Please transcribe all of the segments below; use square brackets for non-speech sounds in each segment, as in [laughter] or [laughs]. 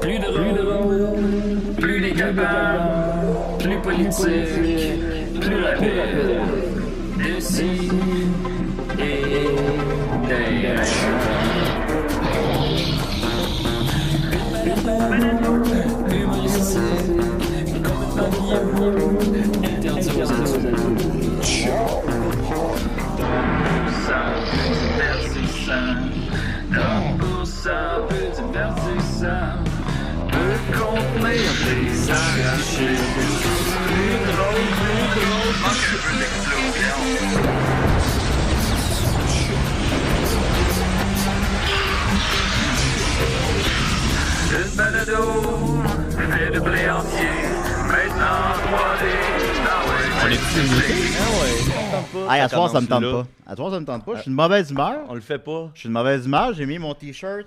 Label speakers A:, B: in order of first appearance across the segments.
A: Plus de rôle, plus décapable, plus politique, plus rapide. De ci et d'ailleurs. Humoristique, complètement interdit aux adultes. Ça divertissant. Comme pour ça, peu divertissant. Peut contenir des arrachés. Plus drôle, plus drôle. Manque un peu d'explosion. Une balado fait de blé entier. Maintenant, 3D. Ah ouais,
B: On est
A: c'est-
C: Hey, à ce soir, ça me tente
B: Commence,
C: pas. À ce soir, ça me tente pas. Je
D: Euh,
C: suis de mauvaise humeur.
B: On le fait pas.
C: Je suis de mauvaise humeur. J'ai mis mon t-shirt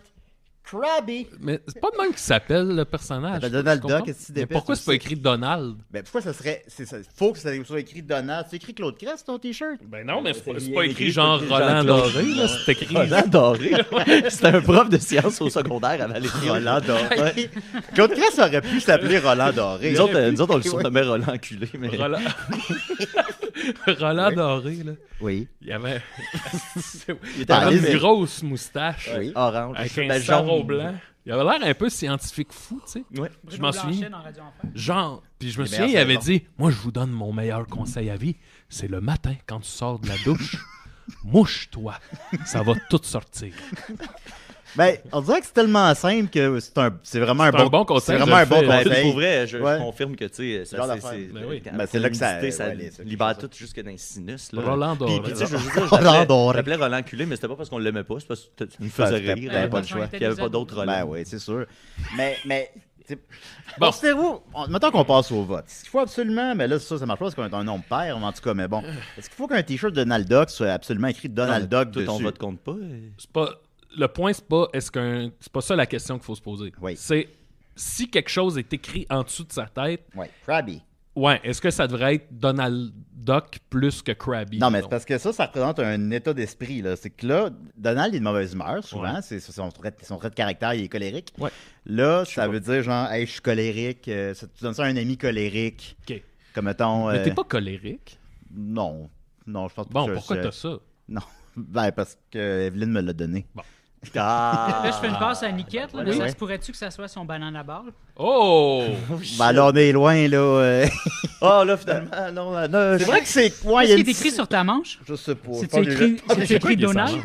C: Krabby.
E: Mais c'est pas de même qu'il s'appelle le personnage.
C: Ça fait Donald
E: Je comprends.
C: Duck, est-ce que
E: Mais
C: d'épais,
E: pourquoi
C: ça
E: c'est pas
C: aussi?
E: écrit Donald
C: Ben, pourquoi ça serait. c'est ça- Faut que ça soit écrit Donald. C'est écrit Claude Crest, ton t-shirt?
E: Ben non, mais c'est
B: bien
E: pas
B: écrit,
E: écrit
B: c'est
E: genre
B: écrit
E: Roland
B: Jean-Claude.
E: Doré, là. C'est écrit.
D: Ben,
B: Roland Doré.
C: [laughs]
D: C'était un prof de sciences au secondaire à Valérie.
C: Roland Doré. [laughs] Claude Crest aurait pu s'appeler Roland Doré.
D: Nous autres, euh, nous autres,
C: [laughs]
D: on le surnommait Roland enculé, mais
E: Roland, [laughs] Roland Doré, là.
C: Oui.
E: Il avait [laughs]
D: il était
C: Ah,
D: un
E: une
C: allez-y.
D: homme
E: grosse moustache
C: Oui.
D: orange.
E: avec un
D: Ben,
E: sarrau
D: jaune.
E: blanc. Il avait l'air un peu scientifique fou, tu sais.
D: Ouais.
E: Je m'en souviens.
F: Dans Radio Enfer.
E: Genre, puis je me
C: Les
E: souviens, il
C: meilleurs
E: avait
C: saisons.
E: dit Moi, je vous donne mon meilleur conseil à vie. C'est le matin, quand tu sors de la douche, mouche-toi. Ça va tout sortir.
C: Ben, on dirait que c'est tellement simple que c'est un, c'est vraiment un
E: C'est un
C: bon,
E: bon conseil,
C: C'est
E: je
C: vraiment un
E: le
C: bon
E: fais.
D: Ben,
C: conseil.
D: pour vrai, je, je
C: Ouais.
D: confirme que tu sais, ça,
C: Genre
D: c'est-
C: d'affaire.
D: c'est
E: Ben oui.
D: quand-
C: Ben, c'est là que ça-
D: l'humidité, ça
C: ouais, les-
D: libère tout jusque dans
C: [laughs]
D: les sinus. Là.
E: Roland Doré.
D: Puis, puis, tu sais, je veux juste dire, je
C: Roland
D: t'appelais-
C: Doré.
D: je t'appelais Roland culé, mais c'était pas parce qu'on l'aimait pas, c'est parce que tu nous
C: Ça,
D: faisais
C: c'était-
D: rire.
C: t'avais
D: hein,
C: pas le
D: parce
C: choix.
D: qu'il y avait pas d'autres
C: Ben
D: Roland.
C: oui, c'est sûr. Mais, mais, t'sais,
E: Bon.
C: considérez-vous, on- mettons qu'on passe au vote. Est-ce qu'il faut absolument, mais là, ça, ça marche pas parce qu'on est un nom pair, mais en tout cas, mais bon. Est-ce qu'il faut qu'un t-shirt de Donald Duck soit absolument écrit Donald Duck
D: Tout
C: Ben, dessus?
D: ton vote compte pas. euh.
E: C'est pas le point c'est pas est-ce qu'un c'est pas ça la question qu'il faut se poser.
C: Oui.
E: C'est si quelque chose est écrit en dessous de sa tête,
C: Ouais, Krabby.
E: ouais, est-ce que ça devrait être Donald Duck plus que Krabby
C: Non, mais c'est
E: mettons?
C: parce que ça, ça représente un état d'esprit. là. C'est que là, Donald est de mauvaise humeur, souvent. C'est c'est son, trait, son trait de caractère, il est colérique.
E: Ouais.
C: Là, ça veut dire genre, hey, je suis colérique. euh, ça- tu donnes ça à un ami colérique.
E: OK.
C: Comme mettons.
E: Mais
C: euh,
E: t'es pas colérique.
C: Non. Non, je pense pas
E: Bon,
C: que je-
E: pourquoi
C: je-
E: t'as ça
C: Non. [laughs] Ben, parce que Evelyne me l'a donné. [laughs]
D: Ah!
F: Là, je fais une passe à Niquette, là, mais
C: Oui.
F: ça se pourrait-tu que ça soit son banana ball?
E: Oh
D: [laughs]
C: Ben, là, on est loin, là. euh.
D: Ah, là, finalement, non, euh, non.
C: [laughs] C'est vrai que c'est quoi? il y a
F: Qu'est-ce qui
C: une
F: est écrit
C: petite-
F: sur ta manche?
C: Je sais pas.
F: C'est-tu
C: Faut que
D: Ah,
F: écrit,
C: je-
F: c'est-tu écrit Donald?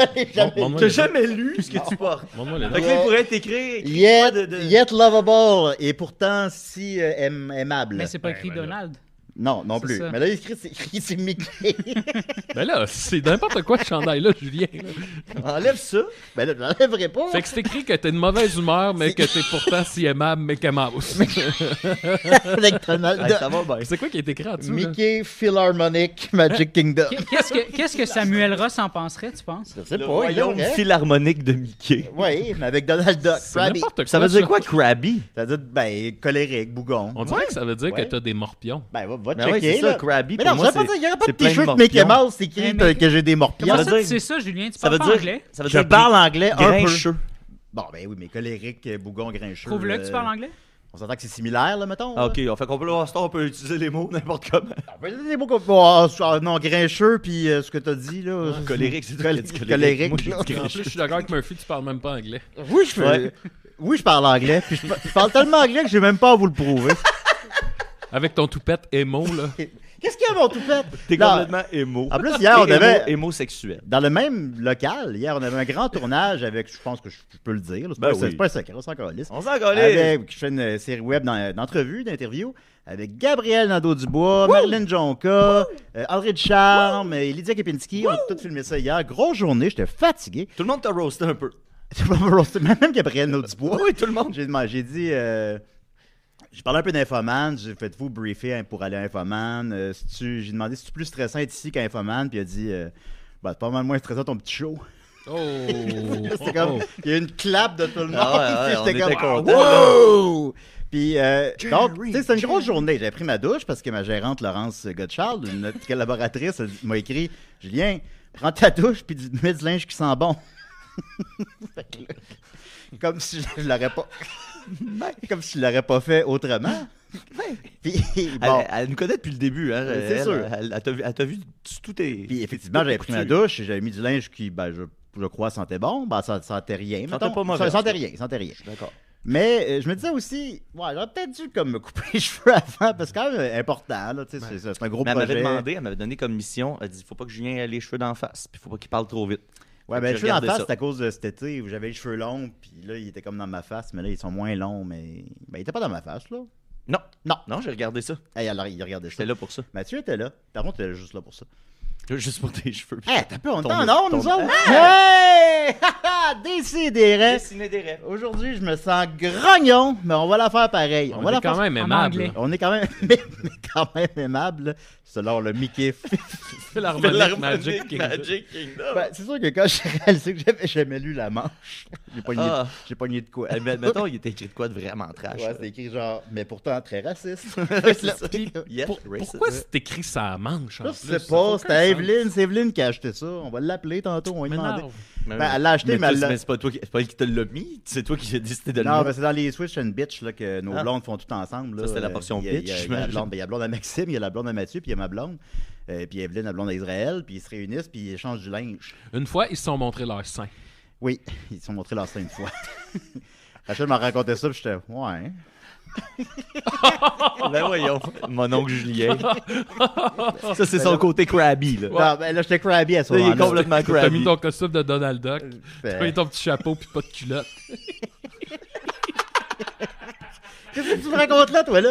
D: T'as jamais lu ce que tu portes. Fait que là, il pourrait être écrit. écrit quoi
C: Yet,
D: de- de-
C: yet lovable et pourtant si euh, aim- aimable.
F: Mais c'est pas
E: Ben,
F: écrit
E: ben là.
F: Donald.
C: Non, non
F: C'est
C: plus.
F: ça.
C: Mais là, il écrit, c'est écrit, c'est
F: [laughs]
C: Mickey.
E: Mais là, c'est n'importe quoi ce chandail là, Julien.
D: Enlève ça.
C: ben là, je l'enlèverai pas.
E: Fait que c'est écrit que t'es de mauvaise humeur mais que t'es pourtant si aimable mais Mouse.
C: Avec Donald
D: Hey,
C: Duck.
D: Ça va bien.
E: c'est quoi qui est écrit en dessous là?
C: Mickey Philharmonic Magic Kingdom.
F: Qu'est-ce que, qu'est-ce que Samuel Ross en penserait, tu penses?
C: Je sais
D: Le
C: pas. il
D: royaume
C: devrait.
D: philharmonique de Mickey.
C: Oui, mais avec Donald Duck.
E: C'est
C: Krabby.
E: n'importe quoi.
D: Ça veut dire quoi, Krabby?
C: Ça veut dire, ben, colérique, bougon.
E: On dirait que ça veut dire
C: Ouais.
E: que t'as des morpions.
C: Ben, va, va
D: Ben
C: checker.
D: oui, c'est
C: là.
D: ça, Krabby.
C: Mais
D: pour
C: non,
D: moi,
C: ça veut
D: c'est-
C: dire, il n'y aurait pas de
D: c'est plein
C: t-shirt
D: morpions.
C: Mickey Mouse écrit
F: Eh, mais-
C: que j'ai des morpions.
F: Comment
D: Ça
F: ça,
D: veut
F: tu
D: dire-
F: sais ça, Julien? Tu
D: Ça
F: parles
D: veut
F: pas
D: dire.
F: anglais?
D: Ça veut
C: Je
D: dire
C: parle anglais un peu.
D: grincheux.
C: Bon, ben oui, mais colérique, bougon, grincheux.
F: Prouve-le que
C: euh,
F: tu parles anglais?
C: On s'entend que c'est similaire, là, mettons.
D: Ah, ok, on fait qu'on peut, à ce temps, on peut utiliser les mots
C: [laughs]
D: n'importe comment.
C: On peut dire des mots qu'on- Ah, ah, non, grincheux, puis euh, ce que t'as dit, là.
D: Ah, Colérique, c'est
C: Col-
D: toi qui as dit
C: colérique,
D: Moi, j'ai dit
C: là.
E: En plus,
D: grincheux.
E: je suis d'accord avec Murphy, tu parles même pas anglais.
C: Oui, je fais-
D: Ouais.
C: Oui, je parle anglais. Puis je, par- je parle tellement anglais que j'ai même pas à vous le prouver. [laughs]
E: Avec ton toupette émo, là.
C: Qu'est-ce qu'il y a, mon toupette?
D: T'es
C: Non.
D: complètement émo.
C: En plus, hier, on
D: T'es émo-
C: avait-
D: Émo-sexuel.
C: Dans le même local, hier, on avait un grand tournage avec, je pense que je je peux le dire, là, c'est pas,
D: Ben
C: un- c'est
D: oui.
C: pas un secret, on s'en calisse.
D: On s'en collait.
C: avec, je fais une série web d'en- d'entrevues, d'interviews avec Gabriel Nadeau-Dubois, Marilyn Jonca, euh, André de Charme et Lydia Kepinski. On a tout filmé ça hier. Grosse journée, j'étais fatigué. [laughs]
D: Tout le monde t'a roasté un peu.
C: Même Gabriel Nadeau-Dubois.
D: Oui, tout le monde.
C: J'ai demandé- j'ai dit. euh, j'ai parlé un peu d'Infoman, j'ai fait vous briefer hein, pour aller à Infoman. euh, si tu- j'ai demandé si tu plus stressant être ici qu'à Infoman, puis il a dit euh, bah, c'est pas mal moins stressant ton petit show.
E: Oh!
C: [laughs] C'était comme, il y a eu une clap de tout le monde.
D: Oh!
C: [laughs]
D: Ah ouais, ouais,
C: puis j'étais
D: on était
C: comme,
D: contents,
C: wow! Puis, euh, donc, tu sais, c'était une grosse journée. J'avais pris ma douche parce que ma gérante, Laurence Gottschalk, une autre collaboratrice, elle m'a écrit Julien, prends ta douche puis du- [laughs] mets du linge qui sent bon. Fait que là, comme si je l'aurais pas. [laughs] Ben, Comme si je l'aurais pas fait autrement. Puis,
D: Elle,
C: bon.
D: elle nous connaît depuis le début, hein?
C: C'est
D: elle,
C: sûr.
D: Elle, elle t'a vu, elle t'a vu tout- tout tes.
C: Puis effectivement, j'avais pris ma douche et j'avais mis du linge qui, ben, je, je crois, sentait bon. Ben, ça sentait rien.
D: Sentait
C: mettons.
D: pas mauvais,
C: Ça
D: en tout
C: sentait
D: cas.
C: rien, sentait rien.
D: D'accord.
C: Mais euh, je me disais aussi, ouais, j'aurais peut-être dû comme me couper les [laughs] cheveux avant parce que c'est quand même euh, important, là, tu sais, c'est- c'est c'est un gros
D: Mais elle
C: projet.
D: m'avait demandé, elle m'avait donné comme mission, elle dit faut pas que Julien ait les cheveux d'en face, puis faut pas qu'il parle trop vite.
C: Ouais, ben,
D: Fait que
C: les
D: j'ai
C: cheveux d'en
D: regardé
C: face,
D: ça.
C: c'était à cause de cet été où j'avais les cheveux longs, puis là, ils étaient comme dans ma face, mais là, ils sont moins longs, mais. Ben, ils étaient pas dans ma face, là.
D: Non,
C: Non.
D: non, j'ai regardé ça.
C: Hey, alors, il regardait ça.
D: J'étais là pour ça.
C: Mathieu était là. Par contre, il était juste là pour ça.
D: Juste pour tes cheveux.
C: Eh, t'as peu, on est
D: Ton-
C: en onde, nous
D: ton-
C: autres!
D: Ah!
C: Hey! [laughs] Décidérez!
D: Dessiner des rêves.
C: Aujourd'hui, je me sens grognon, mais on va la faire pareil. On,
E: On
C: va la
E: est
C: faire.
E: quand même
F: en
E: aimable.
F: anglais.
C: On est quand même, [laughs] mais, mais quand même aimable, selon le Mickey.
E: C'est
D: [laughs]
E: l'harmonique Magic Kingdom.
D: Kingdom.
C: Ben, c'est sûr que quand j'ai [laughs] réalisé que j'avais jamais lu la manche, j'ai pogné,
D: Ah.
C: j'ai pogné de quoi.
D: Eh, mais mettons, il était écrit de quoi de vraiment trash.
C: Ah, Ouais,
D: là.
C: c'est écrit genre, mais pourtant très raciste. [laughs]
D: C'est ça. Yes,
E: Pour-
D: racist.
E: pourquoi c'est écrit sa manche en
C: Je
E: plus?
C: sais
E: Ça
C: pas,
E: fait
C: c'était
E: aucun
C: à
E: sens.
C: Evelyne, c'est Evelyne qui a acheté ça. On va l'appeler tantôt, on va lui demander.
E: M'énerve.
D: Mais-
C: Ben, elle l'a acheté, mais
D: toi,
C: elle l'a-
D: c'est- c'est pas toi qui, c'est pas elle qui te l'a mis, c'est toi qui as décidé de le
C: Non,
D: mettre.
C: ben, c'est dans les Switch and Bitch là, que nos
D: Ah.
C: blondes font tout ensemble. Là.
D: Ça, c'était la
C: Euh,
D: portion
C: il y a-
D: bitch,
C: Il y, a- il y a la
D: j'imagine.
C: blonde, ben, il y a la blonde à Maxime, il y a la blonde à Mathieu, puis il y a ma blonde. Euh, puis Evelyne, la blonde à Israël, puis ils se réunissent, puis ils échangent du linge.
E: Une fois, ils se sont montrés leurs seins.
C: Oui, ils se sont montrés leur scène une fois. [laughs] Rachel m'a raconté ça, puis j'étais, ouais.
D: Ben voyons, mon oncle Julien. ça, c'est son côté crabby, là.
C: Non, ben, là, j'étais crabby à ce
D: Là, il est
C: moment-là.
D: complètement
E: T'as mis
D: crabby.
E: ton costume de Donald Duck,
C: Fait-
E: t'as mis ton petit chapeau puis pas de culotte.
C: Qu'est-ce que tu me racontes là, toi, [laughs] là?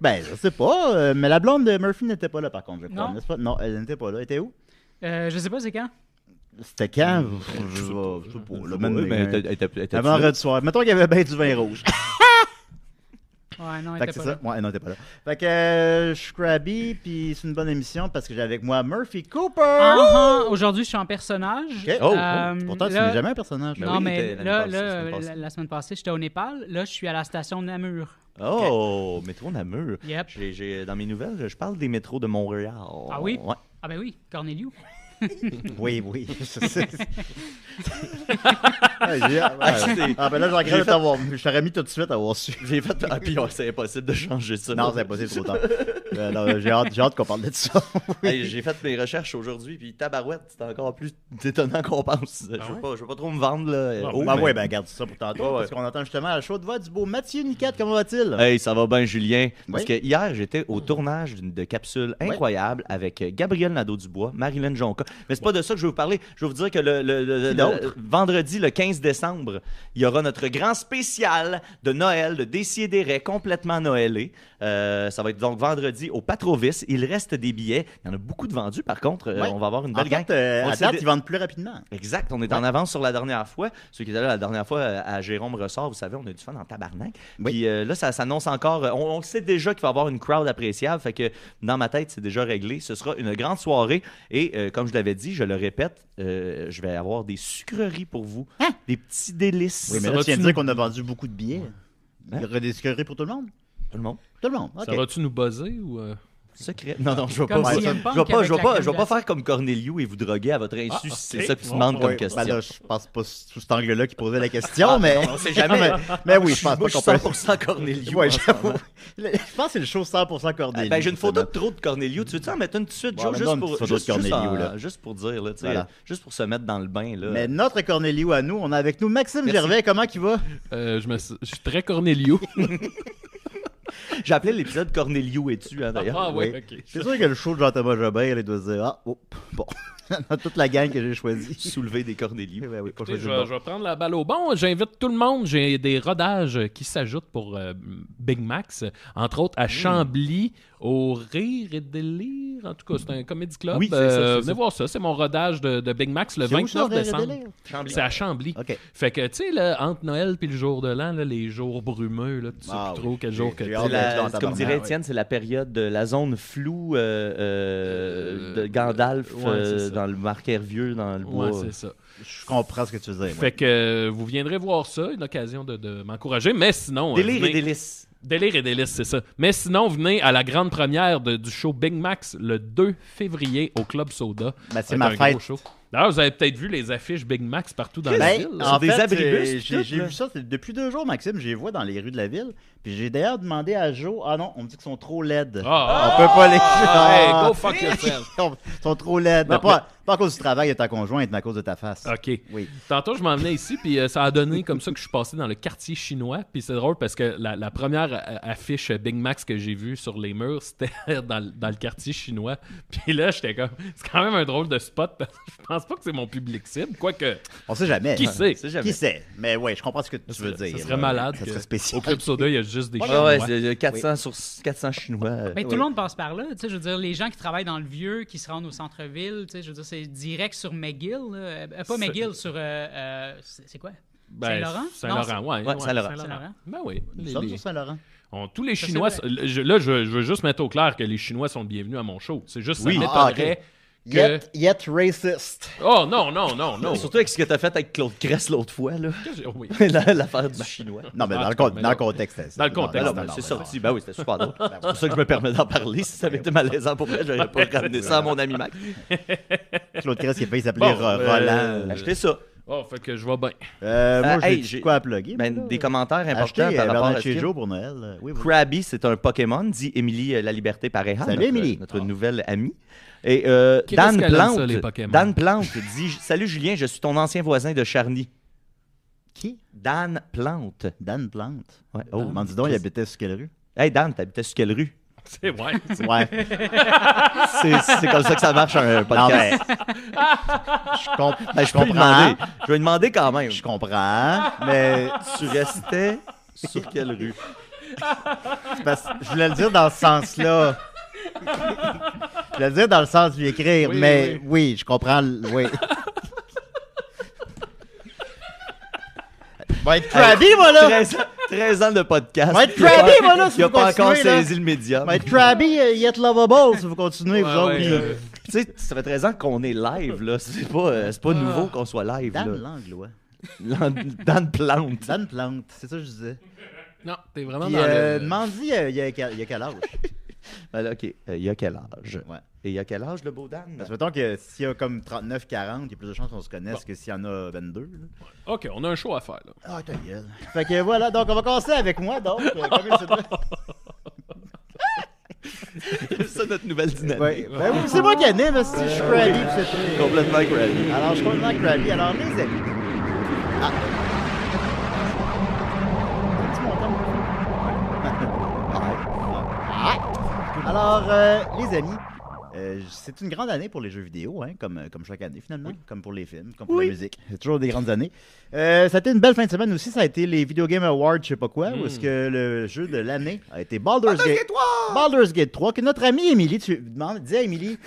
C: ben, je sais pas, euh, mais la blonde de Murphy n'était pas là, par contre, je crois,
F: Non.
C: n'est-ce pas? Non, elle n'était pas là. Elle était où?
F: Euh, je sais pas c'est quand.
C: C'était quand? Hmm, Je sais pas, Ben, je sais pas, là, même-
D: Ouais, mais t'as- t'as- t'as- t'as-
C: Avant Red Soir. Mettons qu'il y avait bien du vin rouge.
F: Ouais, non,
C: fait que
F: elle Ah, était
C: c'est
F: pas
C: ça.
F: là.
C: Ouais, non, t'es pas là. Fait que euh, je suis crabby, puis c'est une bonne émission parce que j'ai avec moi Murphy Cooper.
F: Ah, ah, Aujourd'hui, je suis en personnage.
C: Ok.
D: Oh, oh.
F: Euh,
C: Pourtant, tu
F: là-
C: n'es jamais un personnage.
D: Ben
F: non,
D: oui, il
F: mais
D: était l'année
F: là,
D: passée,
F: là,
D: la semaine
F: la-
D: passée.
F: la semaine passée, j'étais au Népal. Là, je suis à la station de Namur.
D: Oh, métro Namur.
F: Yep.
D: J'ai- j'ai- dans mes nouvelles, je parle des métros de Montréal.
F: Ah oui?
D: Ouais.
F: Ah ben oui, Corneliu.
C: Oui, oui. [laughs] je sais. ah, j'ai-
D: c'est-
C: ah, ben là, je
D: J'ai
C: regrette
D: fait-
C: d'avoir. Je t'aurais mis tout de suite à avoir [laughs] su.
D: J'ai fait. Ah, puis ouais, c'est impossible de changer ça.
C: Non, c'est impossible, trop tard. Euh, non, j'ai hâte, j'ai hâte qu'on parle de ça.
D: Hey, j'ai fait mes recherches aujourd'hui, puis tabarouette, c'est encore plus détonnant qu'on pense. je, veux pas, je veux pas trop me vendre, là. ah
C: Oh,
D: haut,
C: bah
D: mais-
C: ouais, Ben, ben garde ça pour tantôt, parce qu'on entend justement la chaude voix du beau Mathieu Niquette. Comment va-t-il?
D: Hey, ça va bien, Julien. Parce
C: Oui.
D: que hier, j'étais au tournage d'une- de capsule incroyable avec euh, Gabriel Nadeau-Dubois, Marilyn Jonca. Mais c'est pas de ça que je vais vous parler. Je vais vous dire que le, le- le- le-
C: d'autre?
D: vendredi, le 15 décembre, il y aura notre grand spécial de Noël, de Décideret, complètement noëlé. Euh, ça va être donc vendredi au Patrovis. Il reste des billets. Il y en a beaucoup de vendus, par contre. Euh,
C: Ouais.
D: On va avoir une
C: en
D: belle gang.
C: fait, euh,
D: On
C: à
D: s'est
C: date,
D: dé-
C: ils vendent plus rapidement.
D: Exact, on est en avance sur la dernière fois. Ceux qui étaient là la dernière fois euh, à Jérôme Ressort, vous savez, on a du fun en tabarnak.
C: Oui.
D: Puis euh, là, ça s'annonce encore. euh, On, on sait déjà qu'il va y avoir une crowd appréciable. Fait que dans ma tête, c'est déjà réglé. Ce sera une grande soirée. Et euh, comme je l'avais dit, je le répète, euh, je vais avoir des sucreries pour vous, des petits délices.
C: Hein? Oui, mais
E: Ça
C: là, tu
E: va-tu
C: viens de
E: nous-
C: dire qu'on a vendu beaucoup de billets. Il y aura des sucreries pour tout le monde?
D: Tout le monde.
C: Tout le monde, ok.
E: Ça va-tu nous buzzer ou... euh?
D: Secret. Non, non, je ne vais
F: Comme
D: pas.
F: CM
D: Je vais
F: Punk
D: pas,
F: avec
D: je vais
F: la
D: pas,
F: crème
D: je vais pas
F: glacée.
D: faire comme Corneliu et vous droguer à votre insu.
E: Ah,
D: si
E: ok.
D: C'est ça qui se
E: Bon,
D: demande comme
C: Ouais,
D: question.
C: ben là, je pense pas sous cet angle-là qu'il posait la question, mais...
D: on sait jamais.
C: [laughs] mais, mais oui,
D: je
C: je
D: suis
C: pense
D: moi,
C: pas
D: je suis
C: qu'on peut... [laughs]
D: 100% Corneliu.
C: Ouais,
D: en ce
C: j'avoue.
D: moment.
C: Le- [laughs] Je pense que c'est le show 100% cordé.
D: Ben, j'ai une photo de trop de Cornelio. Tu veux-tu en mettre une tout de suite,
C: Bon,
D: Joe,
C: mais
D: juste
C: donne une
D: pour,
C: petite
D: juste,
C: photo de
D: juste en-
C: Cornelio, là.
D: juste pour dire, là, tu sais,
C: Voilà.
D: juste pour se mettre dans le bain. Là.
C: Mais notre Cornelio à nous, on a avec nous Maxime
D: Euh. Merci.
C: Gervais. Comment il
D: [laughs]
C: va?
E: Euh, je, me... je suis très Cornelio.
D: J'ai appelé l'épisode Cornelio es-tu, hein, d'ailleurs.
E: ah ouais, ok.
C: C'est sûr que le show de Jean-Thomas Jobin, là, il doit se dire Ah, oh, [laughs] bon, dans toute la gang que j'ai choisie.
D: Soulever des Cornelio.
C: Ben oui, pas
E: Écoutez,
C: choisi
E: je,
C: le
E: vais,
C: bon.
E: je vais prendre la balle au bon. J'invite tout le monde. J'ai des rodages qui s'ajoutent pour euh, Big Max, entre autres
D: Mm.
E: à Chambly, au Rire et Délire. En tout cas, c'est un comédie club. Euh,
D: Oui, c'est ça, c'est
E: venez
D: ça.
E: voir ça. C'est mon rodage de, de Big Max le
C: C'est où, ça,
E: 29
C: Rire et
E: décembre.
C: Délire?
D: Chambly.
E: C'est à Chambly.
C: Ok.
E: Fait que, tu sais, là, entre Noël puis le jour de l'an, là, les jours brumeux, là, tu sais
C: Ah
E: plus
C: oui.
E: trop quel jour
C: J'ai-
E: que
C: j'ai
E: tu
C: hâte
D: C'est la-
C: d'être dans ta
D: euh, comme
C: barbe.
D: dirait
E: Ah, ouais.
D: Étienne, c'est la période de la zone floue euh, euh,
E: Euh,
D: de Gandalf
E: ouais,
D: euh,
E: c'est ça.
D: dans le marc Hervieux, dans le bois.
E: Ouais, c'est ça.
C: Je comprends ce que tu veux dire. ouais.
E: Fait que euh, vous viendrez voir ça, une occasion de, de m'encourager. Mais sinon. euh,
D: Délire et
E: venez-
D: délices.
E: Délire et délices, c'est ça. Mais sinon, venez à la grande première de- du show Big Max le 2 février au Club Soda.
C: Ben, c'est
E: Ça va
C: ma
E: être un
C: fête.
E: gros show. D'ailleurs, vous avez peut-être vu les affiches Big Max partout dans la
C: Ben,
E: ville.
C: en
D: Des
C: fait,
D: abribus,
C: euh,
D: pis
C: j'ai
D: tout,
C: j'ai
D: là.
C: vu ça c'est- depuis deux jours, Maxime. Je les vois dans les rues de la ville. Puis j'ai d'ailleurs demandé à Joe. Ah non, on me dit qu'ils sont trop laides.
E: Ah,
C: on peut pas les. [laughs]
E: Ah, hey, go fuck yourself.
C: Ils sont trop laides.
E: Non,
C: Mais pas, pas à cause du travail de ta conjointe, mais à cause de ta face.
E: OK.
C: Oui.
E: Tantôt, je m'en venais ici, puis euh, ça a donné comme ça que je suis passé dans le quartier chinois. Puis c'est drôle parce que la, la première euh, affiche Big Max que j'ai vue sur les murs, [laughs] c'était dans, le- dans le quartier chinois. Puis là, j'étais comme, c'est quand même un drôle de spot. parce que Je pense pas que c'est mon public cible, quoique.
C: On sait jamais. hein.
E: Qui sait?
D: C'est jamais.
C: Qui sait? Mais ouais, je comprends ce que tu veux
E: ça
C: dire.
E: serait malade.
C: Ça
E: que
C: serait spécial.
E: Au Club Soda, il y a juste des
D: Ah
E: chinois.
D: ouais, c'est euh, 400 sur 400 chinois. euh,
F: Ben, tout
D: ouais.
F: le monde passe par là. Tu sais, je veux dire, les gens qui travaillent dans le vieux, qui se rendent au centre-ville, tu sais, je veux dire, c'est direct sur McGill. là. Euh, pas
E: C'est-
F: McGill, sur. euh, euh, c'est c'est quoi
E: Ben,
F: Saint-Laurent?
E: Saint-Laurent,
F: Non,
E: ouais.
D: Ouais, Saint-Laurent.
F: Saint-Laurent.
E: Ben oui.
C: Nous
E: Les-
C: sommes
E: les-
C: sur Saint-Laurent.
E: on- tous les
F: Ça,
E: Chinois.
F: c'est
E: le- je- là, je, je veux juste mettre au clair que les Chinois sont le bienvenu à mon show. C'est juste
C: Oui.
E: ça
C: Ah,
E: m'étonnerait que.
C: Yet, yet racist.
E: Oh non, non, non, non.
D: Ah, Surtout avec ce que t'as fait avec Claude Cress l'autre fois, là. [laughs]
E: Que j'ai- oh, oui.
D: La- L'affaire
C: Ben,
D: du chinois.
C: Non, mais
E: Ah,
C: dans, le,
E: d'accord,
C: con-
E: mais
C: dans le
E: non.
C: contexte. c'est-
E: Dans le contexte,
D: Ben
E: non,
D: non, ben,
E: non,
D: c'est
E: ben
D: sorti. Ben oui, c'était super drôle. C'est pour ça que je me permets d'en parler. Si ça avait été malaisant pour moi, j'aurais pas ramené ça à mon ami [laughs] Mac.
C: Claude Crest qui a failli s'appeler
E: Bon,
C: Ro-
E: euh,
C: Roland.
D: Achetez ça.
E: Oh, fait que je vois bien. [laughs]
C: Euh, moi,
E: Ah,
D: euh,
C: j'ai
D: hey,
C: du
D: j'ai-
C: quoi à plugger.
D: Ben,
C: moi,
D: des
C: là.
D: commentaires importants
C: Achetez
D: par
C: euh,
D: rapport
C: Bernard
D: à ce
C: chez
D: qu'il y a.
C: Joe pour Noël. euh, Oui, oui.
D: Krabby, c'est un Pokémon, dit Émilie euh, La Liberté Pareja.
C: Salut,
D: notre,
C: Émilie.
D: Notre nouvelle amie. Et euh,
E: Qu'est-ce
D: Dan,
E: qu'elle aime ça,
D: Plante,
E: les Pokémon?
D: Dan Plante dit Salut Julien, je suis ton ancien voisin de Charny.
C: Qui?
D: Dan Plante.
C: Dan Plante.
D: Ouais.
C: Oh,
D: Oh,
C: m'en dis donc, il habitait sur quelle rue?
D: Hey Dan, t'habitais sur quelle rue
E: C'est ouais. c'est-
C: [laughs] Ouais.
D: C'est c'est comme ça que ça marche un
C: non,
D: podcast.
C: mais... je, com-
D: Ben,
C: je
D: je peux lui
C: comprends.
D: demander. Je vais lui demander quand même.
C: Je comprends, mais
D: Tu restais sur quelle rue
C: c'est parce que je voulais le dire dans ce sens-là. je voulais le dire dans le sens de lui écrire,
E: Oui,
C: mais oui, je comprends. le- Oui. [laughs] Va être crabby, moi, là!
D: 13 ans, 13 ans de podcast.
C: Va être
D: Il a
C: crabby,
D: pas-
C: moi, là, si
D: Il a
C: vous
D: pas encore
C: continuez, là.
D: saisi le médium.
C: Va être crabby, euh, yet lovable, si vous continuez, vous
E: Ouais,
C: autres.
E: ouais,
C: puis-
E: euh,
D: Puis, Tu sais, ça fait 13 ans qu'on est live, là. C'est pas, euh, c'est pas nouveau qu'on soit live,
C: Dan
D: là.
C: Langlois.
D: Dan Plante.
C: Dan Plante, c'est ça que je disais.
E: Non, t'es vraiment
C: Puis,
E: dans
C: euh,
E: le...
C: demande-y, euh, il y a quel il y a quel âge?
D: Ben là, OK. Euh, Il y a quel âge?
C: Ouais.
D: Et il y a quel âge, le beau Dan?
C: Parce que mettons que s'il y a comme 39, 40, il y a plus de chances qu'on se connaisse que s'il y en a 22. là.
E: OK, on a un show à faire, là.
C: Ah, ta gueule. Fait que voilà, donc on va commencer avec moi, donc. euh, comme il se doit.
D: C'est ça notre nouvelle dynamique.
C: Ouais. Ben oui, c'est moi qui anime, mais si je suis crabby, pis c'est tout.
D: Complètement crazy.
C: Alors, je suis complètement crabby. Alors, les amis. Ah. Un petit montant. Ah. Alors, euh, les amis. euh, c'est une grande année pour les jeux vidéo, hein, comme, comme chaque année finalement, comme pour les films, comme pour la musique. C'est toujours des grandes années. Euh, ça a été une belle fin de semaine aussi. Ça a été les Video Game Awards, je sais pas quoi, où est-ce que le jeu de l'année a été Hmm. Baldur's, Gate 3. Baldur's Gate 3, que notre amie Émilie, tu demandes, dis à Émilie,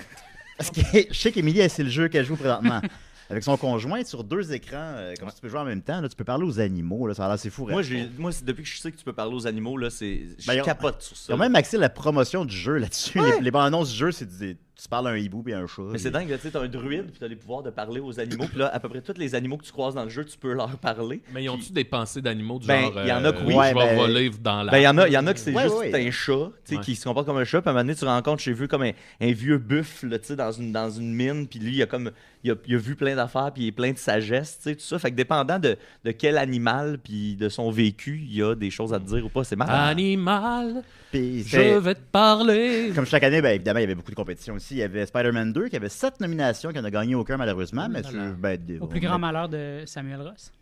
C: parce que je sais qu'Émilie, elle, c'est le jeu qu'elle joue présentement. Avec son conjoint sur deux écrans, euh, comme si tu peux jouer en même temps, là, tu peux parler aux animaux, là, ça a l'air c'est fou.
D: Moi,
C: raide.
D: j'ai- moi, c'est- depuis que je sais que tu peux parler aux animaux, là, c'est, je
C: Ben, ils ont-
D: capote sur ça.
C: Ils ont même axé la promotion du jeu là-dessus. Les, les bandes annonces du jeu, c'est des- tu parles à un hibou et un chat.
D: Mais c'est dingue, là, tu sais, t'as un druide, puis t'as les pouvoirs de parler aux animaux, puis là, à peu près tous les animaux que tu croises dans le jeu, tu peux leur parler.
E: Mais ils ont-tu des pensées d'animaux du
D: Ben,
E: genre... euh,
D: il y en a que oui,
E: je
C: ouais,
E: vais
C: ben-
E: voler dans la...
D: Ben, il y en a, il y en a que c'est
C: Ouais,
D: juste
C: ouais.
D: que t'es un chat, tu sais,
E: Ouais.
D: qui se comporte comme un chat, puis à un moment donné, tu rencontres, j'ai vu comme un, un vieux buffle, tu sais, dans une, dans une mine, puis lui, il a comme, il a, il a vu plein d'affaires, puis il est plein de sagesse, tu sais, tout ça. Fait que dépendant de, de quel animal, puis de son vécu, il y a des choses à te dire ou pas, c'est
E: Ah,
D: marrant.
E: Animal,
C: Puis c'est-
E: je vais te parler.
C: Comme chaque année, ben, évidemment, il y avait beaucoup de compétitions aussi. Il y avait Spider-Man 2 qui avait sept nominations, qui n'en a gagné aucun malheureusement. Mais
E: là
C: tu-
E: là.
C: ben, des-
F: Au plus grand malheur de Samuel Ross.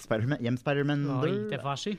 C: Spider-Man- il aime Spider-Man
F: Oh,
C: 2.
F: il était fâché.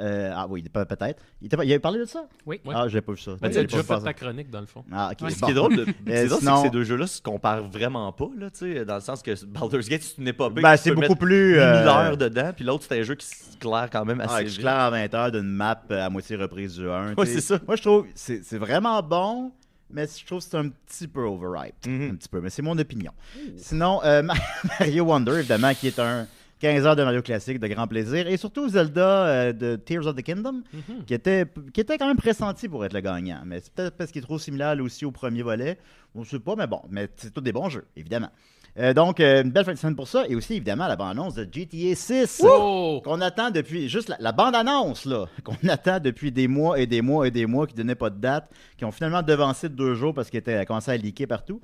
C: Euh, ah oui, pe- peut-être. Il, était- il avait parlé de ça?
F: Oui.
E: Ouais.
C: Ah, j'ai pas vu ça.
E: tu as
C: J'ai
D: Ben, c'est
C: pas
E: déjà
C: vu
E: fait
C: ça.
E: ta chronique, dans le fond.
C: Ah, ok.
F: Ouais.
D: Ce qui est
C: bon.
D: drôle, de- c'est drôle, c'est que
C: sinon-
D: ces deux jeux-là se comparent vraiment pas, là, tu sais, dans le sens que Baldur's Gate, c'est une épopée.
C: Ben,
D: que tu
C: c'est
D: peux
C: beaucoup
D: mettre
C: plus.
D: mille
C: euh,
D: heures dedans, puis l'autre, c'est un jeu qui se claire quand même assez
C: Ah,
D: vite.
C: je clair à 20 heures d'une map euh, à moitié reprise du 1.
D: Ouais,
C: tu sais.
D: c'est ça.
C: Moi, je trouve c'est c'est vraiment bon, mais je trouve que c'est un petit peu overhyped.
D: Mhm.
C: Un petit peu, mais c'est mon opinion. Sinon, euh, [laughs] Ma- Mario Wonder, évidemment, qui est un 15 heures de Mario classique de grand plaisir, et surtout Zelda euh, de Tears of the Kingdom,
D: Mm-hmm.
C: qui, était, qui était quand même pressenti pour être le gagnant. Mais c'est peut-être parce qu'il est trop similaire là, aussi au premier volet. On sait pas, mais bon, mais c'est tous des bons jeux, évidemment. Euh, donc, euh, une belle fin de semaine pour ça, et aussi, évidemment, la bande-annonce de GTA 6.
E: Oh!
C: Qu'on attend depuis, juste la, la bande-annonce, là, [laughs] qu'on attend depuis des mois et des mois et des mois, qui donnait pas de date, qui ont finalement devancé de deux jours parce qu'elle a commencé à leaker partout.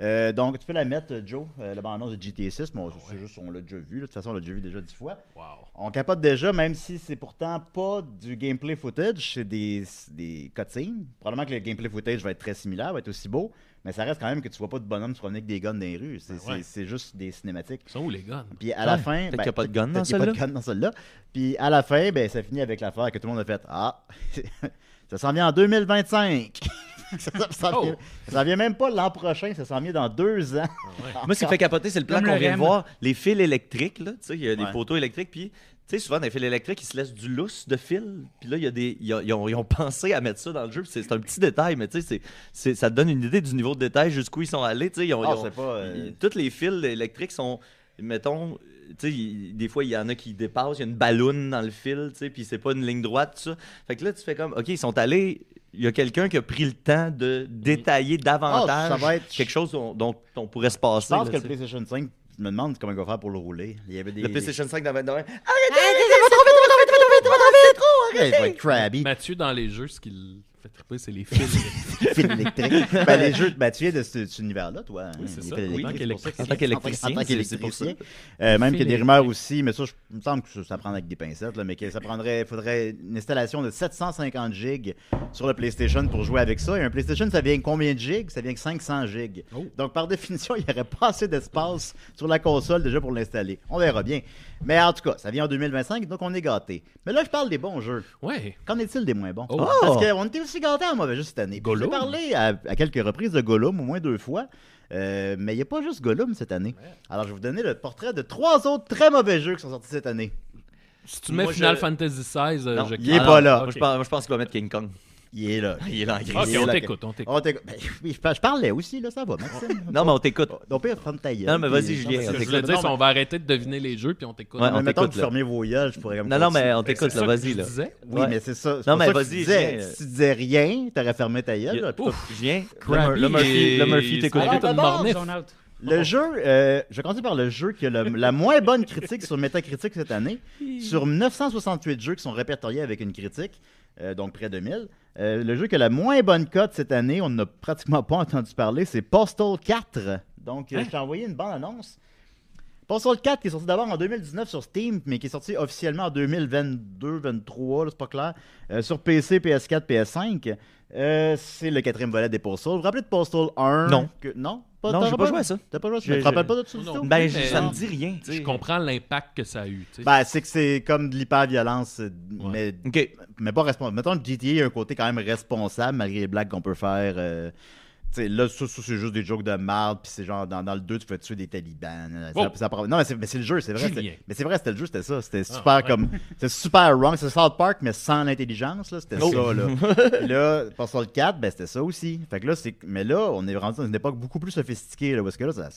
C: Euh, donc, tu peux la mettre, euh, Joe, euh, la bande-annonce de GTA 6. mais on- c'est juste, on l'a déjà vu. là. De toute façon, on l'a déjà vu déjà dix fois.
E: Wow.
C: On capote déjà, même si c'est pourtant pas du gameplay footage, c'est des, des cutscenes. Probablement que le gameplay footage va être très similaire, va être aussi beau, mais ça reste quand même que tu vois pas de bonhomme se promener avec des guns dans les rues. C'est
E: Ben ouais.
C: c'est- c'est juste des cinématiques.
E: Ils sont où les guns?
C: Puis à la
D: Ouais,
C: fin. ben,
D: peut-être qu'il y a pas de gun
C: peut-être
D: dans
C: qu'il y a pas de
D: celle-là.
C: gun dans celle-là. Puis à la fin, ben, ça finit avec l'affaire que tout le monde a faite. Ah, ça s'en vient en 2025. ça, s'en vient,
E: Oh.
C: ça s'en vient même pas l'an prochain, ça s'en vient dans deux ans.
E: Ah
F: [laughs]
E: ouais.
D: Moi, ce qui me fait capoter, c'est le plan
F: Comme
D: qu'on
F: le
D: vient de
F: REM.
D: voir. Les fils électriques, là, tu sais, il y a des
C: Ouais.
D: poteaux électriques, puis, tu sais, souvent, dans les fils électriques, ils se laissent du lousse de fil, puis là, il y a des, il y a- ils, ont, [laughs] ils ont pensé à mettre ça dans le jeu, puis c'est c'est un petit détail, mais tu sais, c'est- c'est- ça te donne une idée du niveau de détail jusqu'où ils sont allés, tu sais, ils ont-
C: Ah,
D: ils ont-
C: c'est pas, euh,
D: ils- tous les fils électriques sont, mettons, tu sais, il- des fois, il y en a qui dépassent, il y a une balloune dans le fil, tu sais, puis c'est pas une ligne droite, tout ça. Fait que là, tu fais comme, OK, ils sont allés, il y a quelqu'un qui a pris le temps de détailler davantage
C: Ah, ça va être-
D: quelque chose dont, dont on pourrait se passer.
C: Je pense
D: là,
C: que le
D: tu sais.
C: PlayStation 5, je me demande comment il va faire pour le rouler. Il y avait des.
D: Le PlayStation 5 dans 29.
C: ah, Ouais, il va être crabby.
E: Mathieu, dans les jeux, ce qui le fait triper, c'est les films.
C: [laughs] fil électrique. ben, les jeux, ben, tu viens de ce, cet univers-là, toi. hein,
E: c'est
C: les
E: ça,
C: fils
E: oui, en
C: électriques,
E: tant
C: c'est pour ça que-
D: En tant qu'électricien,
C: en tant
D: c'est- c'est pour ça.
C: qu'électricien. Euh, même
F: Fil
C: qu'il y a des
F: électrique.
C: rumeurs aussi, mais ça, je, il me semble que ça, ça prend avec des pincettes, là, mais que ça prendrait, faudrait une installation de 750 gigs sur le PlayStation pour jouer avec ça. Et un PlayStation, ça vient combien de gigs? Ça vient avec 500 gigs.
E: Oh.
C: Donc, par définition, [laughs] il n'y aurait pas assez d'espace sur la console déjà pour l'installer. On verra bien. Mais en tout cas, ça vient en 2025, donc on est gâté. Mais là, je parle des bons jeux.
E: Ouais.
C: Qu'en est-il des moins bons?
E: Oh.
C: Parce qu'on était aussi gâtés en mauvais jeu cette année. Puis
E: Gollum.
C: J'ai parlé à, à quelques reprises de Gollum, au moins deux fois. Euh, mais il n'y a pas juste Gollum cette année. Alors, je vais vous donner le portrait de trois autres très mauvais jeux qui sont sortis cette année.
E: Si tu mets
D: Moi,
E: Final
D: je-
E: Fantasy XVI, euh,
D: Non,
E: je
C: il est
E: Ah,
C: pas
E: non,
C: là.
D: Moi,
E: ok.
D: je pense, moi, je pense qu'il va mettre King Kong. [laughs]
C: Il est là.
D: Ah, Il est là en
E: Ok,
D: crise.
C: est
E: on
C: là,
E: t'écoute, on t'écoute.
C: On t'écoute. Ben oui, je, je parlais aussi, là, ça va, Maxime.
D: Non, mais on t'écoute.
C: Donc, pire, ferme ta gueule.
D: Non, mais vas-y,
C: Puis- non,
D: Julien, on
E: Ce que
C: mais-
E: je voulais
D: t'écoute.
E: dire,
C: non,
E: c'est qu'on va arrêter de deviner les jeux, puis on t'écoute.
D: Ouais,
C: mais- mais
D: on
C: mettons que
D: t'écoute,
C: vous
D: là.
C: fermiez vos gueules, je pourrais comme
D: Non, non, mais
C: continuer.
D: on t'écoute,
E: C'est ça
D: là,
E: que
D: vas-y,
E: tu
D: là.
E: disais?
C: Oui,
D: Ouais.
C: mais c'est ça. c'est
D: Non,
C: pour
D: mais
C: ça que tu
D: vas-y,
C: disais-
D: Julien.
C: Si tu disais rien, t'aurais fermé ta gueule. là, puis
E: Ouf.
D: Je viens.
E: Krabby
D: Le Murphy,
E: et-
D: le Murphy t'écoute.
E: Arrête
C: Ah,
E: de
C: d'abord,
E: mornif.
F: Oh, Zone out.
C: Le jeu, euh, je vais commencer par le jeu qui a le- la moins bonne critique sur Metacritic cette année. Sur 968 jeux qui sont répertoriés avec une critique, euh, donc près de 1000, euh, le jeu qui a la moins bonne cote cette année, on n'a pratiquement pas [laughs] entendu parler, c'est Postal 4. Donc, euh, je t'ai envoyé une bonne annonce. Postal 4 qui est sorti d'abord en 2019 sur Steam, mais qui est sorti officiellement en 2022-23, c'est pas clair, euh, sur PC, PS4, PS5. Euh, c'est le quatrième volet des Postal. Vous vous rappelez de Postal 1
D: Non.
C: que- Non?
D: Non,
C: t'en
D: j'ai pas
C: rappelles?
D: joué à ça.
C: T'as pas joué à ça?
D: Je-
C: Tu te rappelles
D: je-
C: pas de ça du
E: Non.
C: tout?
D: Ben,
E: Mais-
D: je- ça me dit rien. tu sais.
E: Je comprends l'impact que ça a eu. tu
D: Bah,
E: sais.
C: Ben, c'est que c'est comme de l'hyper-violence, euh, mais,
D: OK.
C: mais pas responsable. Mettons, le GTA a un côté quand même responsable, malgré les blagues qu'on peut faire. euh, tu sais, là, ça, ça, c'est juste des jokes de marde, puis c'est genre, dans, dans le 2, tu vas tuer des talibans. là, ça-
E: Oh.
C: ça prend- Non, mais c'est, mais c'est le jeu, c'est vrai.
E: Julien. Ah,
C: c'est- Mais c'est vrai, c'était le jeu, c'était ça. C'était super
E: ouais.
C: comme... C'est super wrong. C'est South Park, mais sans l'intelligence, là. C'était
D: Oh.
E: [laughs]
C: ça, là. Puis là, Postal 4, ben, c'était ça aussi. Fait que là, c'est... Mais là, on est rendu dans une époque beaucoup plus sophistiquée, là, parce que là, ça,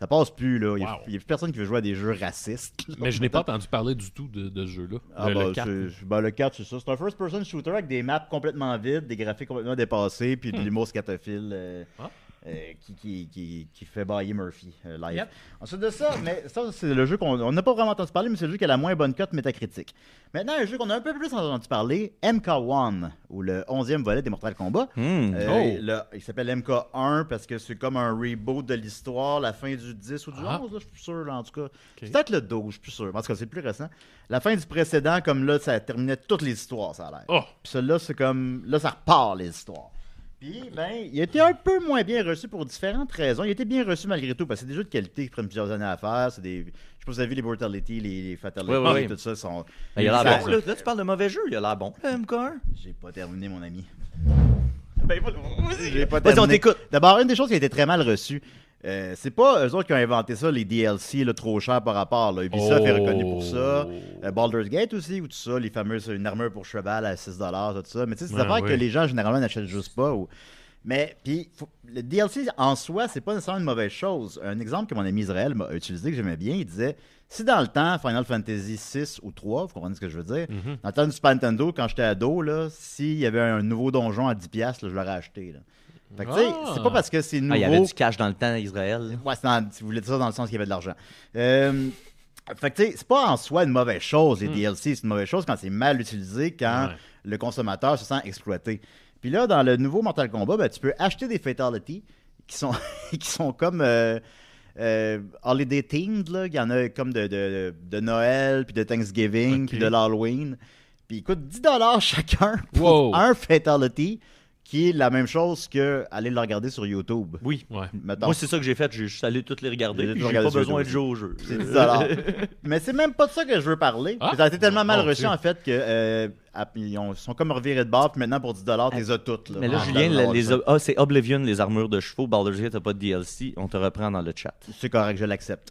C: ça passe plus, là. Il n'y
E: Wow.
C: a, il y a plus personne qui veut jouer à des jeux racistes. là.
E: Mais je n'ai pas
D: bah,
E: entendu parler du tout de, de ce jeu-là.
C: Ah
E: le,
C: bah,
E: le quatre.
C: c'est- bah, le 4, c'est ça. C'est un first-person shooter avec des maps complètement vides, des graphiques complètement dépassés, puis de l'humour scatophile euh,
E: Hmm. Ah.
C: euh, qui, qui, qui, qui fait bailler Murphy euh, live.
F: Yep.
C: Ensuite de ça, mais ça, c'est le jeu qu'on on n'a pas vraiment entendu parler, mais c'est le jeu qui a la moins bonne cote métacritique. Maintenant, un jeu qu'on a un peu plus entendu parler, MK1, ou le 11e volet des Mortal Kombat.
D: Hmm.
C: Euh, le- il s'appelle MK1 parce que c'est comme un reboot de l'histoire, la fin du 10 ou du
E: Ah.
C: 11, là, je suis plus sûr, là, en tout cas. C'est Peut-être le 12, je suis plus sûr. En tout cas, c'est plus récent. La fin du précédent, comme là, ça terminait toutes les histoires, ça a l'air.
E: Oh!
C: Puis celui-là, c'est comme. Là, ça repart, les histoires. Puis, ben, il était un peu moins bien reçu pour différentes raisons. Il était bien reçu malgré tout, parce que c'est des jeux de qualité qui prennent plusieurs années à faire. C'est des. Je sais pas si vous avez vu les Brutality, les, les Fatality,
D: Oui, oui, oui. Ben,
C: tout ça. Sont...
D: Il a
C: Ça-
D: l'air bon. Là, là, tu parles de mauvais jeu. Il a l'air bon.
C: Euh,
D: Le MK1.
C: J'ai pas terminé, mon ami.
D: Vas-y,
C: J'ai pas
D: on
C: terminé.
D: t'écoute.
C: D'abord, une des choses qui a été très mal reçue, euh, c'est pas eux autres qui ont inventé ça, les DLC là, trop chers par rapport. Là. Ubisoft est reconnu pour ça.
E: Oh.
C: Euh, Baldur's Gate aussi, ou tout ça, les fameuses, une armure pour cheval à 6$, tout ça. Mais tu sais, c'est des
E: Ouais,
C: affaires
E: ouais.
C: que les gens généralement n'achètent juste pas. ou- Mais puis, faut- le DLC en soi, c'est pas nécessairement une mauvaise chose. Un exemple que mon ami Israël m'a utilisé, que j'aimais bien, il disait si dans le temps, Final Fantasy 6 ou 3, vous comprenez ce que je veux dire,
E: Mm-hmm.
C: dans le temps du Super Nintendo, quand j'étais ado, là, s'il y avait un nouveau donjon à 10$, là, je l'aurais acheté. là. Fait que tu sais,
E: Ah.
C: c'est pas parce que c'est nouveau.
D: Ah, il y avait du cash dans le temps, Israël.
C: Ouais, c'est dans- si vous voulez dire ça dans le sens qu'il y avait de l'argent. Euh, fait que, tu sais, c'est pas en soi une mauvaise chose, les DLC. C'est une mauvaise chose quand c'est mal utilisé, quand
E: Hmm. Ouais.
C: le consommateur se sent exploité. Puis là, dans le nouveau Mortal Kombat, ben, tu peux acheter des Fatalities. qui sont, [laughs] qui sont comme euh, euh, holiday themed. Là. Il y en a comme de, de, de Noël, puis de Thanksgiving,
E: Ok.
C: puis de l'Halloween. Puis ils coûtent 10$ chacun pour
E: Wow.
C: un Fatality, qui est la même chose que aller le regarder sur YouTube.
D: Oui.
E: Ouais.
C: mettons.
D: Moi, c'est ça que j'ai fait. J'ai juste allé toutes les regarder.
C: J'ai tout
D: puis J'ai
C: regardé
D: pas
C: sur
D: besoin de
C: YouTube
D: jouer au jeu.
C: C'est 10
D: [laughs]
C: Mais c'est même pas de ça que je veux parler.
E: Ah.
C: ça a été tellement mal
E: Mon
C: reçu
E: Dieu.
C: en fait que euh, à- ils ont- sont comme revirés de bord. Puis maintenant pour 10 dollars, t'es as toutes.
D: Mais là,
C: Ah,
D: Julien,
C: je vais avoir
D: les-
C: ça.
D: ah, c'est Oblivion, les armures de chevaux. Baldur's Gate, t'as pas de DLC. On te reprend dans le chat.
C: c'est correct, je l'accepte.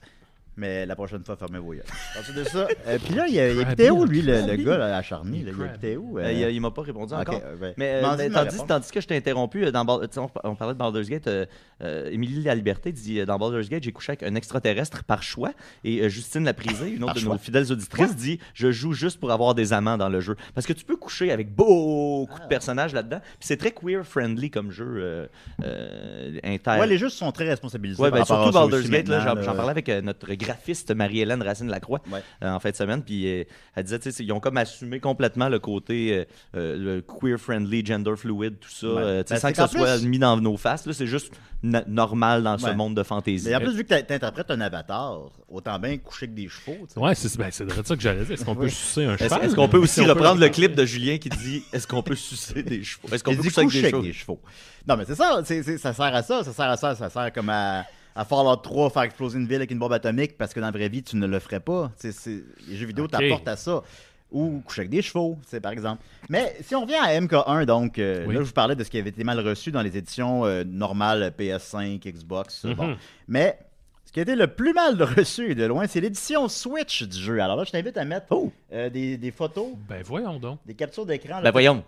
C: Mais la prochaine fois, fermez vos yeux. Ensuite de ça, euh, puis là, il y a, il y a
E: Crabby,
C: Pitéo, lui, le,
E: Crabby.
C: le gars là, acharné. là, il y a
E: Crabby.
C: Pitéo, euh,
D: Euh, il, il m'a pas répondu
C: ok,
D: encore.
C: euh, ben,
D: Mais, euh,
C: demande-lui
D: mais
C: de me
D: tandis,
C: répondre.
D: tandis que je t'ai interrompu, euh, dans Bal- tu sais, on, par- on parlait de Baldur's Gate, euh, euh, Émilie La Liberté dit euh, dans Baldur's Gate, j'ai couché avec un extraterrestre par choix. Et euh, Justine Laprisée, une autre
C: Par
D: de
C: choix.
D: nos fidèles auditrices, dit Je joue juste pour avoir des amants dans le jeu. Parce que tu peux coucher avec beaucoup
C: Ah.
D: de personnages là-dedans. Puis c'est très queer-friendly comme jeu euh, euh, inter.
C: Ouais, les jeux sont très responsabilisés.
D: Ouais,
C: par
D: ben,
C: rapport
D: surtout
C: à ça
D: Baldur's
C: aussi
D: Gate, là,
C: maintenant,
D: j'en
C: là.
D: j'en parlais avec euh, notre graphiste Marie-Hélène Racine-Lacroix
C: Ouais.
D: euh, en fin de semaine, puis euh, elle disait, tu sais, ils ont comme assumé complètement le côté euh, euh, le queer-friendly, gender-fluid, tout ça,
C: Ouais.
D: euh, tu sais,
C: Ben,
D: sans
C: c'est
D: que ça
C: qu'en
D: soit
C: plus-
D: mis dans nos faces, là, c'est juste na- normal dans ce
C: Ouais.
D: monde de fantaisie.
C: Mais en plus, vu que tu interprètes un avatar, autant bien coucher que des chevaux. tu sais.
E: Ouais, c'est ben, c'est de ça que j'allais dire. Est-ce qu'on peut sucer un
D: Est-ce
E: cheval?
D: est-ce qu'on peut aussi
E: Si on
D: reprendre le clip de Julien qui dit Est-ce qu'on peut sucer des chevaux Est-ce qu'on
C: Il
D: peut
C: dit
D: coucher avec
C: coucher
D: des chevaux
C: Non, mais c'est ça, c'est- c'est- ça sert à ça, ça sert à ça, ça sert comme à, à Fallout 3, faire exploser une ville avec une bombe atomique, parce que dans la vraie vie, tu ne le ferais pas. C'est- c'est- les jeux vidéo
E: Ok.
C: t'apportent à ça. Ou coucher avec des chevaux, c'est par exemple. Mais si on revient à MK1, donc, euh,
E: Oui.
C: là, je vous parlais de ce qui avait été mal reçu dans les éditions euh, normales PS5, Xbox.
E: Mhm.
C: bon. Mais ce qui a été le plus mal [laughs] reçu de loin, c'est l'édition Switch du jeu. Alors là, je t'invite à mettre
D: Oh!
C: euh, des, des photos,
E: Ben voyons donc.
C: des captures d'écran. là,
D: Ben voyons.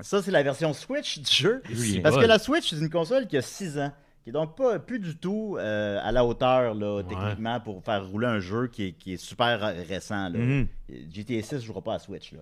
C: ça, c'est la version Switch du jeu.
D: Julien.
C: Parce que
E: Bol.
C: la Switch, c'est une console qui a 6 ans. Qui est donc pas, plus du tout euh, à la hauteur, là, techniquement, pour faire rouler un jeu qui est, qui est super récent. Là.
D: Mhm.
C: GTA 6 ne jouera pas à Switch. Là.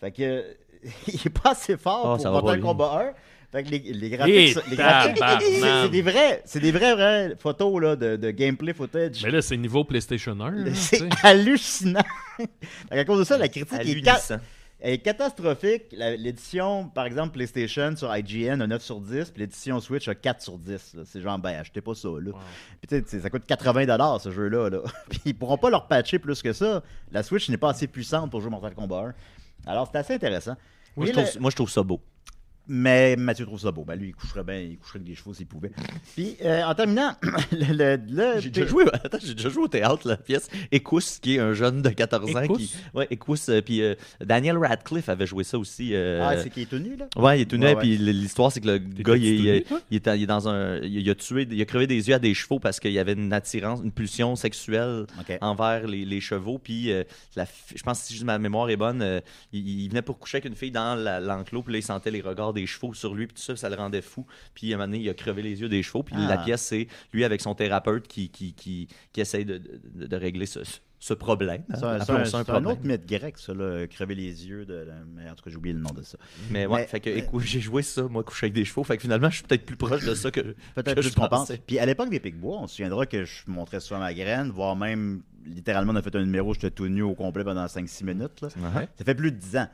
C: Fait que. [laughs] il est pas assez
D: Ah,
C: fort
D: ça
C: pour
D: va pas
C: Mortal
D: bien.
C: Kombat 1. Fait que les, les
E: Et
C: graphiques. sont- les graphiques [laughs]
E: tabarnak.
C: c'est c'est des vrais, c'est des vrais, vraies photos là, de, de gameplay footage.
E: Mais là, c'est niveau PlayStation 1. là, tu
C: C'est
E: sais.
C: hallucinant. [laughs] à cause de ça, la critique est, ca-
D: Hallucinant.
C: elle est catastrophique. La- L'édition, par exemple, PlayStation sur IGN a 9 sur 10, puis l'édition Switch a 4 sur 10. là. C'est genre, ben, achetez pas ça. Là. Puis tu sais, t'sais, ça coûte 80$ ce jeu-là. Là. [laughs] puis ils pourront pas leur patcher plus que ça. La Switch n'est pas assez puissante pour jouer Mortal Kombat 1. Alors, c'est assez intéressant.
D: Moi,
C: Mais
D: je
C: le-
D: trouve- Moi, je trouve ça beau.
C: mais Mathieu trouve ça beau. Ben, lui, il coucherait bien, il coucherait avec des chevaux s'il pouvait. Puis, euh, en terminant, [clears throat] le. le- le-
D: J'ai déjà joué, [laughs] attends, j'ai déjà joué au théâtre la pièce Écousse qui est un jeune de 14 ans
E: Écousse?
D: qui ouais, Écousse euh, puis euh, Daniel Radcliffe avait joué ça aussi euh,
C: Ah, c'est qui est tenu, là?
D: Ouais, il est tout nu,
C: Ouais,
D: et puis l'histoire, c'est que le gars, il,
E: tout
D: il-
E: nu, toi?
D: il est, il est dans un. Il, il a tué, il a crevé des yeux à des chevaux parce qu'il y avait une attirance, une pulsion sexuelle
C: Ok.
D: envers les, les chevaux. Puis, euh, la fi- je pense que si je- ma mémoire est bonne, euh, il, il venait pour coucher avec une fille dans la- l'enclos, puis là, il sentait les regards des chevaux sur lui, puis tout ça, ça le rendait fou. Puis, à un moment donné, il a crevé les yeux des chevaux. Puis,
C: Ah.
D: la pièce, c'est lui avec son thérapeute qui, qui, qui, qui essaye de, de- de régler ce, ce problème.
C: C'est un, c'est
D: Ah, Appelons
C: un-
D: ça un
C: c'est un
D: problème.
C: autre mythe grec, ça, là, euh, crever les yeux. De, la- mais en tout cas, j'ai oublié le nom de ça.
D: Mais ouais,
C: Mais-
D: fait que écoute, j'ai joué ça, moi, couché avec des chevaux. Fait que finalement, je suis peut-être plus proche de ça que,
C: Peut-être
D: que
C: plus
D: je
C: qu'on pense.
D: pensais.
C: Puis à l'époque des Pic-Bois, on se souviendra que je montrais souvent ma graine, voire même littéralement on a fait un numéro, j'étais tout nu au complet pendant 5-6 minutes. là.
D: Ouais.
C: Ça fait plus de 10 ans.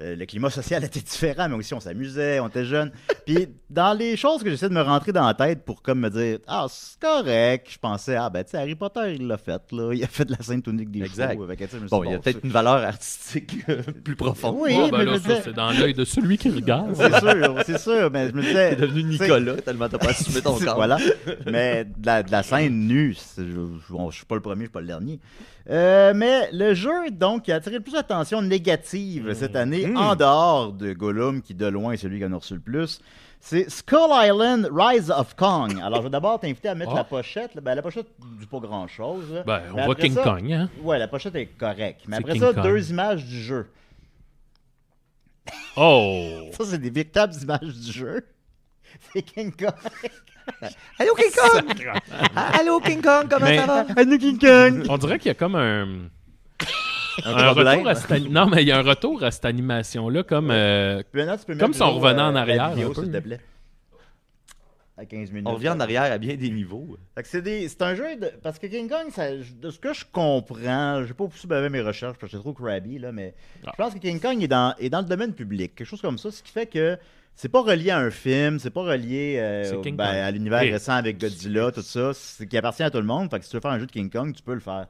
C: Euh, le climat social [laughs] était différent, mais aussi on s'amusait, on était
D: [laughs]
C: jeunes. Puis dans les choses que j'essaie de me rentrer dans la tête pour comme me dire Ah, c'est correct, je pensais Ah, ben tu sais, Harry Potter, il l'a fait, là. Il a fait de la scène tonique des
D: Exact.
C: chevaux. Fait que, tu sais, je me suis
D: Bon,
C: dit,
D: il y a
C: c'est-
D: peut-être une valeur artistique euh, plus profonde.
C: Oui,
E: Ah, ben
C: mais
E: là,
C: je
E: ça,
C: sais.
E: c'est dans l'œil de celui qui regarde.
C: C'est sûr, c'est sûr, mais je me
D: [laughs]
C: disais.
D: T'es devenu
C: tu sais,
D: Nicolas, tellement t'as [laughs] pas
C: [laughs]
D: assumé ton corps.
C: Voilà. Mais de la, de la scène nue, c'est- je, je- bon, je suis pas le premier, je suis pas le dernier. Euh, mais le jeu, donc, qui a attiré le plus d'attention négative
E: Mm.
C: cette année, en dehors de Gollum, qui de loin est celui qui en a reçu le plus, c'est Skull Island Rise of Kong. Alors, je vais d'abord t'inviter à mettre
E: Ah.
C: la pochette. là. Ben, la pochette du pas grand-chose. là.
E: Ben,
C: Mais
E: on voit
C: après
E: King
C: ça-
E: Kong, hein?
C: Ouais, la pochette est correcte. Mais
E: C'est
C: après
E: King
C: ça,
E: Kong.
C: deux images du jeu.
E: Oh!
C: Ça, c'est des véritables images du jeu. [laughs] C'est King Kong. [laughs]
D: Allô, King Kong! Ah, Allô, King Kong, comment
E: Mais-
D: ça va?
C: King Kong!
E: On dirait qu'il y a comme un.
D: Un
E: un
D: problème.
E: retour à cette ani- Non, mais il y a un retour à cette animation-là, comme. euh,
C: Bernard, tu peux
E: Comme
C: mettre
E: si on
C: le-
E: revenait en
C: euh, la
E: arrière un
C: vidéo,
E: peu.
C: s'il te plaît. À 15 minutes.
D: On revient en arrière à bien des niveaux.
C: Fait que c'est des- c'est un jeu de. Parce que King Kong, ça- de ce que je comprends, j'ai pas poussé bien mes recherches parce que c'est trop crabby, là, mais
E: Ah.
C: je pense que King Kong est dans, est dans le domaine public. Quelque chose comme ça, ce qui fait que. C'est pas relié à un film, c'est pas relié euh,
E: C'est
C: au-
E: King
C: ben,
E: Kong.
C: à l'univers
E: Et-
C: récent avec Godzilla, tout ça. C'est qui appartient à tout le monde. Fait que si tu veux faire un jeu de King Kong, tu peux le faire.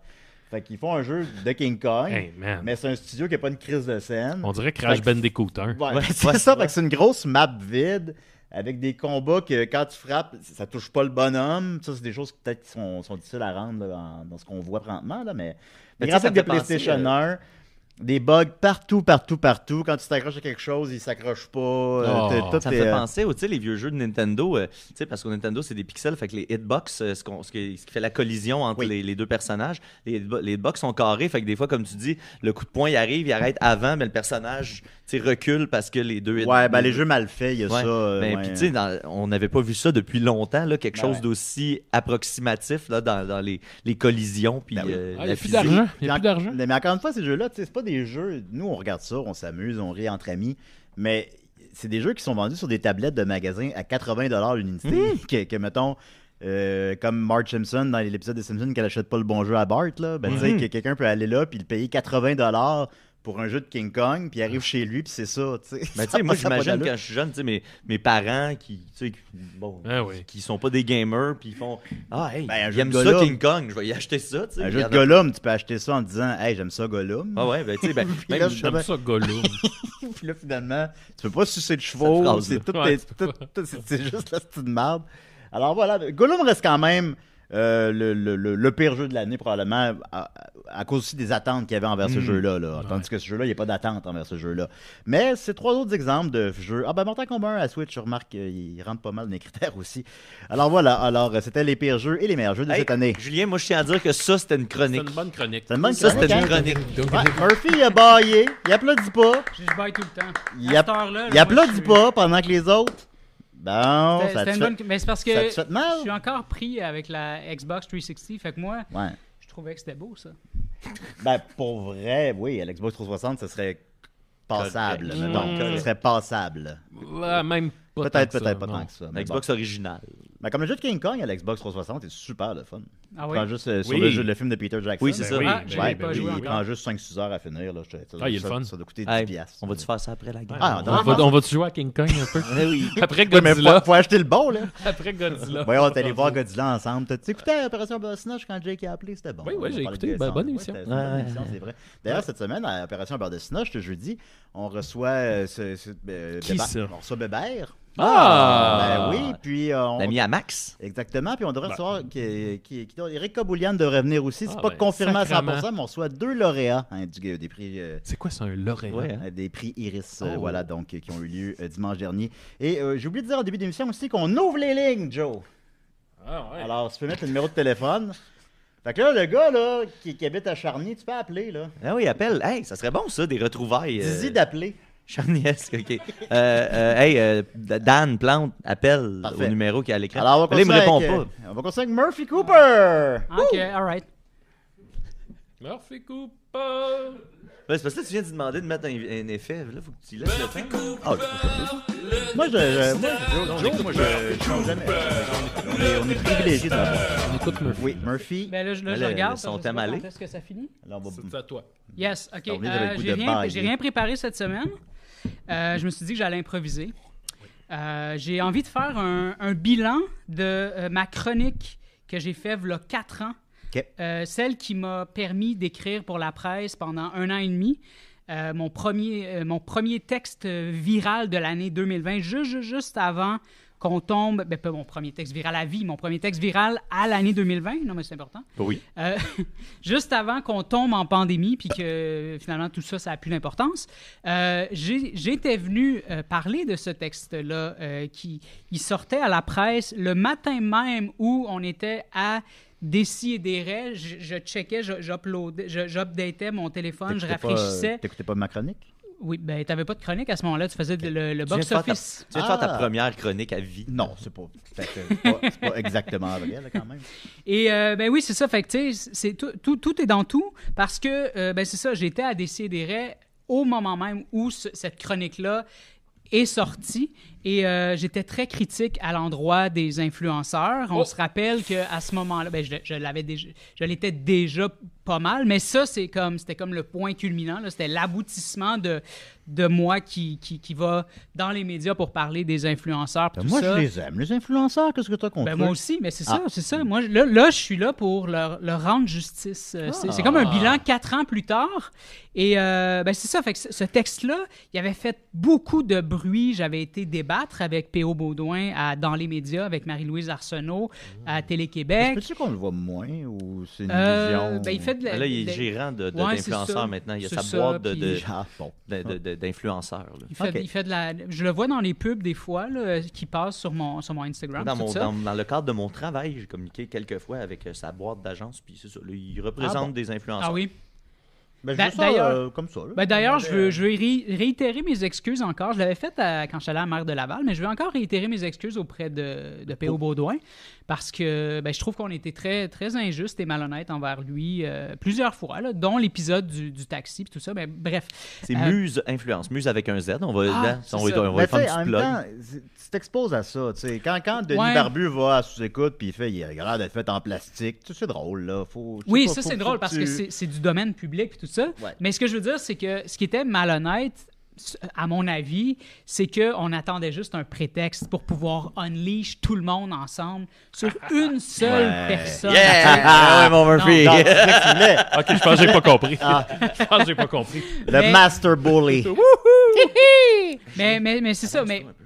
C: Fait qu'ils font un jeu de King Kong,
E: Hey, man.
C: mais c'est un studio qui a pas une crise de scène.
E: On dirait Crash
C: Fait que-
E: Bandicoot Ah, 1.
C: Ouais,
D: Ouais,
C: c'est
D: ouais,
C: ça,
D: ouais.
C: fait que c'est une grosse map vide avec des combats que quand tu frappes, ça touche pas le bonhomme. Ça, c'est des choses qui peut-être qui sont, sont difficiles à rendre là, dans, dans ce qu'on voit présentement. Là, mais les
D: Mais tu sais, ça
C: graphiques
D: me
C: de
D: fait penser,
C: PlayStation
D: euh,
C: 1, des bugs partout, partout, partout. Quand tu t'accroches à quelque chose, il s'accroche pas. euh,
E: Oh,
C: t'es- tout
D: Ça me
C: est,
D: fait
C: euh,
D: penser aux tu sais, les vieux jeux de Nintendo, euh, tu sais, parce que Nintendo, c'est des pixels, fait que les hitbox, euh, ce, qu'on- ce qui, ce qui fait la collision entre
C: Oui.
D: les, les deux personnages, les, hitbo- les hitbox sont carrés, fait que des fois, comme tu dis, le coup de poing, il arrive, il arrête avant, mais le personnage tu sais, recule parce que les deux... hit-
C: Ouais, ben les jeux mal faits, il y a
D: Ouais.
C: ça. euh,
D: Ben,
C: ouais.
D: puis, tu sais, dans- on n'avait pas vu ça depuis longtemps, là, quelque
C: Ben
D: chose
C: ouais.
D: d'aussi approximatif là, dans, dans les, les collisions. Puis,
C: Ben oui.
D: euh,
E: Ah, il n'y
D: la
E: a plus
D: physique.
E: d'argent. Il n'y
C: Puis
E: a plus
C: en-
D: Hmm.
E: d'argent.
C: Mais mais encore une fois, ces jeux-là, tu sais, c'est pas des jeux. Nous, on regarde ça, on s'amuse, on rit entre amis. Mais c'est des jeux qui sont vendus sur des tablettes de magasins à 80 l'unité.
D: Hmm.
C: Que, que, mettons, euh, comme Marge Simpson dans l'épisode des Simpsons, qu'elle achète pas le bon jeu à Bart, là. Ben, tu sais,
D: Mhm.
C: que quelqu'un peut aller là puis le payer 80 pour un jeu de King Kong, puis il arrive chez lui, puis c'est ça, tu sais.
D: Ben, tu
C: Ça
D: sais, moi,
C: passe à pas
D: j'imagine
C: d'allure.
D: quand je suis jeune, tu sais, mes, mes parents qui, tu sais, qui- bon,
E: Ah oui.
D: qui sont pas des gamers, puis ils font Ah, hey,
C: Ben, un jeu de
D: j'aime ça,
C: Gollum.
D: King Kong, je vais y acheter ça. tu sais.
C: Un jeu de
D: Regarde-
C: Gollum, tu peux acheter ça en disant Hey, j'aime ça Gollum.
D: Ah, ouais, ben, tu
C: [laughs]
D: sais, ben,
C: Puis
D: même-
C: là, je-
E: J'aime ça, Gollum.
C: Puis là, finalement, tu peux pas sucer de
D: Cette
C: chevaux.
D: phrase-là.
C: C'est tout,
E: Ouais,
C: est-
E: tu peux
C: tout- tout- c'est- c'est juste la petite merde. Alors voilà, Gollum reste quand même euh, le, le- le- le pire jeu de l'année, probablement, à, à cause aussi des attentes qu'il y avait envers ce
D: Mhm.
C: jeu-là. là. Tandis que ce jeu-là, il n'y a pas d'attente envers ce jeu-là. Mais c'est trois autres exemples de jeux. Ah ben, Mortal Kombat 1 à Switch, je remarque qu'il rentre pas mal dans les critères aussi. Alors voilà, alors euh, c'était les pires jeux et les meilleurs jeux de
D: Hey,
C: cette année.
D: Julien, moi, je tiens à dire que ça, c'était une
E: C'est
D: chronique.
E: une bonne chronique.
C: [laughs] C'est une bonne
D: Ça, c'était
C: chronique,
D: une
C: hein?
D: chronique.
E: Donc,
C: Ouais, Murphy, il a baillé, il applaudit pas.
F: Je, je baille tout le temps.
C: Il
F: À cette
C: app-
F: heure-là,
C: Il
F: là,
C: applaudit
F: moi, je suis-
C: pas pendant que les autres. Bon,
F: C'était
C: ça te
F: c'était une
C: fait...
F: bonne. Mais c'est parce que
C: ça te fait mal?
F: je suis encore pris avec la Xbox 360. Fait que moi,
C: Ouais.
F: je trouvais que c'était beau ça.
C: Ben, pour vrai, oui, à l'Xbox 360, ce serait passable.
D: Correct.
C: mettons.
D: Mm.
C: Ce serait passable.
E: ouais, euh, même Hmm. pas tant
C: Peut-être,
E: que ça,
C: peut-être pas
E: non.
C: tant que ça. Mais bon.
D: Xbox originale.
C: Ben, comme le jeu de King Kong à l'Xbox 360 est super le fun.
F: Ah
C: Il
F: oui.
C: prend juste euh, sur
E: Oui.
C: le, jeu, le film de Peter Jackson.
D: Oui, c'est ça.
E: oui,
F: Ah, je l'ai
C: Ouais,
F: pas
C: ben,
F: joué
C: oui, il
F: encore.
C: prend juste 5-6 heures à finir. Là. Je te-
E: Ah, il est
C: ça,
E: le fun.
C: Ça doit coûter 10
D: Hey,
C: piastres.
D: on va-tu faire ça après la guerre?
C: Ah, eh
E: On va- On va-tu jouer à King Kong un
C: [laughs]
E: peu? Après
C: Ouais, mais faut,
E: Godzilla.
C: faut acheter le bon, là.
E: Après Godzilla.
C: Voyons, on est allé voir Godzilla ensemble. T'as écouté Opération Bardessinage quand Jake a appelé? C'était bon.
E: Oui, oui,
C: On a
E: j'ai
C: parlé de
E: écouté. Ben,
C: Godzilla.
E: bonne
C: Ouais,
E: émission.
C: c'était- c'était une bonne
D: Ouais.
C: émission, c'est vrai. D'ailleurs, cette semaine, à Opération Bardessinage, le jeudi, on reçoit euh, ce- ce- euh,
E: Qui
C: Bébert.
E: ça?
C: On reçoit Bébert.
E: Ah!
C: Ben oui, puis euh, on...
D: L'ami à Max.
C: Exactement, puis on devrait
E: Ben.
C: recevoir qui, qui, qui- Eric Kaboulian devrait venir aussi. C'est
E: Ah,
C: pas
E: ben,
C: confirmé à 100%,
E: sacrément.
C: mais on reçoit deux lauréats hein, du- des prix euh,
E: C'est quoi, c'est un lauréat?
D: Ouais, hein.
C: euh, des prix Iris, euh,
E: Oh.
C: voilà, donc, euh, qui ont eu lieu euh, dimanche dernier. Et euh, j'ai oublié de dire en début d'émission aussi qu'on ouvre les lignes, Joe.
E: Ah, ouais.
C: Alors, tu peux mettre le numéro de téléphone. Fait que là, le gars là, qui, qui habite à Charny, tu peux appeler. là.
D: Ah oui, appelle. Hey, ça serait bon, ça, des retrouvailles. euh,
C: Dis-y d'appeler.
D: Charniesque, OK. Euh, euh, hey, euh, Dan Plante, appelle
C: Parfait.
D: au numéro qui est à l'écran.
C: Alors, on va
D: Mais là, il me
C: continuer
D: répond
C: avec, euh,
D: pas.
C: On va continuer avec Murphy Cooper.
F: Ah, Ok, alright.
E: Murphy Cooper!
D: Ouais, c'est parce que là, tu viens de demander de mettre un, un effet. Là, faut que tu laisses le temps. Ah,
C: Moi, je. je- moi, Joe, Joe, moi, je. je change jamais. On est, on est privilégiés dans la boîte.
E: On écoute Murphy.
C: Oui, Murphy.
F: Ben là, je, là,
D: Mais
F: je
D: le-
F: regarde.
D: son
F: parce que je sais
D: thème
F: pas
D: allé.
F: quand Est-ce que ça finit?
C: Là, on va-
E: C'est à toi.
F: Yes, ok.
C: On est avec
F: euh,
C: goût
F: j'ai
C: de
F: rien,
C: bailler.
F: j'ai rien préparé cette semaine. Euh, je me suis dit que j'allais improviser. Euh, j'ai envie de faire un, un bilan de euh, ma chronique que j'ai fait il y a quatre ans.
C: Ok.
F: Euh, celle qui m'a permis d'écrire pour la presse pendant un an et demi. Euh, mon, premier, euh, mon premier texte euh, viral de l'année 2020, juste, juste, juste avant qu'on tombe, ben pas mon premier texte viral à vie, mon premier texte viral à l'année 2020, non mais c'est important.
D: Oui.
F: Euh, [laughs] juste avant qu'on tombe en pandémie, puis que finalement tout ça, ça n'a plus d'importance, euh, j'ai- j'étais venu euh, parler de ce texte-là euh, qui il sortait à la presse le matin même où on était à Décideret. Je, je checkais, je- j'uploadais, je- j'updatais mon téléphone, je
C: T'écoutais pas,
F: rafraîchissais.
C: euh, T'écoutais pas ma chronique?
F: Oui, ben t'avais pas de chronique à ce moment-là, tu faisais de- le, le
D: Tu viens de faire ta-
F: box-office.
D: Tu viens de faire ta
C: Ah.
D: première chronique à vie.
C: Non, c'est pas, c'est pas, c'est pas exactement vrai, là, quand même.
F: Et euh, ben oui, c'est ça. Fait que tu sais, c'est tout, tout, tout est dans tout parce que euh, ben c'est ça. J'étais à Décideret au moment même où ce- cette chronique là est sortie Et euh, j'étais très critique à l'endroit des influenceurs. On
E: Oh!
F: se rappelle qu'à ce moment-là, ben, je, je l'avais déjà, je l'étais déjà pas mal, mais ça, c'est comme, c'était comme le point culminant. là. C'était l'aboutissement de, de moi qui, qui, qui va dans les médias pour parler des influenceurs. puis
C: Ben,
F: tout
C: Moi,
F: ça.
C: je les aime, les influenceurs. Qu'est-ce que t'as contre
F: Ben,
C: eux?
F: moi aussi, mais c'est ça,
C: Ah.
F: c'est ça. Moi, je- là, là, je suis là pour leur, leur rendre justice. Euh, C'est c'est comme un bilan quatre ans plus tard. Et euh, ben, c'est ça, fait que ce ce texte-là, il avait fait beaucoup de bruit. J'avais été débattre avec P.O. Baudouin à- dans les médias, avec Marie-Louise Arsenault à
C: Est-ce
F: Télé-Québec.
C: que tu qu'on le voit moins ou c'est une
F: Euh,
C: vision?
F: ben, il fait de la-
D: Là, il
F: de-
D: est gérant de- de-
F: Ouais, c'est ça.
D: d'influenceurs maintenant. Il y a
F: C'est
D: sa
F: ça,
D: boîte de-
F: puis-
D: de-
C: Ah, bon.
D: de- de- de- d'influenceurs. là.
F: il fait-
C: Ok.
F: il fait de la... Je le vois dans les pubs des fois là, qui passent sur mon, sur mon Instagram.
D: Dans,
F: tout
D: mon-
F: ça.
D: dans- dans le cadre de mon travail, j'ai communiqué quelques fois avec euh, sa boîte d'agence. Puis c'est ça, là, il représente
C: bon.
D: des influenceurs.
F: Ah oui.
C: Ben, je
F: Da-
C: veux ça
F: d'ailleurs-
C: euh, comme ça. là. euh,
F: Ben, D'ailleurs, je veux, je veux ré- réitérer mes excuses encore. Je l'avais fait à- quand j'allais à la maire de Laval, mais je veux encore réitérer mes excuses auprès de, de P.O. Baudouin parce que ben, je trouve qu'on était très, très injuste et malhonnête envers lui euh, plusieurs fois, là, dont l'épisode du, du taxi et tout ça. Mais bref.
D: C'est
F: Euh,
D: Muse Influence. Muse avec un Z. On va,
F: Ah,
D: là,
F: c'est
D: on va-
F: ça.
D: on va
C: Ben, tu sais,
D: faire
C: en
D: un petit
C: même
D: plug.
C: temps, c'est- tu t'exposes à ça. tu sais. Quand, quand Denis
F: Ouais.
C: Barbu va à sous-écoute puis il fait il a l'air d'être fait en plastique, tu sais, c'est drôle. là. Faut, je
F: Oui,
C: sais pas,
F: ça,
C: faut-
F: c'est
C: faut
F: drôle parce que
C: tu-
F: c'est c'est du domaine public et tout ça.
C: Ouais.
F: Mais ce que je veux dire, c'est que ce qui était malhonnête, s- à mon avis, c'est qu'on attendait juste un prétexte pour pouvoir unleash tout le monde ensemble sur une seule
C: Ah, Ouais.
F: personne. [laughs]
D: Ah, ouais, mon Murphy. [laughs]
C: Non, c'est vrai que tu voulais.
E: Ah, Ok, je pense que j'ai pas compris. [laughs] Je pense que j'ai pas compris.
C: [laughs] Le
F: Mais-
C: master
F: [laughs]
C: bully.
F: Mais, mais, mais c'est ça, mais,
D: Attends un peu.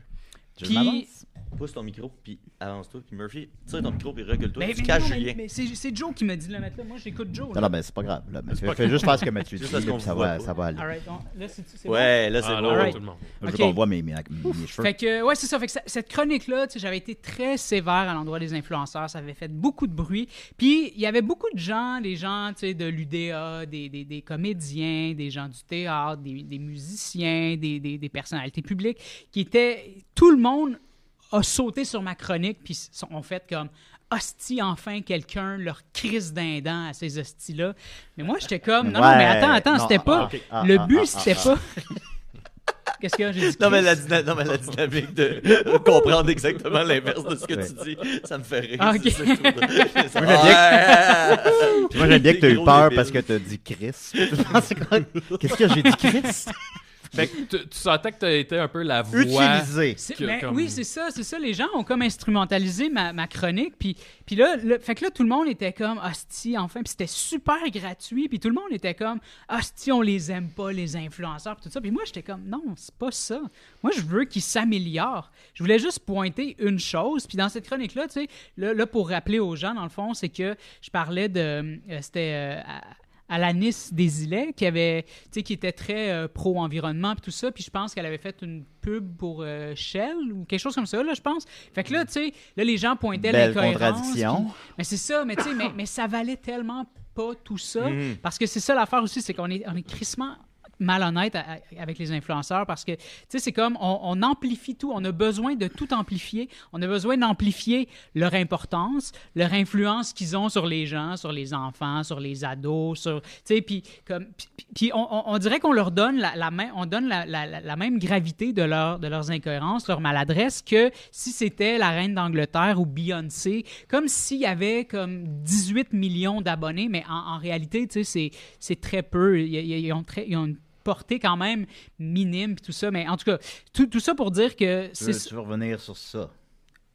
C: Je
F: Puis-
C: m'avance.
D: Pousse ton micro, puis avance-toi. Puis Murphy, tire ton micro, puis recule-toi.
F: mais,
D: Tu
F: mais
D: caches
F: non, mais-
D: Julien.
F: mais c'est c'est Joe qui me dit de le mettre là. Moi, j'écoute Joe.
C: Non,
F: là.
C: non, mais c'est pas grave. Là. Mais fais, fais [laughs] juste faire ce que Mathieu dit,
D: Juste parce
C: puis
D: qu'on
C: ça
D: vous voit
C: va,
D: pas.
C: ça va aller.
F: All right, on- là, c'est- c'est bon?
D: Ouais, là, c'est
E: Ah,
D: bon.
E: non,
F: All right.
E: tout le monde.
C: Je veux
F: Ok.
C: qu'on voit mes, mes, mes cheveux.
F: Fait que, ouais, c'est ça. Fait que ça- cette chronique-là, tu sais, j'avais été très sévère à l'endroit des influenceurs. Ça avait fait beaucoup de bruit. Puis, il y avait beaucoup de gens, des gens, tu sais, de l'UDA, des, des- des comédiens, des gens du théâtre, des, des musiciens, des, des- des personnalités publiques, qui étaient. Tout le monde a sauté sur ma chronique, puis s- ont fait comme. Hostie, enfin, quelqu'un leur crise d'un dent à ces hosties-là. Mais moi, j'étais comme, non, non,
C: Ouais.
F: mais attends, attends,
C: Non,
F: c'était
C: ah,
F: pas.
C: ah, ok. Ah,
F: le
C: ah,
F: but,
C: ah,
F: c'était
C: ah,
F: pas. [laughs] Qu'est-ce que j'ai dit?
D: Non mais,
F: Chris?
D: la dyna- non, mais la dynamique [laughs] de comprendre exactement l'inverse de ce que tu dis, ça me fait rire.
F: Ah, ok.
D: C'est ça, je trouve. [laughs] Ça-
C: Moi, j'aime
D: Ouais. [laughs]
C: Puis moi, j'aime bien que t'as eu
D: Gros
C: peur
D: débile.
C: parce que t'as dit [laughs] Chris. C'est quoi? Qu'est-ce que j'ai dit [laughs] Chris?
E: Fait que tu, tu sentais que t'as été un peu la voix.
C: Utilisé.
F: C'est-
E: que-
F: ben
E: comme-
F: Oui, c'est ça, c'est ça. Les gens ont comme instrumentalisé ma, ma chronique. Puis, puis là, le- fait que là, tout le monde était comme hostie, enfin. Puis c'était super gratuit. Puis tout le monde était comme hostie, on les aime pas, les influenceurs, puis tout ça. Puis moi, j'étais comme non, c'est pas ça. Moi, je veux qu'ils s'améliorent. Je voulais juste pointer une chose. Puis dans cette chronique-là, tu sais, là, là, pour rappeler aux gens, dans le fond, c'est que je parlais de. euh, c'était. euh, à- à la Nice des Îlets, qui avait, tu sais, qui était très euh, pro-environnement puis tout ça, puis je pense qu'elle avait fait une pub pour euh, Shell ou quelque chose comme ça, là, je pense. Fait que là, tu sais, là, les gens pointaient
C: Mm. Belle
F: l'incohérence.
C: contradiction.
F: puis- [laughs] Mais c'est ça, mais tu sais, mais, mais ça valait tellement pas tout ça, parce que c'est ça l'affaire aussi, c'est qu'on est, on est crissement malhonnête à- à- avec les influenceurs parce que, tu sais, c'est comme on, on amplifie tout, on a besoin de tout amplifier, on a besoin d'amplifier leur importance, leur influence qu'ils ont sur les gens, sur les enfants, sur les ados, sur, tu sais, puis comme, puis- puis- puis on, on- on dirait qu'on leur donne la, la main, on donne la, la- la- la même gravité de, leur, de leurs incohérences, leur maladresse que si c'était la reine d'Angleterre ou Beyoncé, comme s'il y avait comme 18 millions d'abonnés, mais en, en réalité, tu sais, c'est- c'est très peu, ils, ils- ils ont très, ils ont une portée quand même minime puis tout ça mais en tout cas tout, tout ça pour dire que
C: Tu
F: c'est
C: veux, tu veux revenir sur ça?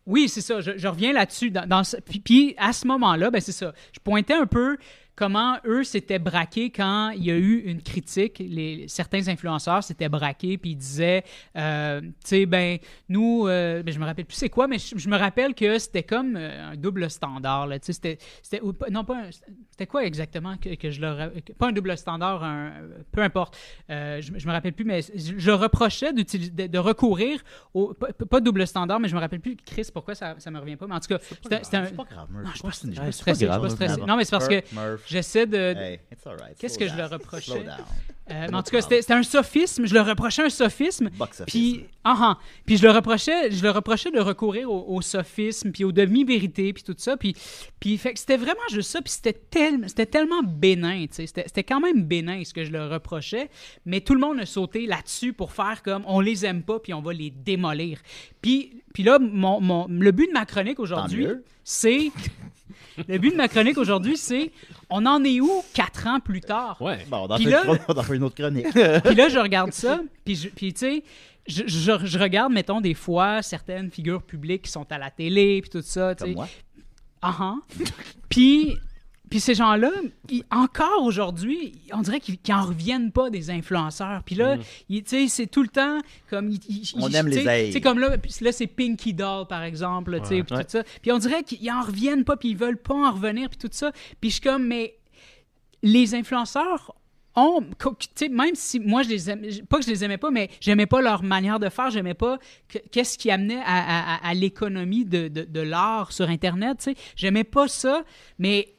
F: oui, c'est ça. Je, je reviens là-dessus. Dans, dans ce- puis, puis à ce moment-là, ben c'est ça. Je pointais un peu comment eux s'étaient braqués quand il y a eu une critique. Les, certains influenceurs s'étaient braqués puis ils disaient, euh, tu sais, ben nous, euh, ben, je me rappelle plus c'est quoi, mais je, je me rappelle que c'était comme euh, un double standard. Là, tu sais, c'était, c'était ou pas- non pas, un- c'était quoi exactement que, que je leur, que- pas un double standard, un, peu importe. Euh, je, je me rappelle plus, mais je, je reprochais d'utiliser, de, de recourir au, pas, pas double standard, mais je me rappelle plus, Chris, pourquoi ça, ça me revient pas. Mais en tout cas, c'était, c'était un.
C: C'est pas grave, Murph.
F: Non, je suis pas- je suis
D: Ouais,
F: pas
D: c'est
F: stressé.
D: pas
F: Je suis pas
D: grave.
F: stressé. Non, mais c'est parce que
C: Murph,
F: j'essaie de.
C: Hey, it's all right.
F: Qu'est-ce
C: Slow
F: que je
C: down.
F: leur reprochais?
C: Slow down.
F: Euh, mais en tout cas, c'était c'était un sophisme. Je le reprochais un sophisme.
C: Box office.
F: Puis, ah, ah. puis je le reprochais, je le reprochais de recourir au, au sophisme, puis aux demi-vérités, puis tout ça. Puis, puis fait que c'était vraiment juste ça. Puis c'était tellement, c'était tellement bénin, tu sais. C'était, c'était quand même bénin ce que je leur reprochais. Mais tout le monde a sauté là-dessus pour faire comme on les aime pas, puis on va les démolir. Puis, puis là, mon, mon- le but de ma chronique aujourd'hui,
C: mieux.
F: c'est [laughs] le but de ma chronique aujourd'hui, c'est on en est où quatre ans plus tard.
E: Ouais.
C: Bon, on en
F: Puis
C: fait
F: là-
C: une- on en fait une autre chronique.
F: Puis là, je regarde ça, puis, je- puis tu sais, je, je- je regarde, mettons, des fois, certaines figures publiques qui sont à la télé, puis tout ça, tu
C: Comme
F: sais.
C: moi.
F: Ah, ah. Puis, puis ces gens-là, ils- encore aujourd'hui, on dirait qu'ils n'en reviennent pas des influenceurs. Puis là, ils- tu sais, c'est tout le temps comme... ils- ils-
C: Mm. On
F: ils-
C: aime
F: tu sais,
C: les ailes.
F: Tu sais, comme là, puis là c'est Pinky Doll, par exemple, tu sais, puis
D: Ouais.
F: tout ça. Puis on dirait qu'ils n'en reviennent pas, puis ils veulent pas en revenir, puis tout ça. Puis je suis comme, mais les influenceurs ont, Oh, co- tu sais, même si moi je les aime, pas que je les aimais pas, mais j'aimais pas leur manière de faire, j'aimais pas que- qu'est-ce qui amenait à, à- à- à l'économie de, de- de l'art sur Internet, tu sais, j'aimais pas ça, mais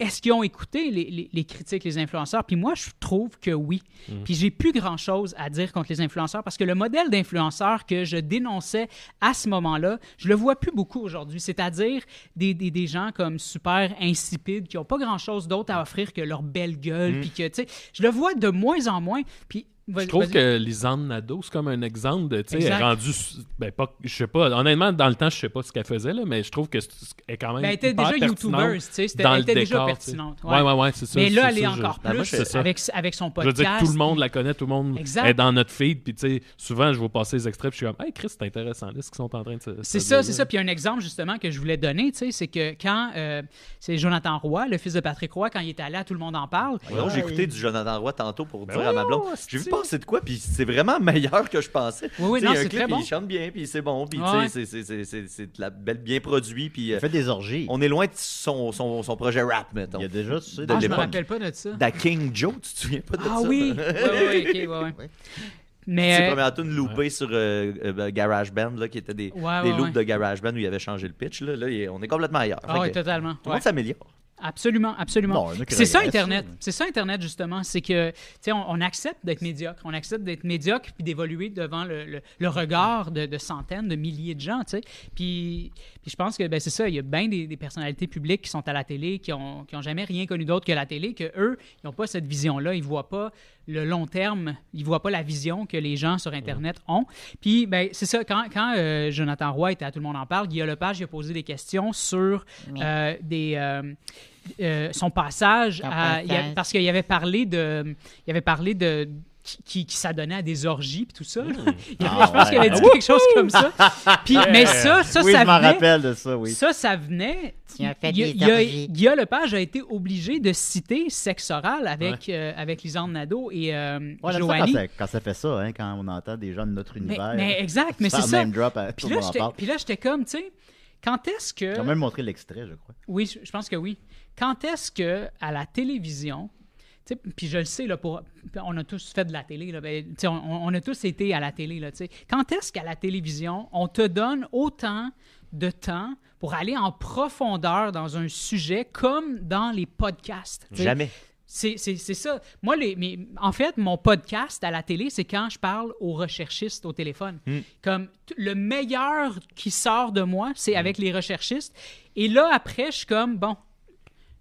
F: est-ce qu'ils ont écouté les, les- les critiques, les influenceurs? Puis moi, je trouve que oui.
E: Mm.
F: Puis j'ai plus grand-chose à dire contre les influenceurs parce que le modèle d'influenceur que je dénonçais à ce moment-là, je le vois plus beaucoup aujourd'hui. C'est-à-dire des, des- des gens comme super insipides qui n'ont pas grand-chose d'autre à offrir que leur belle gueule. Puis que, tu sais, je le vois de moins en moins. Puis, vas-
E: Mm. Je trouve
F: vas-y.
E: que Lisanne Nadeau, c'est comme un exemple de, tu sais, elle est
F: Exact.
E: rendue, ben pas, je sais pas, honnêtement, dans le temps, je sais pas ce qu'elle faisait, là, mais je trouve que c'est elle est quand même
F: Ben, elle était
E: hyper
F: déjà
E: pertinente
F: youtubeuse, tu sais, c'était-
E: dans
F: elle
E: le
F: était déjà
E: décor, tu sais.
F: pertinente,
E: Ouais,
F: ouais.
E: ouais, ouais, c'est ça.
F: Mais là,
E: c'est
F: elle est
E: ça,
F: encore
E: je-
D: Ben, moi,
F: plus
D: je-
F: avec, avec son
E: Je veux
F: podcast.
E: dire que tout le monde la connaît, tout le monde
F: Exact.
E: est dans notre feed, puis tu sais, souvent, je vois passer les extraits, puis je suis comme, hey, Chris, c'est intéressant, là, ce qu'ils sont en train de se.
F: C'est
E: se
F: ça,
E: dire,
F: c'est
E: là.
F: ça. Puis un exemple justement que je voulais donner, tu sais, c'est que quand euh, c'est Jonathan Roy, le fils de Patrick Roy, quand il est allé à Tout le monde en parle,
D: Voyons, J'ai écouté du Jonathan Roy tantôt pour dire à ma
E: voyons,
D: blonde. J'ai vu passer de quoi, puis c'est vraiment meilleur que je pensais.
F: Oui, oui,
D: Tu sais,
F: non,
D: il y a un
F: c'est
D: clip,
F: très
D: puis
F: bon.
D: Il chante bien, puis c'est bon, puis tu
F: Ouais.
D: sais, c'est- c'est- c'est c'est- c'est de la belle, bien produit, puis euh,
C: Il fait des orgies.
D: on est loin de son, son, son projet rap, mettons.
C: Il y a déjà, tu sais,
D: de
F: ah, je me
D: l'époque.
F: rappelle pas de ça.
D: Da King Joe, tu te souviens pas de ça?
F: Ah [laughs] oui, oui, oui, ok, ouais, ouais.
C: Ouais.
D: [laughs] C'est
F: Mais
D: la
F: euh,
D: première tune loupée sur euh, euh, ben, GarageBand, là, qui était des,
F: Ouais,
D: des
F: ouais,
D: loops
F: ouais.
D: de GarageBand où il avait changé le pitch. Là, là, il est- on est complètement ailleurs.
F: ah
D: Fait
F: ouais,
D: que
F: totalement.
D: Tout le
F: ouais.
D: monde s'améliore.
F: Absolument, absolument.
C: Non, il y en a qui
F: C'est ça
C: regressent,
F: Internet.
C: mais-
F: C'est ça Internet justement, c'est que tu sais, on, on accepte d'être médiocre, on accepte d'être médiocre puis d'évoluer devant le, le- le regard de, de centaines, de milliers de gens, tu sais. Puis, puis je pense que ben, c'est ça, il y a bien des, des personnalités publiques qui sont à la télé, qui ont, qui ont jamais rien connu d'autre que la télé, que eux, ils n'ont pas cette vision-là, ils voient pas le long terme, ils voient pas la vision que les gens sur Internet ont. Puis ben c'est ça, quand, quand euh, Jonathan Roy était à Tout le monde en parle, Guillaume Lepage il a posé des questions sur euh, des euh, euh, son passage,
B: Son
F: à- il y a-
B: passage.
F: parce qu'il avait parlé de, il avait parlé de qui, qui, qui s'adonnait à des orgies puis tout ça. là. Il avait-
C: Ah
F: [laughs] je pense qu'il avait
C: ouais.
F: dit quelque chose comme ça.
C: [laughs]
F: Puis, mais ça, ça,
C: oui,
F: ça
C: je m'en
F: venait.
C: rappelle de ça, oui.
F: Ça, ça venait.
B: Tu as fait
F: Il-
B: des
F: il a-
B: orgies.
F: Guillaume Lepage a été obligé de citer sexe oral avec, euh, avec Lisanne Nadeau et euh,
C: Ouais, j'aime ça quand
F: Joanie.
C: ça, quand ça fait ça, hein, quand on entend des gens de notre
F: Mais,
C: univers.
F: mais exact, mais
C: faire
F: c'est
C: le
F: ça.
C: name drop à-
F: Puis
C: tout le
F: là,
C: monde en
F: j'étais-
C: parle.
F: puis là, j'étais comme, tu sais, quand est-ce que.
C: Ils ont même montré l'extrait, je crois.
F: Oui, je- je pense que oui. Quand est-ce que à la télévision, tu sais, puis je le sais là, pour, on a tous fait de la télé, là, ben, tu sais, on, on a tous été à la télé là, tu sais. Quand est-ce qu'à la télévision, on te donne autant de temps pour aller en profondeur dans un sujet comme dans les podcasts tu sais?
D: Jamais.
F: C'est, c'est- c'est ça. Moi, les, mes- en fait, mon podcast à la télé, c'est quand je parle aux recherchistes au téléphone.
C: Hmm.
F: Comme t- le meilleur qui sort de moi,
C: Hmm.
F: c'est avec les recherchistes. Et là, après, je suis comme, bon,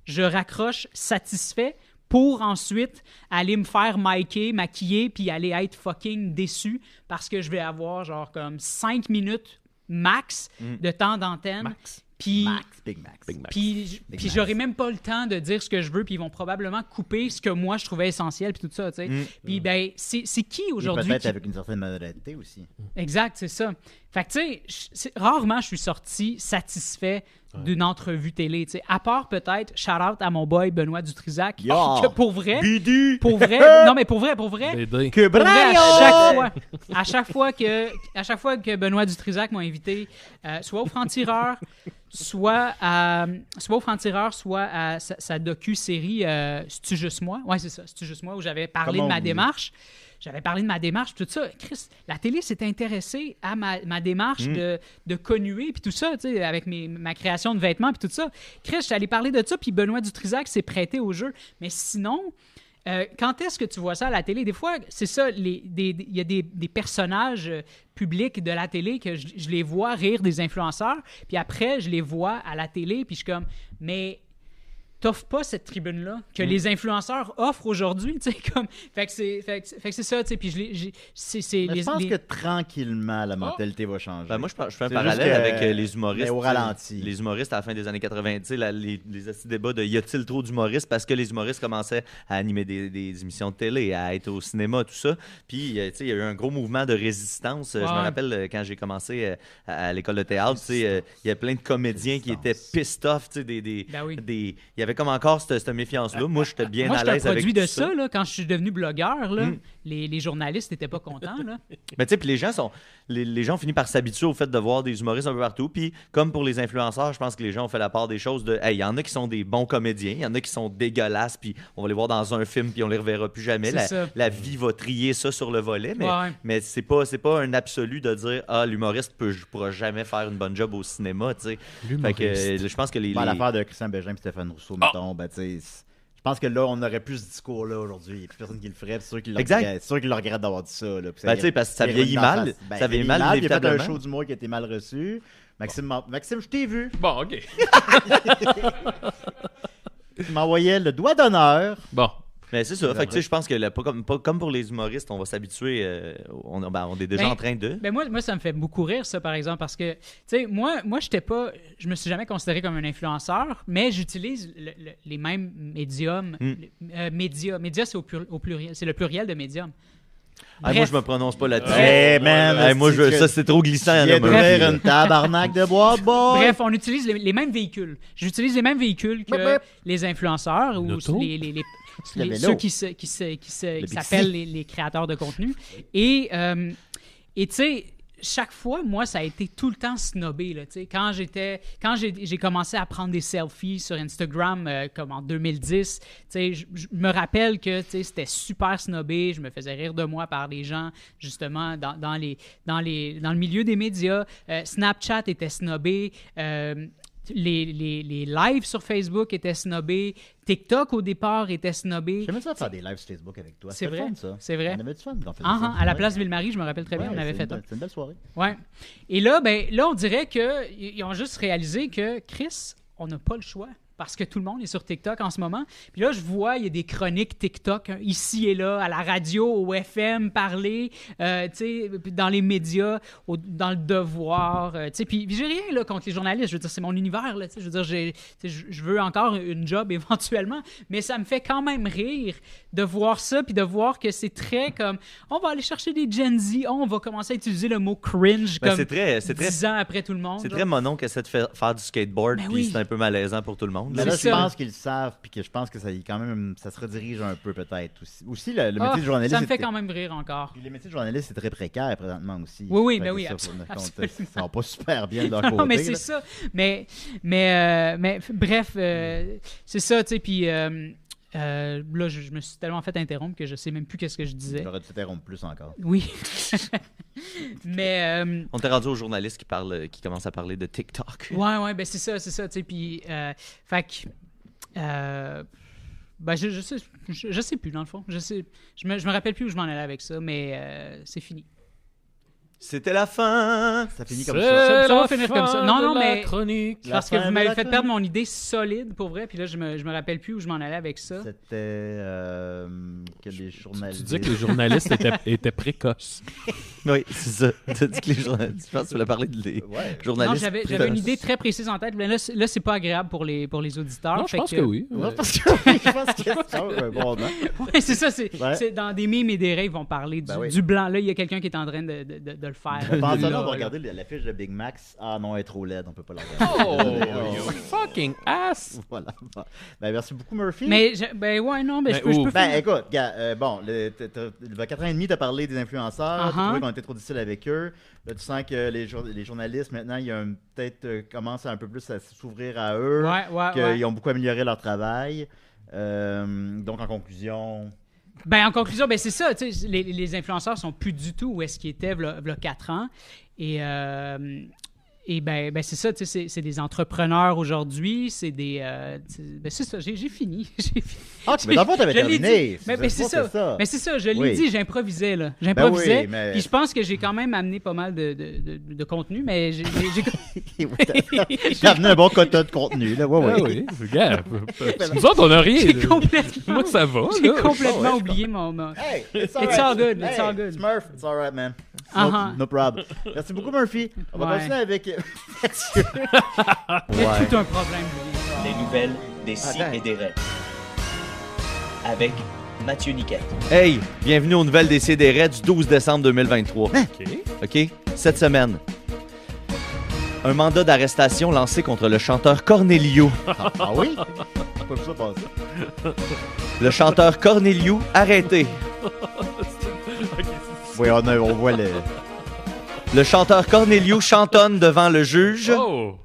F: je raccroche satisfait pour ensuite aller me faire miker, maquiller, puis aller être fucking déçu parce que je vais avoir genre comme 5 minutes max de temps d'antenne. Puis
C: Hmm. Max, Big Max.
E: Big Mac.
F: puis, j- puis
C: Mac.
F: j'aurai même pas le temps de dire ce que je veux, puis ils vont probablement couper ce que moi je trouvais essentiel, puis tout ça, tu sais. Puis ben, c'est c'est qui
C: Et
F: aujourd'hui
C: Mm. Peut-être
F: qui-
C: avec une certaine honnêteté aussi.
F: Exact, c'est ça. Fait que, tu sais, je- c'est- rarement je suis sorti satisfait d'une entrevue télé, tu sais. À part peut-être, shout-out à mon boy Benoît Dutrisac,
C: Yeah.
F: [laughs] que pour vrai,
D: Bidu!
C: [laughs]
F: pour vrai, non mais pour vrai, pour vrai,
E: BD.
C: Que
F: pour vrai,
C: Brian!
F: à chaque fois, [laughs] à chaque fois que, à chaque fois que Benoît Dutrisac m'a invité, euh, soit au Franc-Tireur, soit à, soit au Franc-Tireur, soit à sa, sa docu-série euh, C'est-tu juste moi? Ouais, c'est ça, C'est-tu juste moi, où j'avais parlé
C: Comment
F: de ma
C: oublier?
F: démarche. J'avais parlé de ma démarche, tout ça. Chris, la télé s'est intéressée à ma, ma démarche de, de connuer, puis tout ça, tu sais, avec mes- ma création de vêtements, puis tout ça. Chris, j'allais parler de ça, puis Benoît Dutrisac s'est prêté au jeu. Mais sinon, Euh, quand est-ce que tu vois ça à la télé? Des fois, c'est ça, les- des- des- il y a des, des personnages euh, publics de la télé que je, je les vois rire des influenceurs, puis après, je les vois à la télé, puis je suis comme, mais t'offres pas cette tribune-là que les influenceurs offrent aujourd'hui, tu sais, [laughs] comme... Fait que c'est fait que c'est- fait que c'est ça, tu sais, puis je les... j'ai- c'est- c'est
C: Mais
F: les-
C: je pense
F: les-
C: que tranquillement, la mentalité va changer.
D: Ben, moi, je, par- je fais un
C: C'est juste
D: parallèle
C: que-
D: avec euh, les humoristes.
C: mais au
D: tu sais,
C: ralenti.
D: Les humoristes à la fin des années 80, tu sais, la- les, les assis débats de y a-t-il trop d'humoristes parce que les humoristes commençaient à animer des, des émissions de télé, à être au cinéma, tout ça. Puis, euh, tu sais, il y a eu un gros mouvement de résistance. Euh, Je
F: Ouais.
D: me rappelle euh, quand j'ai commencé euh, à, à l'école de théâtre, tu sais, euh, il y a plein de comédiens qui étaient pissed off, tu sais, des. des,
F: Ben oui. Euh,
D: des- il y avait comme encore cette, cette méfiance-là. Moi, j'étais bien
F: Moi,
D: à
F: j'étais un
D: l'aise avec.
F: produit de
D: tout
F: ça, là, quand je suis devenu blogueur, là, les, les journalistes n'étaient pas contents. Là.
D: Mais tu sais, puis les gens sont. Les, les gens ont fini par s'habituer au fait de voir des humoristes un peu partout. Puis, comme pour les influenceurs, je pense que les gens ont fait la part des choses de. Hey, il y en a qui sont des bons comédiens, il y en a qui sont dégueulasses, puis on va les voir dans un film, puis on les reverra plus jamais.
F: C'est
D: La,
F: ça.
D: la vie va trier ça sur le volet, mais,
F: Ouais.
D: mais c'est pas, c'est pas un absolu de dire Ah, l'humoriste peut, pourra jamais faire une bonne job au cinéma, tu sais. Fait que euh, je pense que les.
C: Ben,
D: les- Ah!
C: L'affaire de Christian Bégin et Stéphane Rousseau, mettons, ben, tu sais, c'est- je pense que là, on aurait plus ce discours-là aujourd'hui. Il n'y a plus personne qui le ferait. puis C'est sûr qu'il le
D: Exact.
C: regrette- c'est sûr qu'il le regrette d'avoir dit ça. Là, puis ça
D: Ben,
C: y-
D: tu sais, parce que ça
C: il
D: vieillit
C: roule dans
D: mal.
C: sa- ben,
D: Ça
C: il
D: vieillit
C: vieillit
D: mal,
C: Il a fait un
D: inévitablement.
C: show du mois qui a été mal reçu. Maxime, m'a- Maxime je t'ai vu.
E: Bon, OK.
C: Tu m'envoyais le doigt d'honneur.
E: Bon.
D: Mais c'est ça. Fait que tu
C: vrai.
D: sais, je pense que là, pas comme, pas comme pour les humoristes, on va s'habituer. euh, on, ben, on est déjà
F: Ben,
D: en train de.
F: Ben moi, moi, ça me fait beaucoup rire, ça, par exemple, parce que, tu sais, moi, moi j'étais pas, je me suis jamais considéré comme un influenceur, mais j'utilise le- le- les mêmes médiums.
D: Hmm.
F: le- euh, médias, médias, c'est au, plur- au pluriel, c'est le pluriel de médium.
D: Ah, moi,
F: Bref.
D: je me prononce pas là-dessus.
C: Eh, man,
D: Hey, moi, je,
C: hostie,
D: ça,
C: tu-
D: Ah, c'est trop glissant.
C: tu
D: là,
C: viens de
D: Murphy,
C: faire
D: là.
C: une tabarnak de bois, boy.
F: Bref, on utilise les, les mêmes véhicules. J'utilise les mêmes véhicules que
C: Bip, bip.
F: les influenceurs ou
E: auto?
F: les, les-
D: [laughs]
F: les-
C: le
F: les-
C: vélo.
F: ceux qui se- qui se- qui se- qui
C: Bixi.
F: s'appellent les, les créateurs de contenu. Et euh, et tu sais. Chaque fois, moi, ça a été tout le temps snobé. Là, tu sais. quand j'étais, quand j'ai, j'ai commencé à prendre des selfies sur Instagram, euh, comme en 2010, tu sais, je je me rappelle que tu sais, c'était super snobé. Je me faisais rire de moi par les gens, justement, dans, dans les, dans, les, dans le milieu des médias. Euh, Snapchat était snobé. euh, les, les, les lives sur Facebook étaient snobés. TikTok, au départ, était snobé.
C: J'aimais ça faire des lives sur Facebook avec toi.
F: C'est
C: C'était
F: vrai,
C: le fun, ça.
F: c'est vrai.
C: On avait du fun quand on faisait
F: Ah,
C: ça.
F: ah, à la place Ville-Marie, je me rappelle très bien,
C: Ouais,
F: on avait
C: c'est
F: fait
C: une
F: un.
C: belle- C'est une belle soirée.
F: Ouais. Et là, ben, là, on dirait qu'ils ont juste réalisé que, Chris, on n'a pas le choix. Parce que tout le monde est sur TikTok en ce moment. Puis là, je vois, il y a des chroniques TikTok hein, ici et là, à la radio, au FM, parler, euh, tu sais, puis dans les médias, au- dans le devoir. euh, tu sais, puis puis j'ai rien là, contre les journalistes. Je veux dire, c'est mon univers. Là, tu sais. je veux dire, j'ai- tu sais, je je veux encore une job [laughs] éventuellement. Mais ça me fait quand même rire de voir ça, puis de voir que c'est très comme on va aller chercher des Gen Z, on va commencer à utiliser le mot cringe
D: Ben,
F: comme
D: c'est très, c'est très,
F: 10 ans après tout le monde.
D: c'est
F: genre.
D: très monon que ça de faire, faire du skateboard,
F: Ben
D: puis
F: oui.
D: c'est un peu malaisant pour tout le monde.
C: Mais
D: là.
C: là,
F: C'est
C: je
F: ça.
C: pense qu'ils le savent, puis que je pense que ça, y- quand même, ça se redirige un peu peut-être aussi. Aussi, le, le métier
F: Ah,
C: de journaliste.
F: ça me fait
C: c'est-
F: quand même
C: [laughs]
F: rire encore.
C: Puis les métiers de journaliste, c'est très précaire présentement aussi.
F: Oui, oui,
C: Fait
F: ben
C: que
F: oui,
C: ça, faut
F: absolument,
C: tenir compte.
F: absolument.
C: Ils sont pas super bien de leur côté.
F: [laughs] Non, mais
C: là.
F: c'est ça. Mais, mais, euh, mais f- bref, euh, c'est ça, tu sais, puis euh, euh, là, je, je me suis tellement fait interrompre que je sais même plus qu'est-ce que je disais.
C: J'aurais dû t'interrompre plus encore.
F: Oui. [laughs] mais... euh,
D: On t'est rendu aux journalistes qui, parlent, qui commencent à parler de TikTok.
F: Ouais, ouais, ben c'est ça, c'est ça, tu sais, puis... euh, fait que... euh, ben, je, je sais, je, je sais plus, dans le fond. Je sais... Je me, je me rappelle plus où je m'en allais avec ça, mais euh, c'est fini.
D: C'était la fin.
C: Ça finit comme
E: C'est
C: ça.
F: ça va
E: la
F: finir comme ça.
E: fin
F: Non,
E: de
F: non,
E: la
F: mais-
E: chronique.
C: La
F: Parce que
C: fin
F: vous
C: de
F: m'avez
C: la
F: fait
C: chronique.
F: perdre mon idée solide, pour vrai, puis là, je me, je me rappelle plus où je m'en allais avec ça.
C: C'était euh, que les
E: Tu
C: journalistes.
E: dis que les journalistes
F: [laughs]
E: étaient, étaient précoces.
D: Oui, c'est ça. [laughs] T'as dit que les journalistes. Je pense que tu voulais parler de les
C: Ouais. [laughs]
D: journalistes.
F: Non, j'avais
D: précoces.
F: j'avais une idée très précise en tête, mais là, c'est- là c'est pas agréable pour les, pour les auditeurs.
E: Non, je
F: Ah, fait
E: pense que oui.
C: Ouais, parce que je pense que c'est un bon moment.
F: [laughs] Ouais, c'est ça, c'est
C: Ouais.
F: c'est dans des mimes et des rêves, ils vont parler du,
C: Ben oui.
F: du blanc. Là, il y a quelqu'un qui est en train de, de, de- de le faire.
C: On pense à
F: Là,
C: ça, on va
F: là.
C: regarder la fiche de Big Max. Ah non, elle est trop laide, on peut pas la regarder. [laughs]
E: Oh, you fucking ass!
C: Voilà. Bon. Ben, merci beaucoup, Murphy.
F: Mais, je- ben ouais, non, mais
E: Ben,
F: je peux, je
E: ou-
F: peux
C: Ben
F: faire-
C: écoute, gars, euh, bon, le, t'as- t'as- il y a 4 ans et demi, t'as parlé des influenceurs,
F: Uh-huh.
C: t'as trouvé qu'on était trop difficile avec eux. Là, tu sens que les, jour- les journalistes, maintenant, ils ont peut-être euh, commencent un peu plus à s'ouvrir à eux,
F: Ouais, ouais,
C: qu'ils
F: ouais.
C: ont beaucoup amélioré leur travail. Euh, donc, en conclusion,
F: Ben, en conclusion, ben, c'est ça. tu sais, Les, les influenceurs sont plus du tout où est-ce qu'ils étaient il y a 4 ans. Et, euh, et, Et ben, ben c'est ça, tu sais, c'est- c'est des entrepreneurs aujourd'hui, c'est des. euh, c'est- ben c'est ça, j'ai j'ai fini. [laughs] J'ai fini.
C: Ah, mais dans le fond, t'avais
F: Je l'ai
C: terminé.
F: dit. Mais, mais
C: Je
F: c'est
C: pense
F: ça.
C: que c'est ça.
F: Mais c'est ça, je l'ai
C: Ah. Oui. Ben
F: dit, j'improvisais, là. J'improvisais.
C: oui, mais-
F: Puis je pense que j'ai quand même amené pas mal de, de- de- de contenu, mais j'ai. j'ai-
C: [laughs]
F: j'ai-
C: Oui, t'as-
F: [laughs]
C: T'as amené un bon quota de contenu, là. Ouais,
E: Ah oui,
C: ouais.
E: regarde. Nous autres, on a rien.
F: j'ai
E: là.
F: complètement.
E: Moi, ça
C: Oh,
E: va.
F: J'ai
E: là.
F: complètement oublié mon. mon-
C: Hey, it's
F: It's all good, it's all good.
C: Smurf, it's all right, man. No,
F: Uh-huh.
C: no problem. Merci beaucoup, Murphy. On va
F: Ouais.
C: continuer avec [laughs] Mathieu.
F: Il y a tout un problème. lui.
B: Des nouvelles, des si
D: Attends.
B: et des rêves. Avec Mathieu Niquette.
D: Hey, bienvenue aux nouvelles des CDR du 12 décembre 2023.
F: Hein?
D: OK? Cette semaine, un mandat d'arrestation lancé contre le chanteur Cornelio.
C: Ah, ah oui? J'ai Pas vu ça passer.
D: Le chanteur Cornelio arrêté.
C: Oui, on, a- on voit le.
D: Le chanteur Cornelio chantonne devant le juge
E: Oh!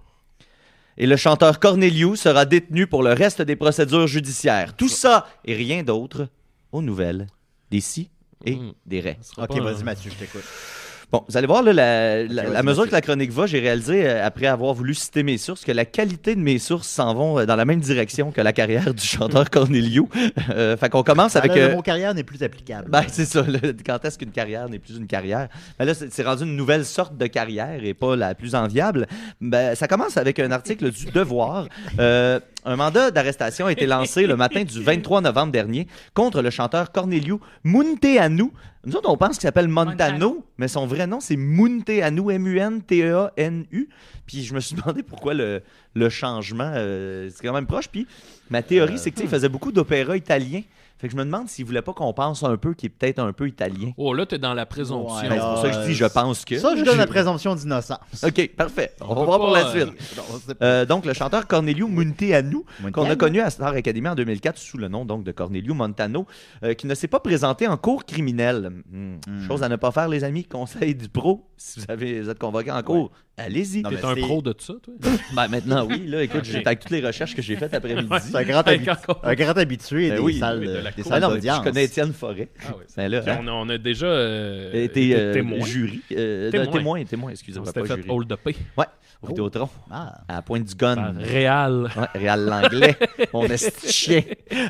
D: et le chanteur Cornelio sera détenu pour le reste des procédures judiciaires. Tout ça et rien d'autre aux nouvelles des si et
E: Mm.
D: des raies.
E: Ce sera
C: Ok,
E: pas un-
C: vas-y, Mathieu, je t'écoute.
D: Bon, vous allez voir, là, la, la-
C: vas-y,
D: la mesure
C: Mathieu.
D: que la chronique va, j'ai réalisé, euh, après avoir voulu citer mes sources, que la qualité de mes sources s'en vont euh, dans la même direction que la carrière du chanteur Cornelio. [laughs] Euh, fait qu'on commence avec...
C: Alors,
D: euh,
C: Le mot carrière n'est plus applicable.
D: ben, c'est ça, là, quand est-ce qu'une carrière n'est plus une carrière? Ben là, c'est c'est rendu une nouvelle sorte de carrière et pas la plus enviable. Ben, ça commence avec un article du Devoir. Euh, un mandat d'arrestation a été lancé le matin du 23 novembre dernier contre le chanteur Cornelio Munteanu. Nous autres, on pense qu'il s'appelle Montano,
F: Montano.
D: mais son vrai nom, c'est Munteanu, E M-U-N-T-E-A-N-U. Puis je me suis [laughs] demandé pourquoi le, le changement, euh, c'est quand même proche. Puis ma
E: Euh,
D: théorie, c'est
E: hmm.
D: qu'il faisait beaucoup d'opéras italiens. Fait que je me demande s'il voulait pas qu'on pense un peu qu'il est peut-être un peu italien.
E: Oh, là, t'es dans la présomption.
C: Ouais,
D: Ben, c'est pour ça que je dis, je pense que.
C: Ça, je donne la présomption d'innocence.
D: OK, parfait. On, va
E: peut
D: voir pour
E: pas,
D: la
E: euh,
D: suite. Euh, donc, le chanteur Cornelio Munteanu, qu'on a connu à Star Academy en 2004 sous le nom donc de Cornelio Montano, euh, qui ne s'est pas présenté en cours criminel. Hmm,
C: Hmm.
D: Chose à ne pas faire, les amis. Conseil du pro, si vous, avez, vous êtes convoqué en cours, allez-y.
C: Non, mais-
E: T'es un
C: c'est-
E: pro de ça, toi?
D: [laughs] Ben, maintenant, oui. Là, écoute, j'ai- avec toutes les recherches que j'ai faites après-midi.
C: C'est un grand, habi-
E: Encore.
C: un grand habitué
D: Ben
C: des
D: oui,
C: salles,
E: oui, de la cour.
C: des
D: Ah
C: salles
D: non, mais
C: d'audience.
D: je connais Étienne Forêt.
E: Ah oui, c'est-
D: Ben là,
E: Puis
D: hein,
E: on, a- on a déjà euh,
D: a été euh,
E: témoin.
D: jury. euh,
E: Témoin.
D: témoin, témoin, excusez-moi.
E: On
D: pas
E: s'était fait
D: jury.
E: hold up
D: Au Vidéotron,
C: Ah.
D: à la pointe du gun.
E: par Real.
D: Ouais,
C: [laughs]
D: Réal Langlais, mon esti de chien.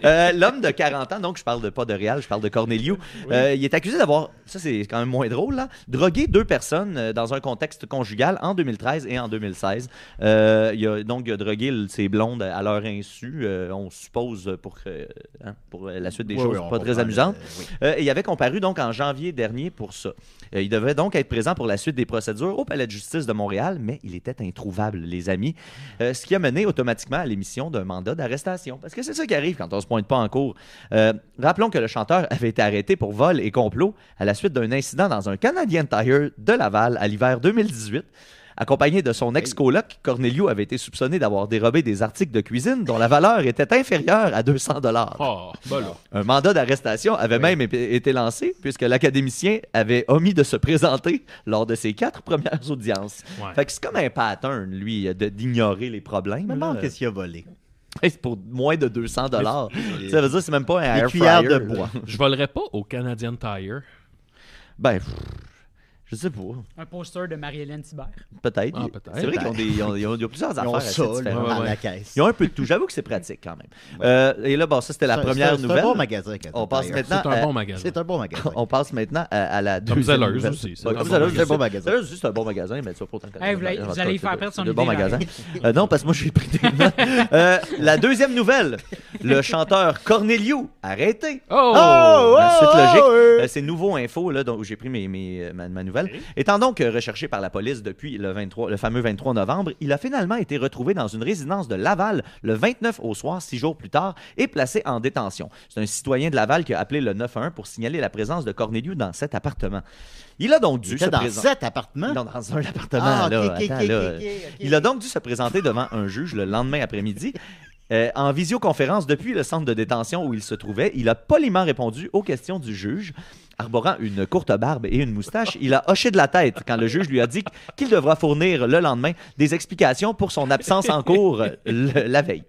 D: Euh, L'homme de 40 ans, donc je parle de, pas de Réal, je parle de Cornelio, euh, il est accusé d'avoir, ça c'est quand même moins drôle, là, drogué deux personnes euh, dans un contexte conjugal en 2013 et en 2016. Euh, il a donc il a drogué le- ses blondes à leur insu, euh, on suppose, pour, que- hein, pour la suite des
C: Oui,
D: choses
C: oui, on
D: pas très
C: comprend,
D: amusantes.
C: euh, oui.
D: Euh, et il avait comparu donc en janvier dernier pour ça. Euh, il devait donc être présent pour la suite des procédures au Palais de justice de Montréal, mais il était introuvable, les amis. Euh, ce qui a mené automatiquement à l'émission d'un mandat d'arrestation. Parce que c'est ça qui arrive quand on se pointe pas en cours. Euh, rappelons que le chanteur [laughs] avait été arrêté pour vol et complot à la suite d'un incident dans un Canadian Tire de Laval à l'hiver 2018. Accompagné de son ex-coloc, Cornelio avait été soupçonné d'avoir dérobé des articles de cuisine dont la valeur était inférieure à 200 dollars.
E: Oh, [laughs] ben là.
D: Un mandat d'arrestation avait même é- été lancé puisque l'académicien avait omis de se présenter lors de ses quatre premières audiences.
E: Ouais.
D: Fait que c'est comme un pattern, lui, de- d'ignorer les problèmes.
C: Je me
D: là.
C: demande qu'est-ce qu'il a volé.
D: Hey, c'est pour moins de 200 dollars.
C: Des-
D: Ça veut dire que c'est même pas un
C: Des
D: air
C: cuillères
D: fryer,
C: de
D: là.
C: bois.
E: Je volerais pas au Canadian Tire.
D: Ben, pff, je sais pas.
F: Un poster de Marie-Hélène Thibert.
D: Peut-être.
E: Ah, peut-être.
D: c'est vrai qu'ils ont, des- ils ont- ils ont- ils ont plusieurs
C: Ils
D: affaires
C: ont
D: assez
C: ça, là,
D: différentes.
C: dans
E: ouais.
C: la caisse.
D: Ils ont un peu de tout. J'avoue que c'est pratique quand même. Euh, et là, bon, ça, c'était la
C: C'est un-
D: première
C: c'est un-
D: nouvelle.
C: C'est un bon magasin. Canadian
D: On passe
C: Tire.
D: maintenant
E: C'est un
D: à-
E: bon magasin.
C: C'est un bon magasin.
D: On passe maintenant à, à la
E: Comme
D: deuxième
E: Zellers
D: nouvelle.
E: aussi, c'est
D: Ouais,
E: un
D: comme
E: bon
D: Zellers,
E: magasin.
D: c'est un bon
C: magasin.
D: magasin. Zellers aussi, c'est un bon magasin, mais tu vas pas autant le connaître.
F: Hey, vous l'avez-
D: En
F: vous
D: tout cas,
F: allez faire
D: c'est
F: perdre son
D: deux bons
F: idée,
D: magasins. Euh, non, parce que moi, j'ai pris des notes. Euh, la deuxième nouvelle, le chanteur Cornelio, arrêté.
E: Oh!
C: Oh,
D: La suite
C: oh,
D: logique.
C: oh, euh.
D: Euh, c'est nouveau info là, dont j'ai pris mes, mes- euh, ma, ma nouvelle. Étant donc euh, recherché par la police depuis le, 23, le fameux 23 novembre, il a finalement été retrouvé dans une résidence de Laval le 29 au soir, six jours plus tard, et placé en détention. C'est un citoyen de Laval qui a appelé le 911 pour signaler la présence de Corneliu dans cet appartement. Il a donc
C: Il
D: dû se
C: était dans
D: présenter.
C: cet appartement.
D: Non, dans un appartement,
C: Ah,
D: là.
C: ok, ok,
D: Attends,
C: ok,
D: là.
C: ok, ok.
D: Il a donc dû se présenter devant un juge le lendemain après-midi. euh, en visioconférence depuis le centre de détention où il se trouvait, il a poliment répondu aux questions du juge. Arborant une courte barbe et une moustache, il a hoché de la tête quand le juge lui a dit qu'il devra fournir le lendemain des explications pour son absence en cours euh, le- la veille.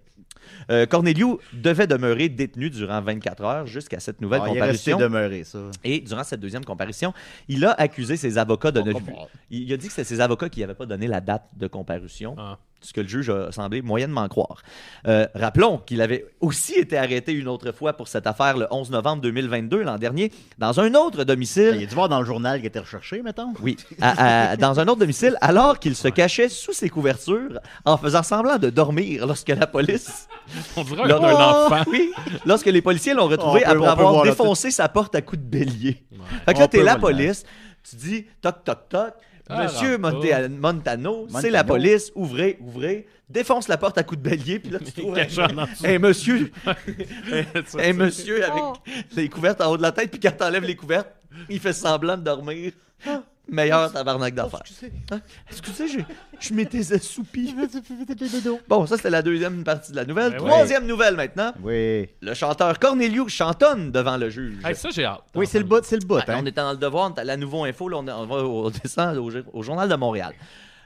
D: Euh, Corneliu devait demeurer détenu durant 24 heures jusqu'à cette nouvelle
C: Ah, il est resté
D: comparution.
C: demeuré, ça.
D: Et durant cette deuxième comparution, il a accusé ses avocats de ne...
C: comprend.
D: Il a dit que c'était ses avocats qui n'avaient pas donné la date de comparution,
E: Ah.
D: ce que le juge a semblé moyennement croire. Euh, rappelons qu'il avait aussi été arrêté une autre fois pour cette affaire le 11 novembre 2022, l'an dernier, dans un autre
C: Ah, Il
D: domicile.
C: a dû voir dans le journal qu'il était recherché, mettons.
D: Oui, à- à- dans un autre domicile, alors qu'il se cachait sous ses couvertures en faisant semblant de dormir lorsque la police
E: On dirait un,
D: Lors-
E: un enfant. [laughs]
D: Oui, lorsque les policiers l'ont retrouvé
C: Oh! On peut- on
D: après
C: peut
D: avoir
C: voir la
D: défoncé sa porte à coups de bélier.
E: Ouais.
D: Fait que là,
C: On
D: t'es
C: peut
D: la
C: voir la-
D: police, tu dis toc toc toc.
E: Ah,
D: Monsieur
E: rentre
D: Monte-
E: pas.
D: Montano, c'est
C: Montano.
D: la police, ouvrez, ouvrez, défonce la porte à coups de bélier, puis là
E: [laughs]
D: tu trouves
E: Caché
D: un,
E: en dessous. [laughs]
D: un monsieur,
E: Ça, ça,
D: un monsieur avec
C: Oh.
D: les couvertes en haut de la tête, puis quand t'enlèves les couvertes, il fait semblant de dormir.
C: Ah.
D: Meilleur tabarnak d'affaires. Hein? Excusez, j'ai- je
C: [laughs]
D: m'étais assoupi. Bon, ça c'était la deuxième partie de la nouvelle.
E: Ben ouais.
D: Troisième nouvelle maintenant.
C: Oui.
D: Le chanteur Corneliu chantonne devant le juge.
E: [laughs] Hey, ça, j'ai hâte.
C: Oui, c'est le bout, c'est le bout,
D: Ah,
C: hein.
D: On est dans le devoir, on est à la nouveau info, là, on, est- on va au, on descend au, au Journal de Montréal.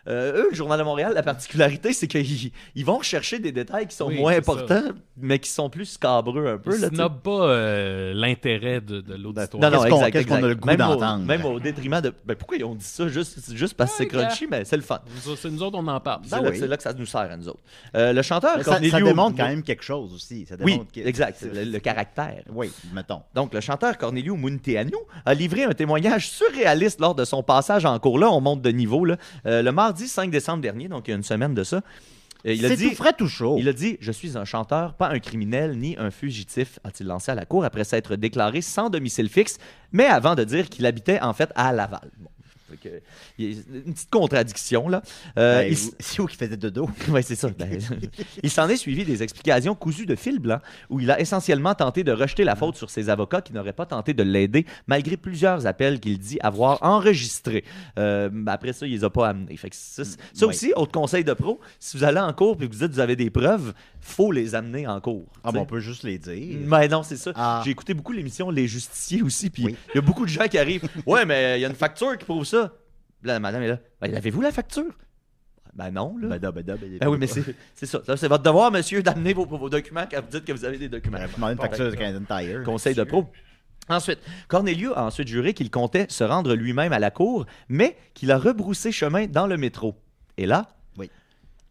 D: Euh, eux, le Journal de Montréal, la particularité, c'est qu'ils ils vont chercher des détails qui sont
E: Oui,
D: moins
E: c'est ça.
D: importants, mais qui sont plus scabreux un peu.
E: Il
D: là, tu sais.
E: snob pas euh, l'intérêt de, de l'auditoire.
D: Non, non,
C: Qu'est-ce qu'on-
D: exact,
C: qu'est-ce qu'on a
D: exact.
C: le goût
D: Même au-
C: d'entendre?
D: Même au détriment de. Ben, pourquoi ils ont dit ça juste, c'est juste parce que c'est
E: Ouais, gars.
D: crunchy, mais c'est le fun.
E: Nous- C'est nous autres, on en parle.
D: C'est
C: Ben
D: là,
C: oui.
D: c'est là que ça nous sert à nous autres. Euh, le chanteur,
C: Mais Ça, ça
D: Corneliu-
C: démontre quand même quelque chose aussi. Ça
D: Oui,
C: démontre que-
D: exact, c'est le- le caractère.
C: Oui, mettons.
D: Donc, le chanteur Corneliu Munteanu a livré un témoignage surréaliste lors de son passage en cours. Là, on monte de niveau. Là. Euh, le mardi 5 décembre dernier, donc il y a une semaine de ça, euh, il, a
C: C'est
D: dit,
C: tout frais, tout chaud.
D: il a dit Je suis un chanteur, pas un criminel ni un fugitif, a-t-il lancé à la cour après s'être déclaré sans domicile fixe, mais avant de dire qu'il habitait en fait à Laval. Bon. Fait que, il y a une petite contradiction, là. Euh,
C: Ben,
D: il s-
C: vous- C'est où qui faisait de
D: [laughs]
C: dos?
D: oui, c'est ça. Ben, il s'en est suivi des explications cousues de fil blanc où il a essentiellement tenté de rejeter la faute sur ses avocats qui n'auraient pas tenté de l'aider malgré plusieurs appels qu'il dit avoir enregistrés. Euh, ben, après ça, il les a pas amenés. Fait que ça, c'est- ça
C: Oui.
D: aussi, autre conseil de pro, si vous allez en cours et que vous dites que vous avez des preuves, faut les amener en cours.
C: Ah,
D: t'sais.
C: bon, on peut juste les dire.
D: Mais non, c'est ça.
C: Ah.
D: J'ai écouté beaucoup l'émission Les Justiciers aussi, puis il
C: Oui.
D: y a beaucoup de gens qui arrivent. [laughs] Ouais, mais il y a une facture qui prouve ça. Là, la madame est là. Ben, avez-vous la facture? Ben non, là.
C: Ben, da, ben, da, ben,
D: Ben oui, mais c'est [laughs] c'est ça. Ça, C'est votre devoir, monsieur, d'amener vos, vos documents quand vous dites que vous avez des documents.
C: Ben, vous demandez une facture de Canadian Tire.
D: [laughs]
C: [laughs]
D: Conseil de pro. Ensuite, Corneliu a ensuite juré qu'il comptait se rendre lui-même à la cour, mais qu'il a rebroussé chemin dans le métro. Et là,
C: Oui.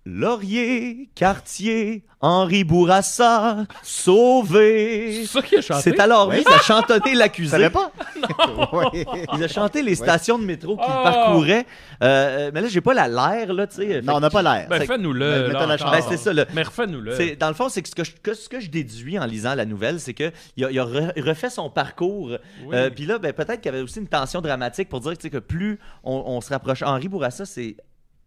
D: Laurier, Cartier, Henri Bourassa, sauvé.
E: C'est ça qu'il a chanté.
D: C'est alors lui
C: Oui.
D: qui a
C: [laughs]
D: chantonné
C: Tu
D: l'accusé.
C: savais pas?
D: [laughs]
C: Oui.
D: Il a chanté les stations de métro qu'il
E: Oh!
D: parcourait. Euh, mais là, j'ai pas la l'air, là, tu sais.
C: Non, on n'a pas l'air.
E: Ben,
D: C'est-
E: fais-nous-le.
C: Ben,
E: là,
C: mettons la
E: encore.
D: Ben, c'est ça, le-
E: Mais refais-nous-le.
D: C'est- dans le fond, c'est que ce que, je, que ce que je déduis en lisant la nouvelle, c'est qu'il a, il a re- refait son parcours.
E: Oui.
D: Euh, Puis là, ben, peut-être qu'il y avait aussi une tension dramatique pour dire tu sais, que plus on, on se rapproche. Henri Bourassa, c'est.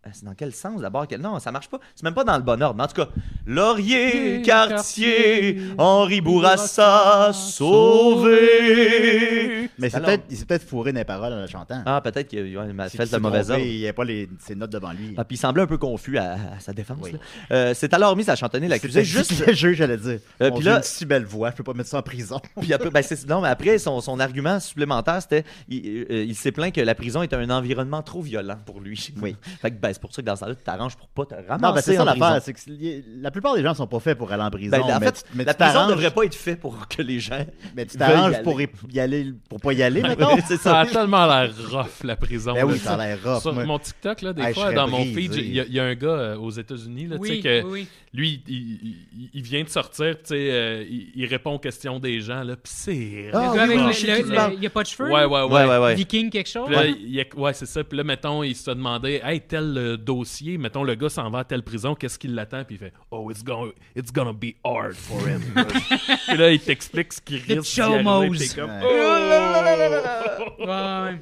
D: ah, C'est dans quel sens d'abord? Quel- Non, ça marche pas. C'est même pas dans le bon ordre. Mais en tout cas, Laurier,
E: Laurier,
D: Cartier,
E: Cartier,
D: Henri Bourassa,
E: Bourassa,
D: sauvé.
C: Mais c'est
D: Alors-
C: peut-être- il s'est peut-être fourré dans les paroles en le chantant.
D: Ah, peut-être qu'il a- ouais, il m'a
C: C'est
D: fait
C: qu'il s'est
D: de mauvais
C: trompé,
D: ordre.
C: Il n'y a pas les- ses notes devant lui.
D: Ah, puis il semblait un peu confus à, à sa défense.
C: Oui.
D: là. Euh, c'est alors mis à chantonner l'accusé
C: C'est
D: juste
C: juste le jeu, j'allais dire.
D: Euh,
C: On
D: puis
C: dit
D: là-
C: une si belle voix, je peux pas mettre ça en prison.
D: Puis après, ben, c'est- non, mais après son, son argument supplémentaire, c'était il, euh, il s'est plaint que la prison est un environnement trop violent pour lui.
C: Oui.
D: [laughs] fait que, ben, c'est pour ça que dans ce temps-là, tu t'arranges pour pas te ramasser.
C: Non, ben c'est ça
D: Ah, en prison.
C: l'affaire, c'est que c'est- la plupart des gens sont pas faits pour aller en prison.
D: Ben, en
C: mais
D: fait,
C: tu- mais
D: la
C: tu
D: prison
C: t'arranges-
D: devrait pas être faite pour que les gens.
C: Mais tu
D: veulent y
C: t'arranges
D: aller.
C: pour y, y aller, pour pas y aller,
D: [laughs]
C: mettons.
D: c'est
E: Ça
D: ça.
E: a tellement l'air rough, la prison.
C: Ben oui,
E: là.
C: ça a l'air rough.
E: Sur
C: moi.
E: mon TikTok, là, des
C: Hey, je
E: fois,
C: serais
E: dans mon
C: brisé.
E: feed, il y, a- il y a un gars euh, aux États-Unis, là, tu sais,
F: Oui,
E: que
F: oui, oui.
E: lui, il, il- il- il vient de sortir, tu sais, euh, il, il répond aux questions des gens, là, pis c'est...
C: Ah,
F: Le
C: oui,
F: gars avec
C: oui,
F: le-
C: je sais
F: le-
C: qui tu
F: le-
C: parles.
F: il n'y a pas de cheveux.
E: ouais, ouais, Ah ouais.
D: Ouais, ouais, ouais.
F: Viking quelque chose.
E: Puis là, il y a- ouais, c'est ça. Puis là, mettons, il se demandait, hey, tel euh, dossier, mettons, le gars s'en va à telle prison, qu'est-ce qu'il l'attend? Puis il fait, oh, it's gonna, it's gonna be hard for him.
C: [laughs]
E: Puis là, il t'explique ce qu'il
F: The
E: risque. d'y arriver, puis t'es
F: chomos.
E: comme,
C: Ouais.
E: oh!
F: Ouais, ouais.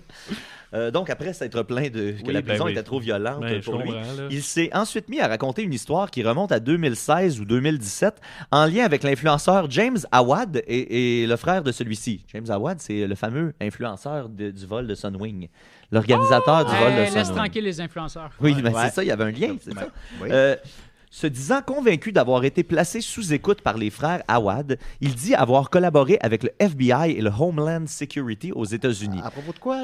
D: Euh, donc, après s'être plaint de, que
E: Oui,
D: la
E: ben
D: prison
E: oui.
D: était trop violente
E: Ben, je
D: pour lui,
E: comprends, là.
D: il s'est ensuite mis à raconter une histoire qui remonte à 2016 ou 2017 en lien avec l'influenceur James Awad et, et le frère de celui-ci. James Awad, c'est le fameux influenceur de- du vol de Sunwing, l'organisateur du vol
F: Euh,
D: de
F: laisse
D: Sunwing.
F: tranquille les influenceurs.
D: Oui, ben,
C: Ouais,
D: mais
C: ouais.
D: c'est ça, il y avait un lien, c'est
C: Ouais.
D: ça.
C: Ben Oui.
D: Euh, Se disant convaincu d'avoir été placé sous écoute par les frères Awad, il dit avoir collaboré avec le FBI et le Homeland Security aux États-Unis.
C: À propos de
D: [laughs]
C: quoi?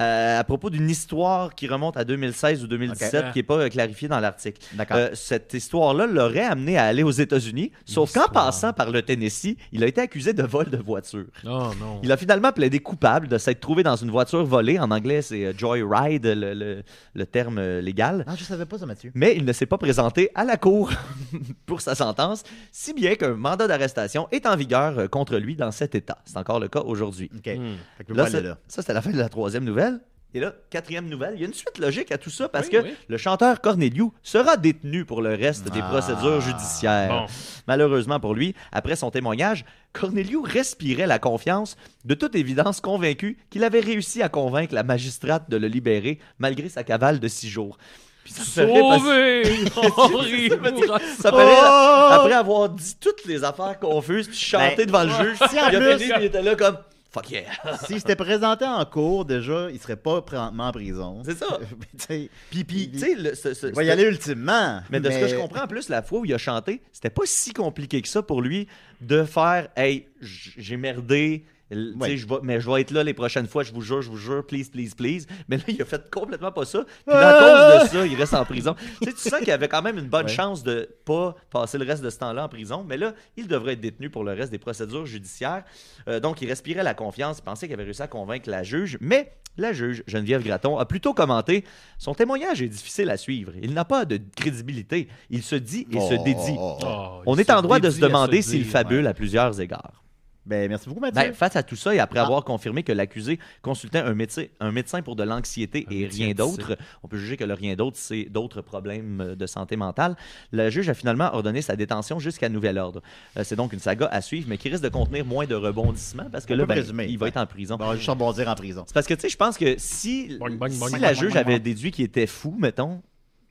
D: Euh, à propos d'une histoire qui remonte à 2016 ou 2017
E: Ok.
D: qui n'est pas euh, clarifiée dans l'article.
C: D'accord.
D: Euh, cette histoire-là l'aurait amené à aller aux États-Unis, sauf qu'en
E: histoire.
D: passant par le Tennessee, il a été accusé de vol de voiture.
E: Oh non.
D: Il a finalement plaidé coupable de s'être trouvé dans une voiture volée. En anglais, c'est euh, joyride, le, le- le terme euh, légal.
C: Ah, je savais pas ça, Mathieu.
D: Mais il ne s'est pas présenté à la cour [laughs] pour sa sentence, si bien qu'un mandat d'arrestation est en vigueur euh, contre lui dans cet État. C'est encore le cas aujourd'hui.
C: OK.
E: Hmm.
C: Fait que je peux
D: Là,
C: pas aller
D: c'est-
C: là.
D: Ça, c'était la fin de la troisième nouvelle. Et là, quatrième nouvelle, il y a une suite logique à tout ça parce
E: Oui,
D: que
E: oui.
D: le chanteur Corneliu sera détenu pour le reste des
C: Ah.
D: procédures judiciaires.
E: Bon.
D: Malheureusement pour lui, après son témoignage, Corneliu respirait la confiance, de toute évidence convaincu qu'il avait réussi à convaincre la magistrate de le libérer malgré sa cavale de six jours. Puis [laughs] ça serait parce-
E: Sauvé! Henri
D: ça paraît- Après avoir dit toutes les affaires confuses, puis chanté
C: Oh! Ben,
D: devant le juge,
C: si en
D: il, a
C: plus-
D: fini, il était là comme « Fuck yeah! [laughs]
C: S'il s'était présenté en cours, déjà, il serait pas présentement en prison. » [laughs]
D: C'est ça. Puis, tu
C: Pipi.
D: sais, le- ce- ce-
C: Il va y aller ultimement.
D: Mais de ce que je comprends, en plus, la fois où il a chanté, c'était pas si compliqué que ça pour lui de faire Hey, j- j'ai merdé. l- tu sais,
C: Ouais.
D: Je vais, mais je vais être là les prochaines fois, je vous jure, je vous jure, please, please, please. Mais là, il a fait complètement pas ça. Puis à
C: Ah!
D: cause de ça, il reste en prison. tu sais, tu sens qu'il avait quand même une bonne
C: Ouais.
D: chance de pas passer le reste de ce temps-là en prison. Mais là, il devrait être détenu pour le reste des procédures judiciaires. Euh, donc, il respirait la confiance, il pensait qu'il avait réussi à convaincre la juge. Mais la juge, Geneviève Gratton, a plutôt commenté Son témoignage est difficile à suivre. Il n'a pas de crédibilité. Il se dit et
C: Oh.
D: se dédie. Oh, On est en droit de se demander s'il fabule à plusieurs égards.
C: Ben, merci beaucoup, Mathieu.
D: Ben, face à tout ça, et après
C: Ah.
D: avoir confirmé que l'accusé consultait un médecin, un médecin pour de l'anxiété
E: Un
D: et
E: médecin
D: rien
E: de
D: d'autre, on peut juger que le rien d'autre, c'est d'autres problèmes de santé mentale. Le juge a finalement ordonné sa détention jusqu'à nouvel ordre. Euh, c'est donc une saga à suivre, mais qui risque de contenir moins de rebondissements parce que
C: On
D: là,
C: peut Ben,
D: ben,
C: présumer.
D: il va être en prison.
C: Bon, juste rebondir en prison.
D: C'est parce que, tu sais, je pense que si,
E: Boing, boing,
D: si
E: boing,
D: la
E: boing,
D: juge
E: boing,
D: avait
E: boing.
D: déduit qu'il était fou, mettons,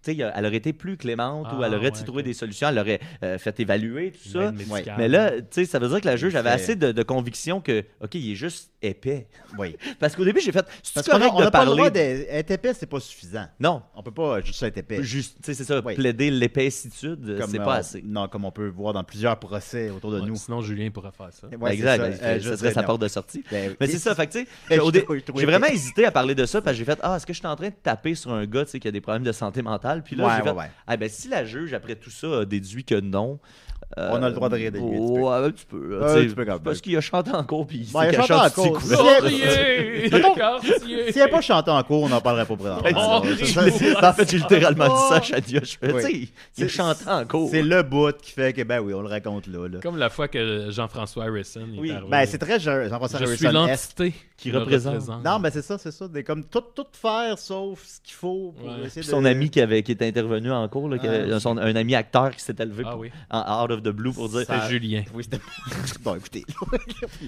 D: tu sais, elle aurait été plus clémente ou
E: Ah,
D: elle aurait
E: ouais,
D: trouvé
E: ok.
D: des solutions, elle aurait euh, fait évaluer tout ça.
C: Ouais.
D: Mais là, tu sais, ça veut dire que la juge avait
C: C'est-
D: assez de, de conviction que, OK, il est juste épais.
C: [laughs] Oui.
D: Parce qu'au début, j'ai fait, c'est
C: Parce qu'on
D: correct
C: on
D: de
C: a pas le droit
D: parler.
C: d'être être épais, c'est pas suffisant.
D: Non,
C: On peut pas juste être épais.
D: juste, tu sais, c'est ça,
C: Oui.
D: plaider l'épaissitude, euh,
C: Comme,
D: c'est
C: euh,
D: pas assez.
C: Non, comme on peut voir dans plusieurs procès autour de
D: euh,
E: Ouais,
C: nous.
E: Sinon, Julien pourrait faire
D: [laughs]
E: ça.
C: Ouais,
D: Ben, exact,
C: c'est
D: ça,
C: Euh, je
D: serait
C: dirais
D: sa
C: non.
D: porte de sortie.
C: Ben,
D: Mais
C: et-
D: c'est ça, fait que tu sais,
C: Ben,
D: au
C: je
D: dé-
C: trouve- je trouve
D: j'ai vraiment
C: épais.
D: hésité à parler de ça parce que j'ai fait Ah, est-ce que je suis en train de taper sur un gars tu sais, qui a des problèmes de santé mentale Puis là,
C: Ouais,
D: j'ai fait
C: ouais, ouais.
D: Ah, ben si la juge, après tout ça, a déduit que non. euh,
C: On a le droit de rire de lui, un petit peu.
D: Ouais, un petit peu.
C: Un
D: tu sais,
C: petit peu quand même.
D: Parce qu'il a chanté en cours, puis il
C: Ouais,
D: s'est
C: il a
D: caché
C: chanté
D: en dessous
C: en
D: de ses
C: cours.
D: couverts.
E: Cartier! Cartier!
C: Si elle n'est pas chantée en cours, on n'en parlerait pas
D: Exact. [laughs]
C: présentement.
E: Oh, [laughs]
D: Je l'ai- en fait, j'ai littéralement dit ça à Shadia. Je fais,
C: Oui.
D: tu sais, il
C: C'est-
D: chantait en cours.
C: C'est le bout qui fait que, ben oui, on le raconte là. là.
E: Comme la fois que Jean-François Harrison est
D: Oui.
E: arrivé.
C: Ben, c'est très jean françois
E: Je suis hein.
C: Harrison-esque.
E: l'entité
D: qui
E: me
D: représente.
C: Non, mais c'est ça, c'est ça. Des, comme tout, tout faire sauf ce qu'il faut pour
E: Ouais.
D: Puis
C: essayer de...
D: son ami qui, avait, qui était intervenu en cours, là, qui
C: Ah,
D: avait-
C: oui.
D: son- un ami acteur qui s'était levé
E: Ah
D: pour-
E: oui,
D: en out of the blue pour dire
C: Ça-
E: c'est Julien.
C: [laughs] Oui, c'était... bon, écoutez.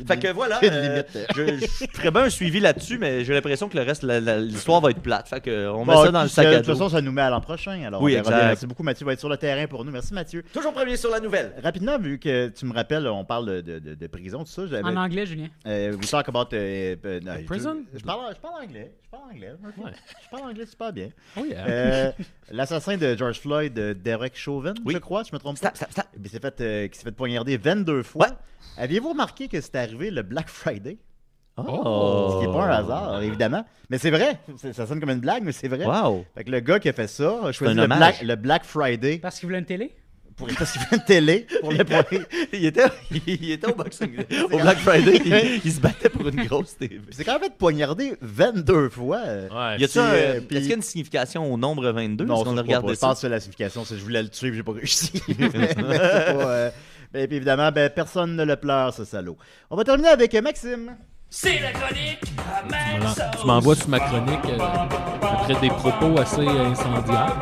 D: Fait que voilà,
C: Une
D: euh,
C: Ben, limite. hein.
D: je, je ferais bien un suivi là-dessus, mais j'ai l'impression que le reste, la- la- l'histoire va être plate. Fait que on met
C: Bon, euh,
D: ça dans le sac
C: de
D: à
C: toute
D: dos.
C: façon, ça nous met à l'an prochain. Alors,
D: Oui,
C: on verra
D: exact.
C: bien. Merci beaucoup, Mathieu. va être sur le terrain pour nous. Merci, Mathieu.
D: Toujours premier sur la nouvelle.
C: Rapidement, vu que tu me rappelles, on parle de, de, de prison, tout ça. J'avais,
F: En anglais, Julien.
C: euh, we talk about, euh, euh, non,
E: Prison?
C: Je, je parle, je parle anglais. Je parle anglais. ok.
E: Ouais.
C: Je parle anglais super bien.
E: Oh yeah.
C: Euh, l'assassin de George Floyd, euh, Derek Chauvin, je crois, je me trompe pas.
D: Stop, stop, stop.
C: Il s'est fait, euh, qui s'est fait poignarder 22 fois.
D: Ouais.
C: Aviez-vous remarqué que c'est arrivé le Black Friday?
D: Oh.
C: Ce qui n'est pas un hasard, évidemment. Mais c'est vrai. C'est- Ça sonne comme une blague, mais c'est vrai. [laughs]
D: Wow.
C: Fait que le gars qui a fait ça a choisi
D: un
C: le
D: hommage.
C: Black, le Black Friday
F: Parce qu'il voulait une télé?
C: pour parce qu'il fait une télé pour le poigner.
D: Il était, il était au boxing, [laughs] au Black Friday, il, il se battait pour une grosse TV.
C: [laughs] C'est quand même fait poignarder 22 fois.
E: Ouais.
D: Y a-tu
C: Puis,
D: un-
C: euh,
D: est-ce
C: puis-
D: qu'il y a une signification au nombre 22
C: Non,
D: Est-ce
C: ça,
D: qu'on
C: je crois pas.
D: a regardé
C: Je pense
D: ça.
C: que c'est la signification, c'est que je voulais le tuer, mais j'ai pas réussi. mais, mais c'est pas, euh, ben, puis évidemment, ben, personne ne le pleure, ce salaud. On va terminer avec euh, Maxime.
G: C'est la chronique à
E: Voilà.
G: Maxence.
E: Tu m'envoies sur ma chronique euh, après des propos assez euh, incendiaires.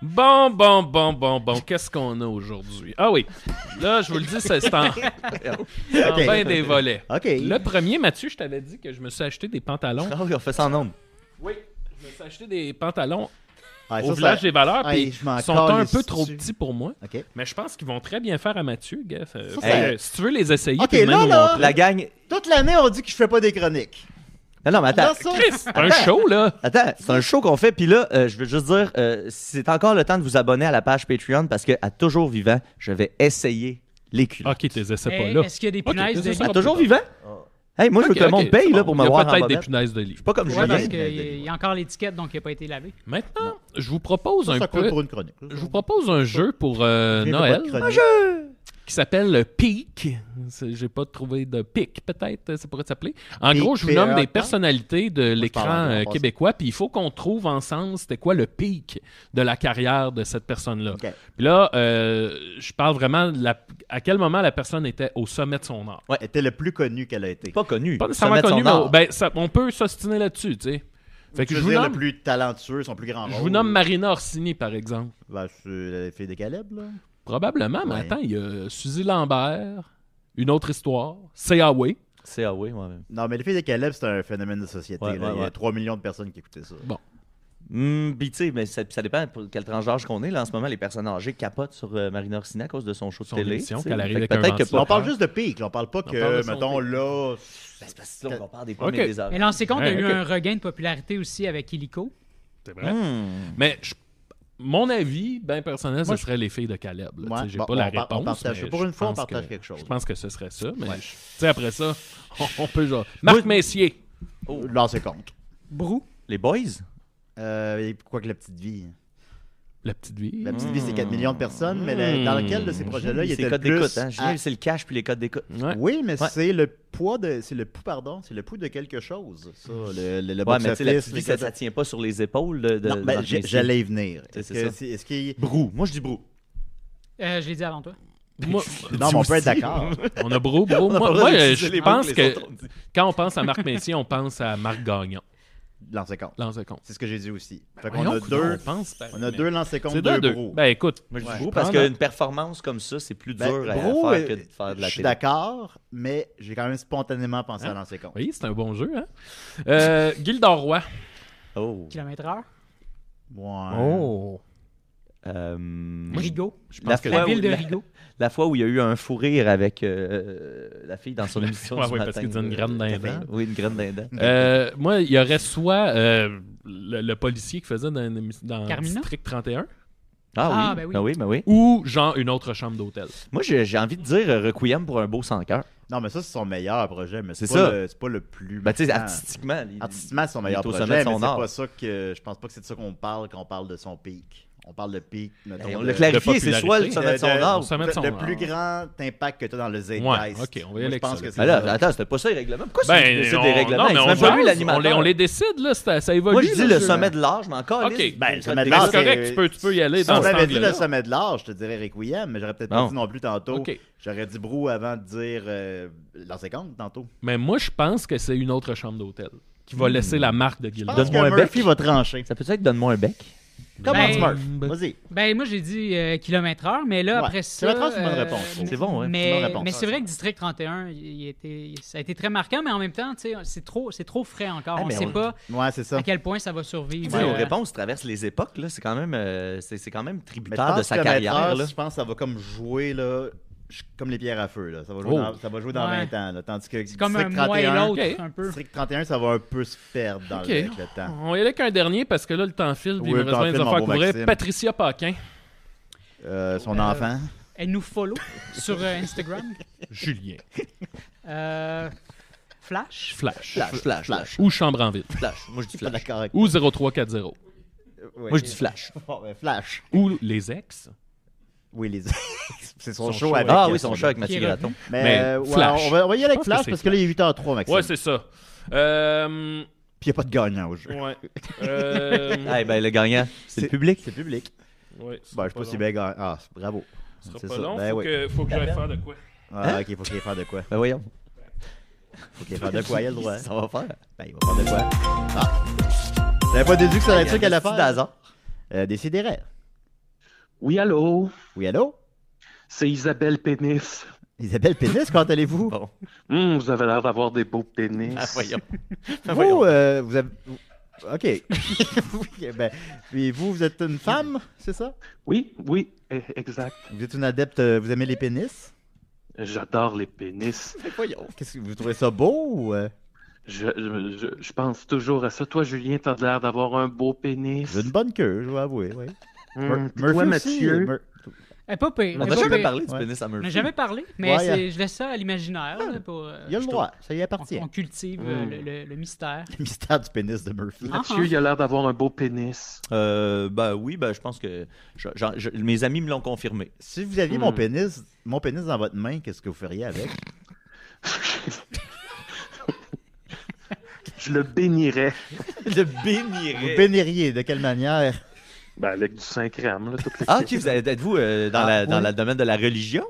E: Bon, bon, bon, bon, bon. Qu'est-ce qu'on a aujourd'hui? Ah oui. Là, je vous le dis, c'est c'est en, en
C: Ok.
E: ben des volets.
C: OK.
E: Le premier, Mathieu, je t'avais dit que je me suis acheté des pantalons.
D: Ah oui, on fait ça en nombre.
E: Oui. Je me suis acheté des pantalons
C: Ah,
E: au
C: ça,
E: village
C: ça-
E: des valeurs,
C: Ah,
E: puis
C: je m'en
E: ils sont un
C: calisse
E: peu trop
C: dessus.
E: petits pour moi.
C: OK.
E: Mais je pense qu'ils vont très bien faire à Mathieu, Gaff. Euh,
C: Ça,
E: fait
C: ça-
E: que, si tu veux les essayer,
C: Ok,
E: puis même
C: là,
E: nous
C: là.
E: montrer.
D: La gang,
C: Toute l'année, on dit que je fais pas des chroniques.
D: Non, non, mais attends.
C: Dans ça,
E: C'est un show, là.
D: Attends, c'est un show qu'on fait. Puis là, euh, je veux juste dire, euh, c'est encore le temps de vous abonner à la page Patreon parce que à toujours vivant, je vais essayer les culottes.
E: Ok, t'es essais pas
F: Hey,
E: là.
F: Eh, Est-ce qu'il y a des
E: Ah, Ok,
F: punaises
E: c'est
F: de
E: ça.
F: lit?
D: À toujours vivant?
C: Ah.
D: Hey, moi, je veux
E: Ok,
D: que le monde
E: ok,
D: paye
E: c'est
D: là,
E: bon.
D: pour
E: Il
D: me
E: y a
D: voir en
E: peut-être des
D: bobette.
E: punaises de lit.
D: Je suis pas comme
F: Ouais,
D: Julien.
F: parce qu'il y a encore l'étiquette, donc il n'a pas été lavé.
E: Maintenant, je vous propose un
C: ça
E: peu-
C: colle pour une chronique.
E: Je vous propose un jeu pour euh,
C: J'ai
E: Noël
C: pas de chronique.
E: qui s'appelle Peak. J'ai pas trouvé de pic, peut-être, ça pourrait s'appeler. En
C: Peak, E
E: gros, je vous
C: P-E-A-K.
E: nomme des personnalités de
C: parle
E: l'écran
C: en
E: euh,
C: français.
E: québécois, puis il faut qu'on trouve ensemble c'était quoi le pic de la carrière de cette personne-là.
C: Ok.
E: Puis là, euh, je parle vraiment de la- à quel moment la personne était au sommet de son art.
C: Était le plus connu qu'elle a été.
D: Pas connu.
E: Pas
D: Ça
E: nécessairement
D: met son
E: connu, mais
D: art.
E: ben, ça- on peut s'ostiner là-dessus, tu sais. Fait que
C: Tu
E: je
C: veux
E: vous,
C: dire
E: nomme,
C: le plus talentueux, son plus grand
E: je
C: rôle.
E: vous nomme Marina Orsini, par exemple.
C: Ben, c'est la fille de Caleb, là.
E: Probablement, mais
C: Ouais.
E: attends, il y a Suzy Lambert, Une autre histoire, C.A.W.
D: C'est ah oui, moi.
C: Non, mais la fille de Caleb, c'est un phénomène de société.
D: Ouais,
C: là.
D: ouais,
C: Il y a
D: ouais.
C: 3 millions de personnes qui écoutaient ça.
D: Hum, puis tu sais, mais ça, ça dépend pour quel tranche d'âge qu'on est. Là, en ce moment, les personnes âgées capotent sur euh, Marina Orsina à cause de son show de
E: Son
D: télé.
E: émission,
D: tu sais.
E: qu'elle arrive
D: Fait
E: avec
D: que
E: un
D: Peut-être que
E: ventilateur.
C: on parle juste de pic, là. on parle pas
E: parle de
C: que,
E: son
C: mettons, là.
D: Ben, c'est parce que là, on compare des pommes
E: Ok.
D: et des arbres.
F: Mais lancez compte, il y a
E: Ouais,
F: eu
E: ok.
F: un regain de popularité aussi avec Illico.
E: C'est vrai.
C: Hmm.
D: Hum.
E: Mais je- mon avis, bien personnel, ce serait les filles de Caleb. là.
C: Ouais.
E: Tu sais, J'ai
C: Bon,
E: pas la
C: on par- on
E: réponse.
C: partage-
E: mais
C: pour
E: je
C: une fois, on
E: pense
C: partage
E: que-
C: quelque chose.
E: Je pense que ce serait ça. Mais je- tu sais, après ça, on, on peut genre. Marc Messier.
D: Oh.
C: Là, c'est compte.
F: Brou.
D: Les boys?
C: Euh, et quoi que la petite vie. hein.
E: La petite vie.
C: La petite vie, c'est 4 millions de personnes, mais la- dans lequel de ces projets-là, il
D: Mmh.
C: était
D: C'est les
C: le
D: codes
C: plus.
D: d'écoute. Hein. Julien,
C: à-
D: c'est le cash puis les codes d'écoute.
E: Ouais.
C: Oui, mais
D: Ouais.
C: c'est le poids de. C'est le pouls, pardon. C'est le pouls de quelque chose, ça. Le, le, le
D: Ouais, mais tu sais,
C: box-office,
D: la petite
C: les
D: vie, ça,
C: codes-
D: ça tient pas sur les épaules de. de
C: Non,
D: de
C: ben,
D: Marc
C: j'ai-
D: Messier.
C: j'allais y venir.
D: C'est-
C: Est-ce
D: c'est
C: que
D: ça.
C: c'est- est-ce
D: [laughs]
C: qu'il.
D: Brou. Moi, je dis brou.
F: Euh, je l'ai dit avant toi.
E: Moi-
C: Non, mais on peut être d'accord.
E: on a Bro, Bro.
C: [laughs]
D: On a pas
E: Moi,
D: le
E: moi,
D: droit d'utiliser les
E: je
D: mots que
E: pense
D: les
E: que
D: autres ont dit.
E: quand on pense à Marc Messier, on pense à Marc Gagnon.
C: Lancez compte.
E: Lancez compte.
C: C'est ce que j'ai dit aussi. Fait qu'on
E: Voyons,
C: a
E: coudonc,
C: deux.
E: on pense, ben,
C: On a
E: mais-
C: deux lancers
E: C'est
C: comptes,
E: deux,
C: deux
E: deux.
C: bros.
E: Ben écoute,
D: Moi, je dis
C: Ouais.
D: brou parce
E: prends-
D: qu'une performance comme ça, c'est plus
C: Ben,
D: dur à-
C: bro,
D: à faire que de
C: euh,
D: faire de la
C: Je suis
D: télé. Hein?
C: d'accord, mais j'ai quand même spontanément pensé à lancer compte.
E: oui, c'est un bon jeu. Hein? Euh, Gildor Roy.
D: Oh.
F: Kilomètre heure.
C: Ouais.
D: Euh,
F: Rigaud.
E: Je
D: La
E: pense que
D: fois
F: La
D: Ouais,
F: ville
D: oui,
F: de
D: la-
F: Rigaud.
D: La fois où il y a eu un fou rire avec euh, la fille dans [laughs] son émission.
E: Ouais,
D: du
E: ouais,
D: matin,
E: parce qu'il disait une graine d'un
D: euh,
E: dent.
D: Oui, une graine d'un dent.
E: Euh, moi, il y aurait soit euh, le, le policier qui faisait dans, une émi- dans
F: Carmina?
E: District 31
D: Ah,
F: Ah,
D: oui.
F: ben oui.
D: Ben oui, ben oui.
E: ou genre une autre chambre d'hôtel.
D: Moi, j'ai j'ai envie de dire euh, Requiem pour un beau sans cœur.
C: Non, mais ça, c'est son meilleur projet, mais c'est
D: C'est
C: pas,
D: ça.
C: le- c'est pas le plus.
D: Ben, tu sais,
C: marquant.
D: artistiquement. il-
C: Artistiquement, c'est son meilleur
D: il est au
C: projet,
D: sommet
C: mais
D: de son
C: c'est
D: art.
C: pas ça que. Je pense pas que c'est de ça qu'on parle quand on parle de son pic. On parle de pic, mettons.
D: Ben, on
C: de-
D: l'a clarifié,
E: de
D: c'est soit le
E: popularité.
D: sommet de son
C: De- de-
D: art.
E: au sommet de
C: le-
E: son
C: le
E: art.
C: plus grand impact que tu as dans le Zeitgeist.
E: Ouais, ok, on va y aller
C: Moi, Je
E: avec
C: pense
E: ça,
C: que
E: là.
C: c'est
D: Ben là,
C: ça.
D: attends, c'était pas ça les règlements. Pourquoi c'est
E: Ben,
D: décide
E: on-
D: des règlements?
E: non, mais
D: C'est
E: on,
D: même pas lui
E: jase, on, les,
D: l'animateur.
E: on les décide, là. c'est- Ça évolue.
D: Moi, je
E: là,
D: dis le
E: jeu.
D: sommet de l'âge, mais encore.
E: Ok.
D: Liz,
C: Ben, le
D: ça
C: sommet de
D: dépend.
C: l'âge,
E: C'est correct,
C: c'est-
E: tu peux, tu peux y aller
C: Si
E: dans
C: on
E: cet
C: avait dit
E: angle-là.
C: le sommet de l'art, je te dirais Requiem, mais j'aurais peut-être
D: Bon.
C: pas dit non plus tantôt.
E: Ok.
C: J'aurais dit Brou avant de dire euh, lancer compte tantôt.
E: Mais moi, je pense que c'est une autre chambre d'hôtel qui va laisser la marque de Gildor.
D: Donne-moi un
C: Donne-moi
D: bec.
C: Murphy va trancher.
D: Ça peut être Donne-moi un bec.
C: Comment
F: Ben,
C: tu meurs? Vas-y.
F: Ben, moi, j'ai dit euh, kilomètre heure, mais là,
C: Ouais.
F: après ça. euh,
C: Kilomètre heure, c'est une bonne réponse.
D: C'est bon, ouais.
C: C'est une bonne
F: Mais,
C: réponse.
F: mais c'est vrai que District 31, il- il était- ça a été très marquant, mais en même temps, tu sais, c'est trop, c'est trop frais encore.
D: Ah,
F: on ne
D: mais
F: sait
D: on-
F: pas
C: Ouais, c'est ça.
F: à quel point ça va survivre.
D: Tu sais,
F: euh,
D: Nos réponses traversent les époques. là. C'est quand même euh, c'est c'est quand même
C: Mais
D: tributaire de
C: je pense
D: sa
C: que
D: carrière.
C: Maîtreur,
D: là.
C: Je pense que ça va comme jouer là, je- comme les pierres à feu. Là. Ça, va jouer
E: Oh.
C: dans, ça va jouer dans
F: Ouais.
C: 20 ans. là. Tandis que
F: C'est comme un
C: District
F: mois et
C: 31,
F: l'autre,
E: ok.
F: un peu.
C: District 31, ça va un peu se perdre dans
E: Ok.
C: le, avec le temps.
E: On va y aller qu'un dernier parce que là, le temps file. puis
C: Oui,
E: il me
C: le
E: reste
C: temps
E: bien des
C: file, mon
E: affaires à
C: beau
E: couvrir.
C: Maxime.
E: Patricia Paquin, [laughs]
C: Euh, son
F: Euh,
C: enfant.
F: Elle nous follow [laughs] sur euh, Instagram.
E: Julien,
F: Euh, Flash.
E: Flash,
D: Flash, flash, flash,
E: ou Chambre en ville,
D: flash.
C: [laughs]
D: Moi, je dis
C: Pas
D: flash.
C: d'accord avec
E: ou 0340,
C: Ouais.
D: Moi, je dis flash.
C: [laughs] Bon, ben, Flash.
E: ou les ex.
C: Oui, les [laughs] C'est son,
E: Son
C: show
E: show
C: avec.
D: Ah oui, son choc, avec
F: Qui est
D: Mathieu Graton.
C: Mais,
E: Mais
C: euh, ouais,
E: Flash.
C: on, va, on va y aller
E: Je
C: avec
E: pense
C: Flash
E: que
C: parce
E: c'est
C: que là, il est 8h03, Maxime.
E: Ouais, c'est ça. Euh,
C: Puis il n'y a pas de gagnant au jeu. [laughs]
E: ouais. Euh,
D: Eh ben, le gagnant, c'est le public.
C: C'est public.
E: ouais, ce
C: Ben, je sais
E: sera
C: pas si
E: long.
C: bien gagnant. Ah, c'est- bravo.
E: Ce sera
C: C'est
E: pas
C: ça.
E: long,
C: Ben
E: faut,
C: oui.
E: que, faut que j'aille faire de quoi.
D: Hein?
C: Ah, ok, faut qu'il fasse de quoi.
D: Ben voyons.
C: Faut qu'il fasse de quoi, il a le droit.
D: [laughs] Ça va faire.
C: Ben, il va faire de quoi. Ah. T'avais pas déduit que ça allait être ça qu'elle a
D: Petit
C: fait?
D: hasard.
C: Euh, Décidérez.
H: Oui, allô?
C: Oui, allô?
H: C'est Isabelle Pénis.
C: Isabelle Pénis, quand allez-vous?
D: Bon.
H: Hum, vous avez l'air d'avoir des beaux pénis.
D: Ah, voyons. Ben,
C: Vous,
D: voyons.
C: euh, vous avez... OK. [laughs] Oui, ben, puis vous, vous êtes une femme, c'est ça?
H: Oui, oui, eh, exact.
C: Vous êtes une adepte, euh, vous aimez les pénis?
H: J'adore les pénis.
D: Ben, voyons.
C: Qu'est-ce que vous trouvez ça beau ou... euh?
H: Je, je, je- je pense toujours à ça. Toi, Julien, t'as l'air d'avoir un beau pénis.
C: J'ai une bonne queue, je vais avouer, oui.
H: Hum,
C: Mur-
H: toi,
C: Murphy aussi, euh,
H: Mathieu.
C: Mur-
F: Eh, pas pire.
D: On n'a
F: eh, pas
D: jamais
F: pire.
D: parlé du
C: Ouais.
D: pénis à
F: On
D: Murphy.
F: n'a jamais parlé, mais
C: Ouais,
F: c'est-
C: euh,
F: je laisse ça à l'imaginaire. là, pour, euh,
C: Il a le
F: je
C: droit, ça y
F: trouve-
C: appartient.
F: On, on cultive euh,
H: Mm.
F: le, le- le mystère.
C: Le [laughs] mystère du pénis de Murphy.
F: Ah.
H: Mathieu, il a l'air d'avoir un beau pénis. [laughs]
D: Euh, ben oui, ben je pense que je- j'en- je- mes amis me l'ont confirmé.
C: Si vous aviez
D: Hum.
C: mon
H: Hmm.
C: pénis, mon pénis dans votre main, qu'est-ce que vous feriez avec?
H: je le bénirais.
D: Le
C: Vous
D: bénirait.
C: béniriez de quelle manière?
H: Ben, avec du Saint-Crème, là, toute la
D: Ah, ok, vous êtes- êtes-vous euh, dans,
C: Ah,
D: la- dans
C: oui.
D: le domaine de la religion?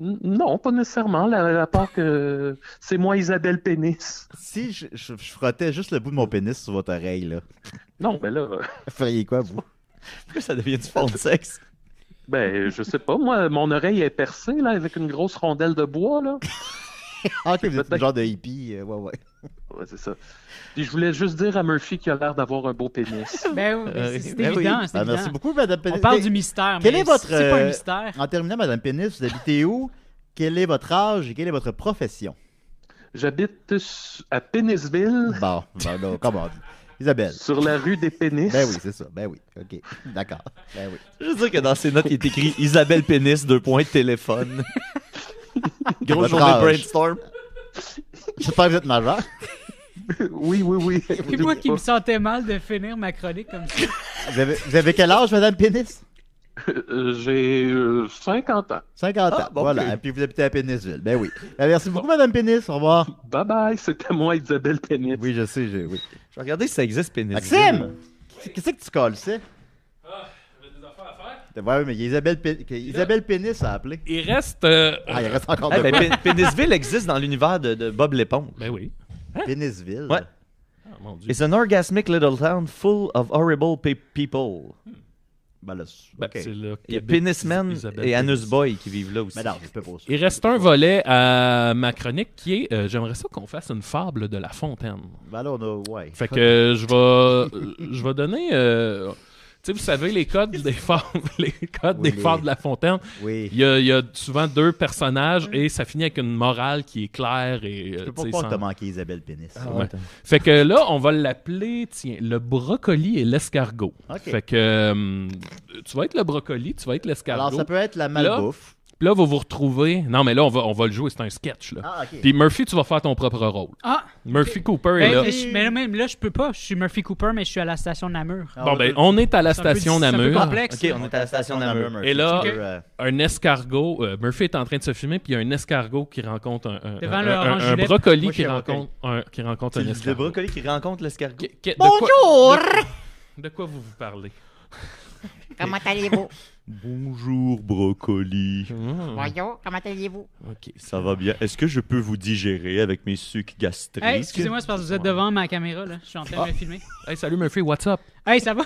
H: N- Non, pas nécessairement, la, la part que c'est moi Isabelle Pénis.
C: Si je, je- je frottais juste le bout de mon pénis sur votre oreille, là,
H: Non, ben là, euh,
C: vous feriez quoi, vous?
D: Pourquoi ça devient du fond de sexe?
H: ben je sais pas, moi, mon oreille est percée, là, avec une grosse rondelle de bois, là.
C: [laughs] Ah, ok, vous êtes le
H: Peut-être-
C: genre de hippie, euh, ouais, ouais.
H: Ouais, c'est ça. Puis je voulais juste dire à Murphy qu'il a l'air d'avoir un beau pénis.
F: Ben, oui, mais c'est
D: Euh,
F: c'est
D: ben oui.
F: évident. c'est
C: Ah, merci
F: évident.
C: beaucoup, Madame Pénis.
F: On parle
C: Mais-
F: du mystère.
C: quel
F: mais
C: est votre,
F: C'est pas un
C: euh,
F: mystère.
C: [laughs] En terminant, Madame Pénis, vous habitez où? Quel est votre âge et quelle est votre [laughs] profession?
H: J'habite s- à Pénisville,
C: Bon, ben, non, come on. Isabelle.
H: sur la rue des pénis.
C: Ben oui, c'est ça. Ben oui. OK. [laughs] D'accord. Ben oui.
D: Je veux dire que dans ces notes, il est écrit Isabelle Pénis, deux points, [laughs] téléphone. Grosse
C: Votre
D: journée
C: âge.
D: brainstorm.
C: J'espère que vous êtes majeur.
H: [laughs] oui, oui, oui.
F: C'est moi qui me sentais mal de finir ma chronique comme ça.
C: Vous avez, vous avez quel âge, Madame Pénis?
H: Euh, J'ai euh, 50 ans.
C: 50 ans.
D: Ah, bon,
C: voilà.
D: ok.
C: Et puis vous habitez à Pénisville. Ben oui. Ben, merci beaucoup, Madame Pénis. Au revoir.
H: Bye bye, c'était [laughs] moi Isabelle Pénis.
C: Oui, je sais. j'ai- Oui.
D: Je vais regarder si ça existe, Pénis.
C: Maxime! Qu'est-ce que tu colles, c'est?
E: Ah, j'avais des affaires à faire.
C: Ouais, mais il y a Isabelle, Pé- que Isabelle Pénis a appelé.
E: Il reste. euh,
C: Ah, il reste encore
D: Eh,
C: de
D: ben, Pé- Pénisville existe dans l'univers de, de Bob l'éponge.
E: Ben oui.
C: Pénisville.
D: Ouais.
E: Ah, mon Dieu.
D: It's an orgasmic little town full of horrible pe- people.
C: Ben là, c'est-
E: Ben,
C: OK.
E: c'est le
D: Il y a
E: Québec,
D: Penisman
E: Isabelle
D: et Anus
E: Pénis.
D: Boy qui vivent là aussi.
C: Mais non, je peux pas ça.
E: Il reste un volet à ma chronique qui est euh, j'aimerais ça qu'on fasse une fable de la fontaine.
C: Ben là, on a... Ouais.
E: Fait que euh, je vais euh, je vais donner euh, tu sais vous savez les codes des [laughs] fables les codes
C: Oui,
E: des
C: les-
E: fables de la fontaine, il
C: Oui.
E: y, a, il y a souvent deux personnages et ça finit avec une morale qui est claire et
C: Je
E: euh,
C: peux
E: tu
C: pas
E: sais,
C: croire que
E: sans-
C: t'as manqué Isabelle Pénis.
E: Ah, ouais. Fait que là on va l'appeler tiens le brocoli et l'escargot.
C: OK.
E: Fait que euh, tu vas être le brocoli, tu vas être
C: Alors,
E: l'escargot.
C: ça peut être la malbouffe.
E: Puis là vous vous retrouvez Non mais là on va on va le jouer, c'est un sketch là.
C: Ah, OK.
E: Puis Murphy, tu vas faire ton propre rôle.
F: Ah!
E: Murphy Cooper est
F: Ben,
E: là.
F: mais, je- mais là, même là, je peux pas. Je suis Murphy Cooper, mais je suis à la station de Namur.
C: Ah,
E: Bon, ben, on est à la
F: C'est un peu-
E: station
F: c'est un peu
E: Namur.
F: complexe.
D: Ah, Ok, on est à la station d'Amur.
E: Et là-
C: tu peux, euh,
E: Un escargot. euh, Murphy est en train de se filmer, puis il y a un escargot qui rencontre un, un,
F: Devant
E: un-
F: le
E: un-
F: orange
E: un
F: gilet.
E: brocoli
D: Moi, je
E: qui,
D: suis
E: rencontre un, qui rencontre
D: C'est
E: un
D: le- le
E: escargot.
D: brocoli qui rencontre l'escargot.
E: Qui- qui- de quoi-
B: Bonjour!
E: de, de quoi vous vous parlez
I: Comment allez-vous?
D: Bonjour, brocoli.
I: Voyons, comment allez-vous?
E: Ok.
D: Ça va bien. Est-ce que je peux vous digérer avec mes sucs gastriques?
F: Hey, excusez-moi, c'est parce que vous êtes devant ma caméra, là. Je suis en train de me filmer.
E: Hey, salut Murphy, what's up
F: Hey, ça va?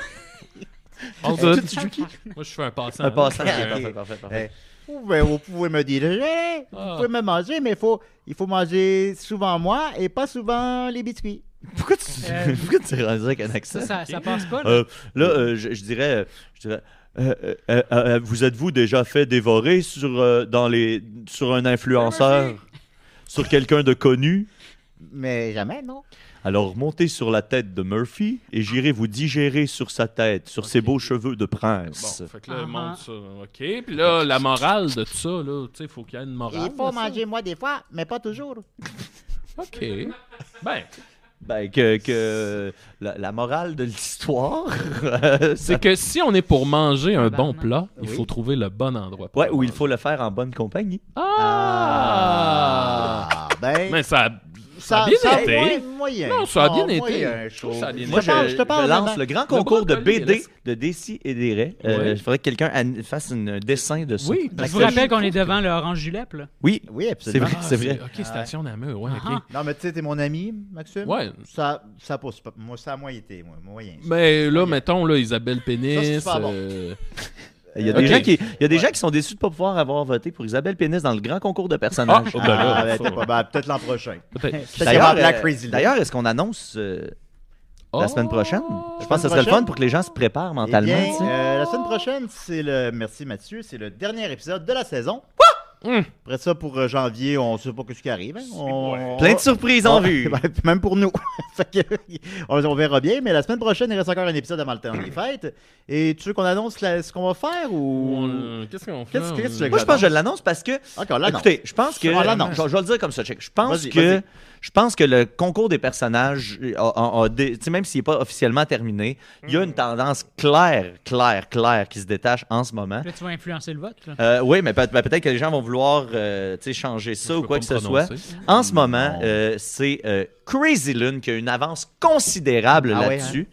E: All
D: Est-ce
E: good?
D: que tu joues qui?
E: Moi, je fais un passant.
D: Un passant.
E: Euh,
D: Parfait, parfait,
C: eh,
D: parfait.
C: vous, pouvez- vous pouvez me dire, eh,
E: Ah.
C: vous pouvez me manger, mais faut, il faut manger souvent moi et pas souvent les biscuits.
D: Pourquoi tu,
C: [laughs]
F: Euh,
D: pourquoi tu es rendu avec un accent?
F: Ça, ça, ça passe
E: [laughs]
F: pas, là.
D: Euh, là, euh, je, je dirais, euh, je dirais, euh, euh, euh, euh, vous êtes-vous déjà fait dévorer sur, euh, dans les, sur un influenceur, [laughs] sur quelqu'un de connu?
C: Mais jamais, non.
D: Alors montez sur la tête de Murphy et j'irai vous digérer sur sa tête, sur ses beaux cheveux de prince.
E: Bon, fait que là,
C: Uh-huh.
F: Ah,
E: il monte
F: ah.
E: ça. OK. Puis là, la morale de tout ça, là, tu sais, il faut qu'il y ait une
C: Il
E: morale.
C: faut
E: à ça.
C: manger moi des fois, mais pas toujours.
E: OK. Ben,
D: Ben, que, que la, la morale de l'histoire, [laughs]
E: c'est que si on est pour manger un bon
F: Tabarnak.
E: plat, il
C: Oui.
E: faut trouver le bon endroit. pour
D: ouais,
E: le
D: où il
E: manger.
D: faut le faire en bonne compagnie.
E: Ah!
C: Ah, ben,
E: Mais ça, ça
C: ça,
E: a bien
C: ça a
E: été.
C: moins- Ah, moyen.
E: Non, ça a bien été.
C: moyen, je
E: Je trouve
C: trouve.
E: ça a bien
D: Moi,
C: te
D: je,
C: parle- je te parle
D: je lance
C: maintenant.
D: le grand concours de
E: brocoli,
D: BD
E: laisse-
D: de Dessy et des Raies. Euh,
E: Ouais.
D: Il faudrait que quelqu'un an- fasse un dessin de ça.
E: Oui,
D: Parce
F: je vous
D: que-
F: rappelle qu'on est devant le Orange Julep, là.
D: Oui,
C: Oui,
D: c'est
C: absolument.
D: vrai, c'est vrai.
E: Ok, station Namur, ouais,
F: Ah.
E: ok.
C: Non, mais tu sais, t'es mon ami, Maxime.
E: Ouais. Ben,
C: Ça, ça pousse pas. Moi, ça a moyen été, moi, moyen.
E: Mais là, mettons, là, Isabelle
C: c'est
E: Pénis.
C: super bon.
E: euh,
D: Il y a,
E: Ok.
D: des, gens qui, il y a des gens qui sont déçus de ne pas pouvoir avoir voté pour Isabelle Pénis dans le grand concours de personnages.
E: Ah, oh, ben là,
C: Ah, ben,
E: faut-
C: t'es pas- ben, peut-être l'an prochain. [laughs]
E: peut-être.
C: Peut-être qu'il y aura Black
D: euh,
C: Crazy Lady.
D: d'ailleurs, est-ce qu'on annonce euh, la
E: Oh!
D: semaine prochaine? Je pense que ce serait le
C: prochaine?
D: fun pour que les gens se préparent
C: Eh
D: mentalement.
C: bien,
D: tu sais.
C: euh, la semaine prochaine, c'est le. Merci Mathieu, c'est le dernier épisode de la saison. Après ça, pour euh, janvier, on sait pas ce qui arrive. hein. On- on-
D: Plein de surprises en
C: [laughs] Ouais,
D: vue.
C: ben, même pour nous. Fait que, on, on verra bien, mais la semaine prochaine, il reste encore un épisode avant le temps des fêtes. Et tu veux qu'on annonce la- ce qu'on va faire ou.
E: On- euh, Qu'est-ce qu'on fait?
C: Qu'est-ce- qu'est-ce que
E: on-
D: Moi, je pense que je l'annonce parce que.
C: Encore là, non.
D: Écoutez, je pense que.
C: Ah, là, non.
D: Je, je vais le dire comme ça, check. Je pense
C: Vas-y,
D: que.
C: vas-y.
D: Je pense que le concours des personnages, a- a- a dé- tu sais, même s'il n'est pas officiellement terminé, il y a une tendance claire, claire, claire qui se détache en ce moment.
F: Là, tu vas influencer le vote. là.
D: Euh, oui, mais peut- ben, peut-être que les gens vont vouloir euh, tu sais, changer ça
E: Je
D: ou
E: peux
D: quoi
E: pas
D: que
E: me
D: ce soit.
E: prononcer.
D: En ce moment,
C: Non.
D: euh, c'est euh, Crazy Lune qui a une avance considérable
C: Ah ouais,
D: là-dessus.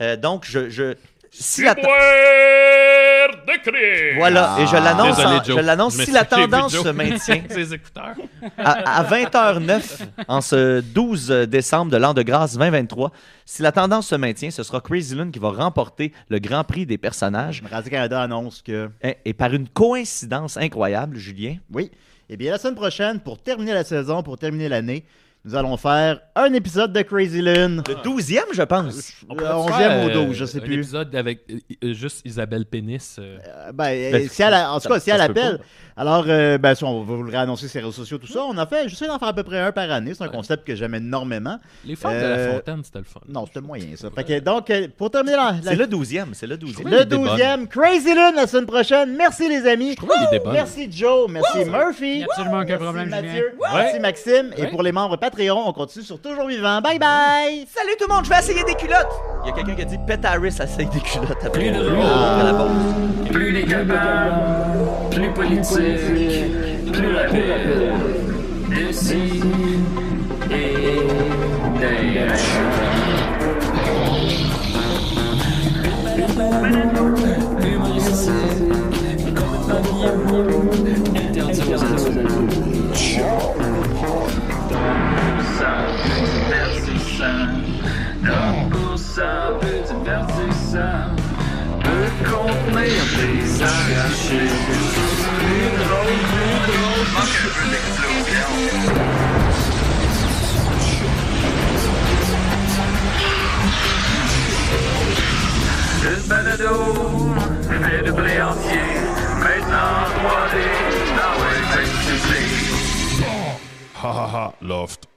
D: Euh, donc, je. je- si la ten-
G: Super décret.
D: Voilà, et je l'annonce,
E: Ah, Désolé,
D: en-
E: Joe.
D: je l'annonce
E: Je
D: si la
E: m'excuse, j'ai vu
D: tendance
E: Joe.
D: se maintient
E: Ses écouteurs.
D: à, à 20h09 en ce 12 décembre de l'an de grâce 2023. Si la tendance se maintient, ce sera Crazy Lune qui va remporter le Grand Prix des personnages.
C: Radio-Canada annonce que.
D: Et, et par une coïncidence incroyable, Julien,
C: Oui. Eh bien, la semaine prochaine, pour terminer la saison, pour terminer l'année, nous allons faire un épisode de Crazy Lune.
D: le 12e, je pense.
C: On
E: pourrait
C: e
E: faire,
C: au
E: euh,
C: 12, je sais
E: un
C: plus.
E: épisode avec euh, euh, juste Isabelle Pénis. euh,
C: Euh, ben, euh,
D: Ben,
C: si elle a- en tout cas,
D: ça-
C: si elle
D: ça se peut
C: appelle, alors euh, ben, ça, on va vous le réannoncer sur les réseaux sociaux, tout ça. On a fait, j'essaie d'en faire à peu près un par année. C'est un concept que j'aime énormément.
E: Les fans de
C: Euh,
E: la fontaine, c'était le fun.
C: Non, c'était moyen, ça. Fait que, donc, euh, pour terminer la, la-
D: C'est le 12e, c'est le 12e.
C: le 12e, Crazy Lune la semaine prochaine. Merci, les amis.
E: trouvais l'idée bonne.
C: Merci, Joe. Merci, Murphy.
F: Il n'y a absolument aucun
C: Merci,
F: problème, Julien.
C: Mathieu. Merci, Maxime. Et
E: Ouais.
C: pour les membres Patreon, on continue sur Toujours Vivant. Bye bye.
D: Salut tout le monde, je vais essayer des culottes. Il y a quelqu'un qui a dit Petaris essaye des culottes après,
G: Plus drôle.
D: après la pause.
A: Plus les capables, plus politique, plus rapide. D'ici et d'ailleurs. Humoristique, complètement guillot, interdit aux adultes. ça, divertissant. Donc pour ça, peu divertissant. Peut contenir des arrachés. Plus drôle, plus drôle. Manque un peu d'explosion. Une balado, fait de blé entier. Ah Maintenant 3D, dans les 26
J: Ha ha ha, Loft.